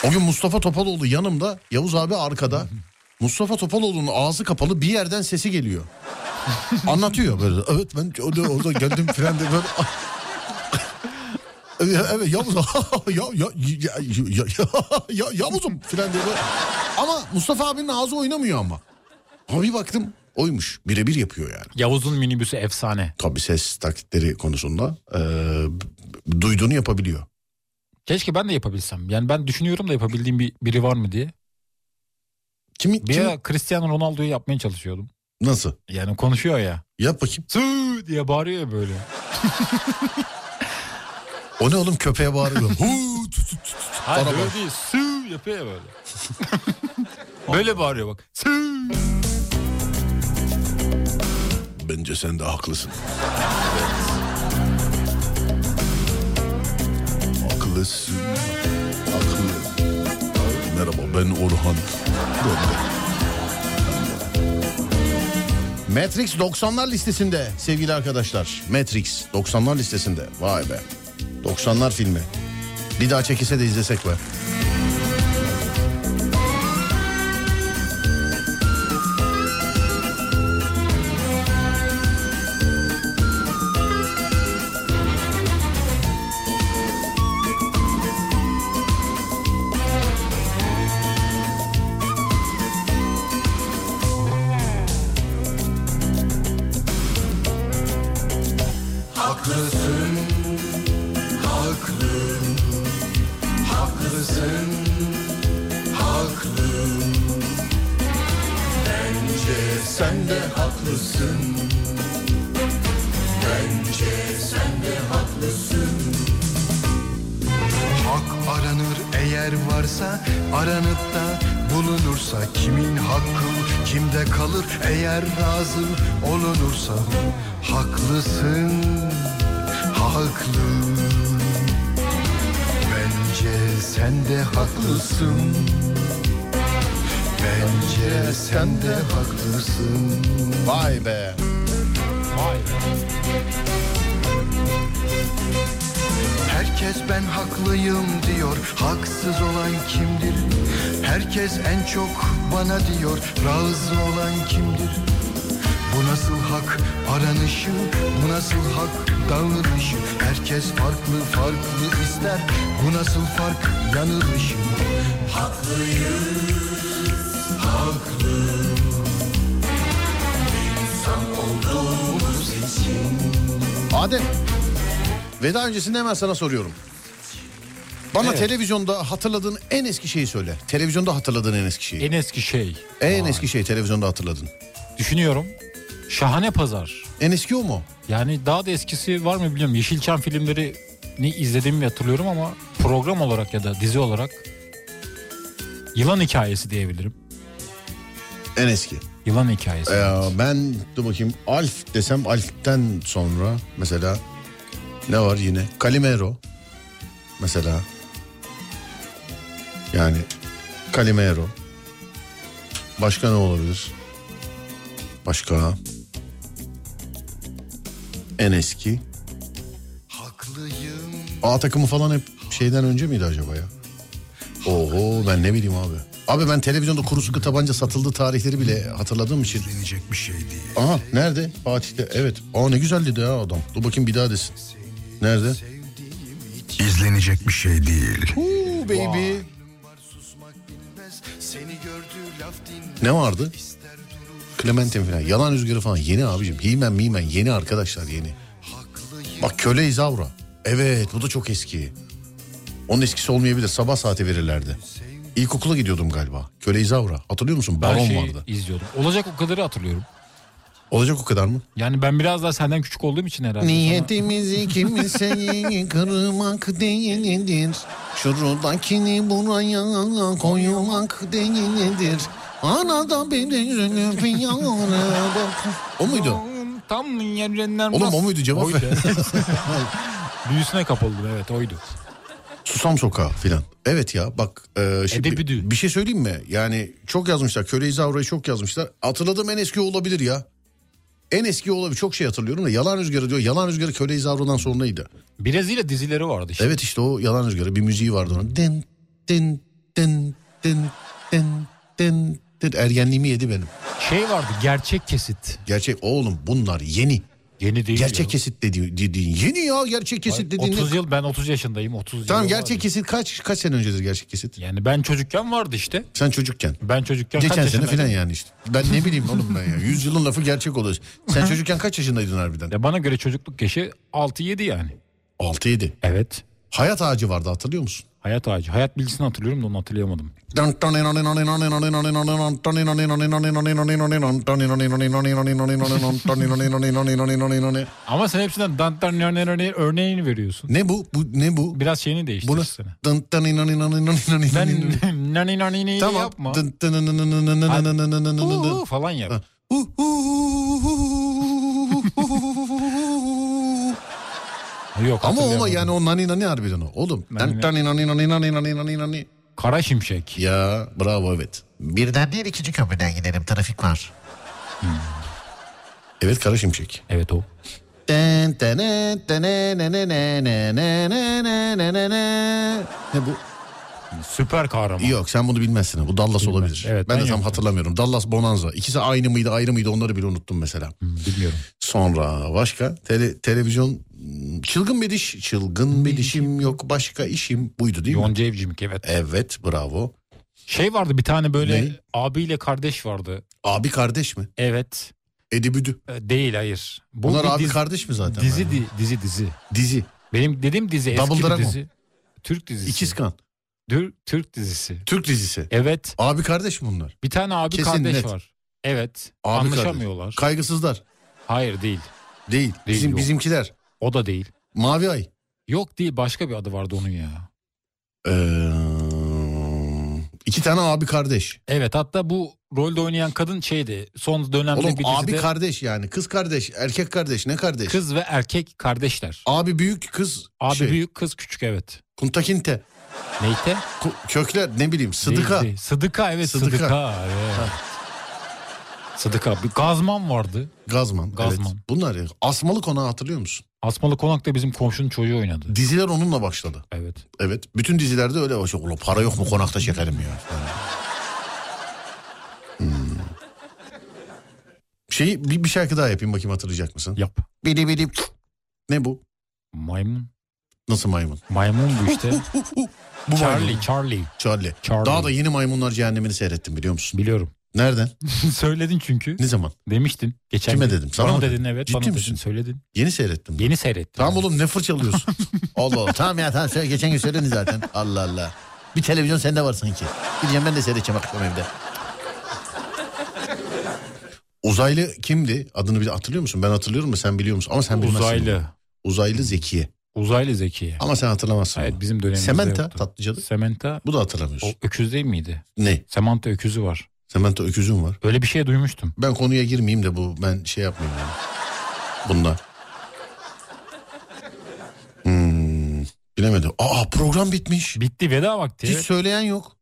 O gün Mustafa Topaloğlu yanımda, Yavuz abi arkada. Mustafa Topaloğlu'nun ağzı kapalı bir yerden sesi geliyor. Anlatıyor böyle. Evet ben orada, orada geldim falan diye böyle. Evet, Evet Yavuz ya, ya, ya, ya, ya, Yavuz'um falan diye böyle. Ama Mustafa abinin ağzı oynamıyor ama. Ama bir baktım oymuş. Birebir yapıyor yani. Yavuz'un minibüsü efsane. Tabii ses taklitleri konusunda eee, duyduğunu yapabiliyor. Keşke ben de yapabilsem. Yani ben düşünüyorum da yapabildiğim bir, biri var mı diye. Kimi, Bir ara Cristiano Ronaldo'yu yapmaya çalışıyordum. Nasıl? Yani konuşuyor ya. Yap bakayım. Su hu diye bağırıyor ya böyle. O ne oğlum köpeğe bağırıyor. Hayır öyle değil. Sığ yapıyor ya böyle. böyle bağırıyor bak. Sığ. Bence sen de haklısın. Haklısın. Haklı. Merhaba ben Orhan. Matrix 90'lar listesinde sevgili arkadaşlar. Matrix 90'lar listesinde. Vay be. 90'lar filmi. Bir daha çekilse de izlesek be. Haklısın, haklı, haklısın, haklı. Bence sen de haklısın. Bence sen de haklısın. Hak aranır eğer varsa aranıp da bulunursa kimin hakkı kimde kalır eğer razı olunursa haklısın haklı bence sen de haklısın bence sen de haklısın vay be vay be Herkes ben haklıyım diyor Haksız olan kimdir? Herkes en çok bana diyor Razı olan kimdir? Bu nasıl hak aranışı? Bu nasıl hak davranışı? Herkes farklı farklı ister Bu nasıl fark yanılışı? Haklıyız, haklı İnsan olduğumuz için Adem. Veda öncesinde hemen sana soruyorum. Bana Evet. televizyonda hatırladığın en eski şeyi söyle. Televizyonda hatırladığın en eski şeyi. En eski şey. En eski şey televizyonda hatırladın. Düşünüyorum. Şahane pazar. En eski o mu? Yani daha da eskisi var mı bilmiyorum. Yeşilçam filmlerini izlediğimi hatırlıyorum ama program olarak ya da dizi olarak Yılan Hikayesi diyebilirim. En eski. Yılan Hikayesi. Ee, ben dur bakayım Alf desem Alf'ten sonra mesela ne var yine? Calimero mesela. Yani Calimero. Başka ne olabilir? Başka en eski. A takımı falan hep şeyden önce miydi acaba ya? Oho ben ne bileyim abi. Abi ben televizyonda kuru sıkı tabanca satıldığı tarihleri bile hatırladığım için. bir şey değil. Aha nerede? Fatih'te. Evet. Aa ne güzel dedi ha adam. Dur bakayım bir daha desin. Nerede? İzlenecek bir şey değil. Huu baby. Seni gördü laf dinle. Ne vardı? Clementine falan. Yalan rüzgarı falan. Yeni abicim. Himen mimen. Yeni arkadaşlar yeni. Bak köle izavra. Evet bu da çok eski. Onun eskisi olmayabilir. Sabah saati verirlerdi. İlkokula gidiyordum galiba. Köle izavra. Hatırlıyor musun? Ben Baron şeyi vardı. izliyordum. Olacak o kadarı hatırlıyorum. Olacak o kadar mı? Yani ben biraz daha senden küçük olduğum için herhalde. Niyetimiz kimseyi kırmak değildir. Şuradakini buraya koymak değildir. Arada bir üzülüp yana bak. O muydu? Tam yerinden Oğlum bas- o muydu cevap Oydu. ver. Büyüsüne kapıldım evet oydu. Susam sokağı filan. Evet ya bak e, şimdi bir, bir şey söyleyeyim mi? Yani çok yazmışlar. Köle İzavro'yu çok yazmışlar. Hatırladığım en eski o olabilir ya. En eski o olabilir. Çok şey hatırlıyorum da Yalan Rüzgarı diyor. Yalan Rüzgarı Köle İzavro'dan sonraydı. Brezilya dizileri vardı işte. Evet işte o Yalan Rüzgarı. Bir müziği vardı onun. Din din din din din din din. Ergenliğimi yedi benim. Şey vardı gerçek kesit. Gerçek oğlum bunlar yeni. Yeni değil Gerçek ya. kesit dedi- dediğin. Yeni ya gerçek kesit dediğin. ne? 30 yıl ben 30 yaşındayım 30 Tamam yıl gerçek kesit kaç kaç sene öncedir gerçek kesit? Yani ben çocukken vardı işte. Sen çocukken. Ben çocukken Geçen kaç sene yaşındaydım? filan yani işte. Ben ne bileyim oğlum ben ya. Yüzyılın lafı gerçek olur. Sen çocukken kaç yaşındaydın harbiden? Ya bana göre çocukluk yaşı 6-7 yani. 6-7. Evet. Hayat ağacı vardı hatırlıyor musun? Hayat ağacı. Hayat bilgisini hatırlıyorum da onu hatırlayamadım. Ama sen hepsinden dantan örneğini veriyorsun. Ne bu? bu ne bu? Biraz şeyini değiştirsene. Ben nani nani nani Tamam. yapma. Dın dın dın dın dın dın dın dın dın dın dın dın dın. Uuu falan yap. Yok Ama hatırlayamadım. ama yani o nani nani harbiden o. Oğlum. Nani Nani nani nani nani nani nani nani. Kara şimşek. Ya bravo evet. Birden değil ikinci köprüden gidelim trafik var. Hmm. Evet kara şimşek. Evet o. Ne bu? Süper kahraman. Yok sen bunu bilmezsin. Bu Dallas olabilir. Evet, ben, ben de tam yaptım. hatırlamıyorum. Dallas Bonanza. İkisi aynı mıydı ayrı mıydı onları bile unuttum mesela. Hmm, Bilmiyorum. Sonra başka tele, televizyon hmm, çılgın bir diş. Çılgın bir dişim yok başka işim buydu değil mi? Yonca Evcimik evet. Evet bravo. Şey vardı bir tane böyle Ne? abiyle kardeş vardı. Abi kardeş mi? Evet. Edibüdü. E, Değil hayır. Bu Bunlar bir abi dizi- kardeş mi zaten? Dizi di- dizi dizi. Dizi. Benim dediğim dizi eski Double bir Dragon. dizi. Türk dizisi. İkiz kan. Türk, Türk dizisi. Türk dizisi. Evet. Abi kardeş mi bunlar? Bir tane abi Kesin kardeş net. var. Evet. Abi anlaşamıyorlar. kardeş. Kaygısızlar. Hayır değil. Değil. Değil, Bizim yok. bizimkiler. O da değil. Mavi ay. Yok değil başka bir adı vardı onun ya. Ee, iki tane abi kardeş. Evet hatta bu rolde oynayan kadın şeydi. Son dönemde Oğlum bir dizide abi kardeş yani. Kız kardeş, erkek kardeş, ne kardeş? kız ve erkek kardeşler. Abi büyük, kız Abi şey. büyük kız küçük evet. Kuntakinte. Neyte? Ku- kökler ne bileyim Sıdıka. Değil, değil. Sıdıka evet Sıdıka. Sıdıka. evet. Sıdıka. Bir Gazman vardı. Gazman. Gazman. Evet. Bunlar ya. Asmalı Konağı hatırlıyor musun? Asmalı Konak'ta bizim komşunun çocuğu oynadı. Diziler onunla başladı. Evet. Evet. Bütün dizilerde öyle başladı. Ulan para yok mu konakta çekelim ya. Hmm. Şeyi bir, bir şarkı daha yapayım bakayım hatırlayacak mısın? Yap. Bili bili. Ne bu? Maymun. Nasıl maymun? Maymun bu işte. Bu Charlie, maymun. Charlie. Charlie. Charlie. Daha da yeni maymunlar cehennemini seyrettim biliyor musun? Biliyorum. Nereden? Söyledin çünkü. Ne zaman? Demiştin. Geçen Kime gün. dedim? Sana bana mı dedin dedim? evet. Ciddi bana dedin, misin? Söyledin. Yeni seyrettim. Yeni seyrettim. Tamam oğlum ne fırçalıyorsun? Allah Allah. Tamam ya tamam sen geçen gün söyledin zaten. Allah Allah. Bir televizyon sende var sanki. Gideceğim ben de seyredeceğim akşam evde. Uzaylı kimdi? Adını bir hatırlıyor musun? Ben hatırlıyorum da sen biliyor musun? Ama sen bilmezsin. Uzaylı. Uzaylı Zekiye. Uzaylı Zekiye. Ama sen hatırlamazsın. Evet bunu. bizim dönemimizde Sementa yoktu. tatlıcalı. Sementa Bu da hatırlamıyorsun. o öküz değil miydi? Ne? Samantha öküzü var. Sementa öküzüm var. Öyle bir şey duymuştum. Ben konuya girmeyeyim de bu ben şey yapmayayım yani. Bunda. Hmm, bilemedim. Aa program bitmiş. Bitti veda vakti. Hiç evet. söyleyen yok.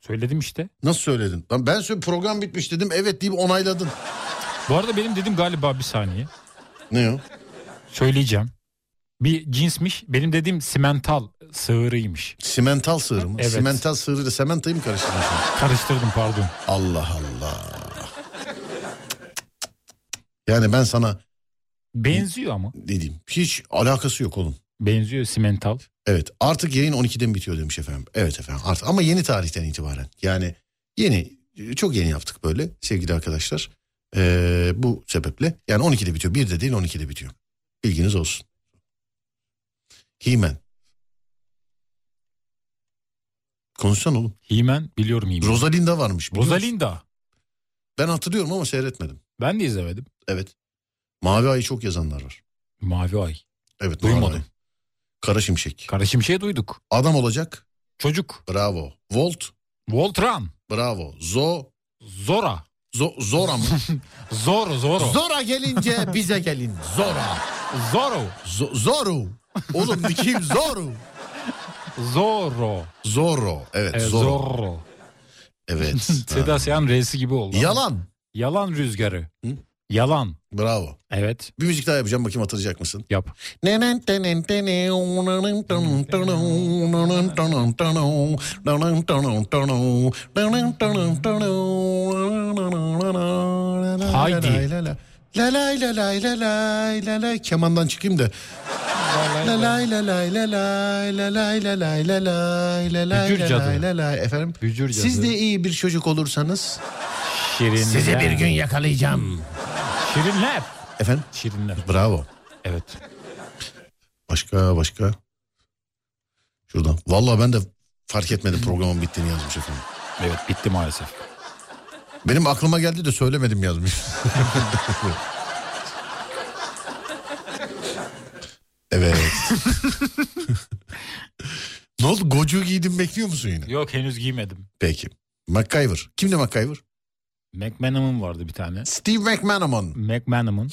Söyledim işte. Nasıl söyledin? Lan ben söyle program bitmiş dedim evet deyip onayladın. Bu arada benim dedim galiba bir saniye. Ne o? Hani? Söyleyeceğim. Bir cinsmiş. Benim dediğim simental sığırıymış. Simental sığırı mı? Evet. Simental sığırıyla sementayı mı karıştırıyorsun? Karıştırdım pardon. Allah Allah. Yani ben sana Benziyor ama. ne diyeyim hiç alakası yok oğlum. Benziyor simental. Evet artık yayın 12'den bitiyor demiş efendim. Evet efendim artık ama yeni tarihten itibaren. Yani yeni çok yeni yaptık böyle sevgili arkadaşlar. Ee, bu sebeple yani 12'de bitiyor. 1'de değil 12'de bitiyor. Bilginiz olsun. Himen. Konuşsan oğlum. Himen biliyorum Himen. Rosalinda varmış. biliyor musun? Rosalinda. Ben hatırlıyorum ama seyretmedim. Ben de izlemedim. Evet. Mavi Ay'ı çok yazanlar var. Mavi Ay. Evet. Mavi Ay. Duymadım. Kara Şimşek. Kara Şimşek'i duyduk. Adam olacak. Çocuk. Bravo. Volt. Voltran. Bravo. Zo. Zora. Zo Zora mı? Zoro Zoro. Zora gelince bize gelin. Zora. Zoro. Zo- Zoru. Oğlum kim Zoru? Zoro. Zorro. Evet, Evet, Zorro. Zorro. Evet. Seda Sayan R'si gibi oldu. Yalan. Yalan rüzgarı. Yalan. Bravo. Evet. Bir müzik daha yapacağım bakayım hatırlayacak mısın? Yap. Haydi. La lay la lay la lay la lay kemandan çıkayım da. La lay la lay la lay la lay la lay la lay la lay Bücür la cadı. lay la lay efendim. Bücür cadı. Siz de iyi bir çocuk olursanız Şirinler. Sizi bir gün yakalayacağım. Şirinler. efendim Şirinler. bravo. Evet. Başka başka. Şuradan. Vallahi ben de fark etmedim programın bittiğini yazmış efendim. Evet bitti maalesef. Benim aklıma geldi de söylemedim yazmış. evet. ne oldu? Gocu giydim bekliyor musun yine? Yok henüz giymedim. Peki. MacGyver. Kimdi MacGyver? McManaman vardı bir tane. Steve McManaman. McManaman.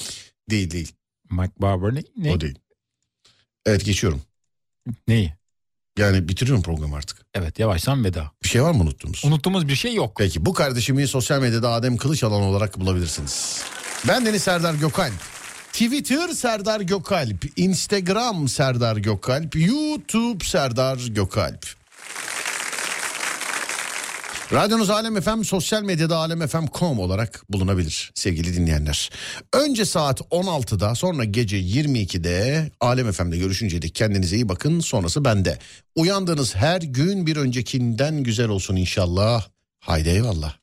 Değil değil. MacBarber ne? ne? O değil. Evet geçiyorum. Neyi? Yani bitiriyorum programı artık. Evet yavaştan veda. Bir şey var mı unuttuğumuz? Unuttuğumuz bir şey yok. Peki bu kardeşimi sosyal medyada Adem Kılıçalan olarak bulabilirsiniz. Ben Deniz Serdar Gökalp. Twitter Serdar Gökalp, Instagram Serdar Gökalp, YouTube Serdar Gökalp. Radyonuz Alem FM sosyal medyada alemfm.com olarak bulunabilir sevgili dinleyenler. Önce saat 16'da sonra gece 22'de Alem FM'de görüşünceye dek kendinize iyi bakın sonrası bende. Uyandığınız her gün bir öncekinden güzel olsun inşallah. Haydi eyvallah.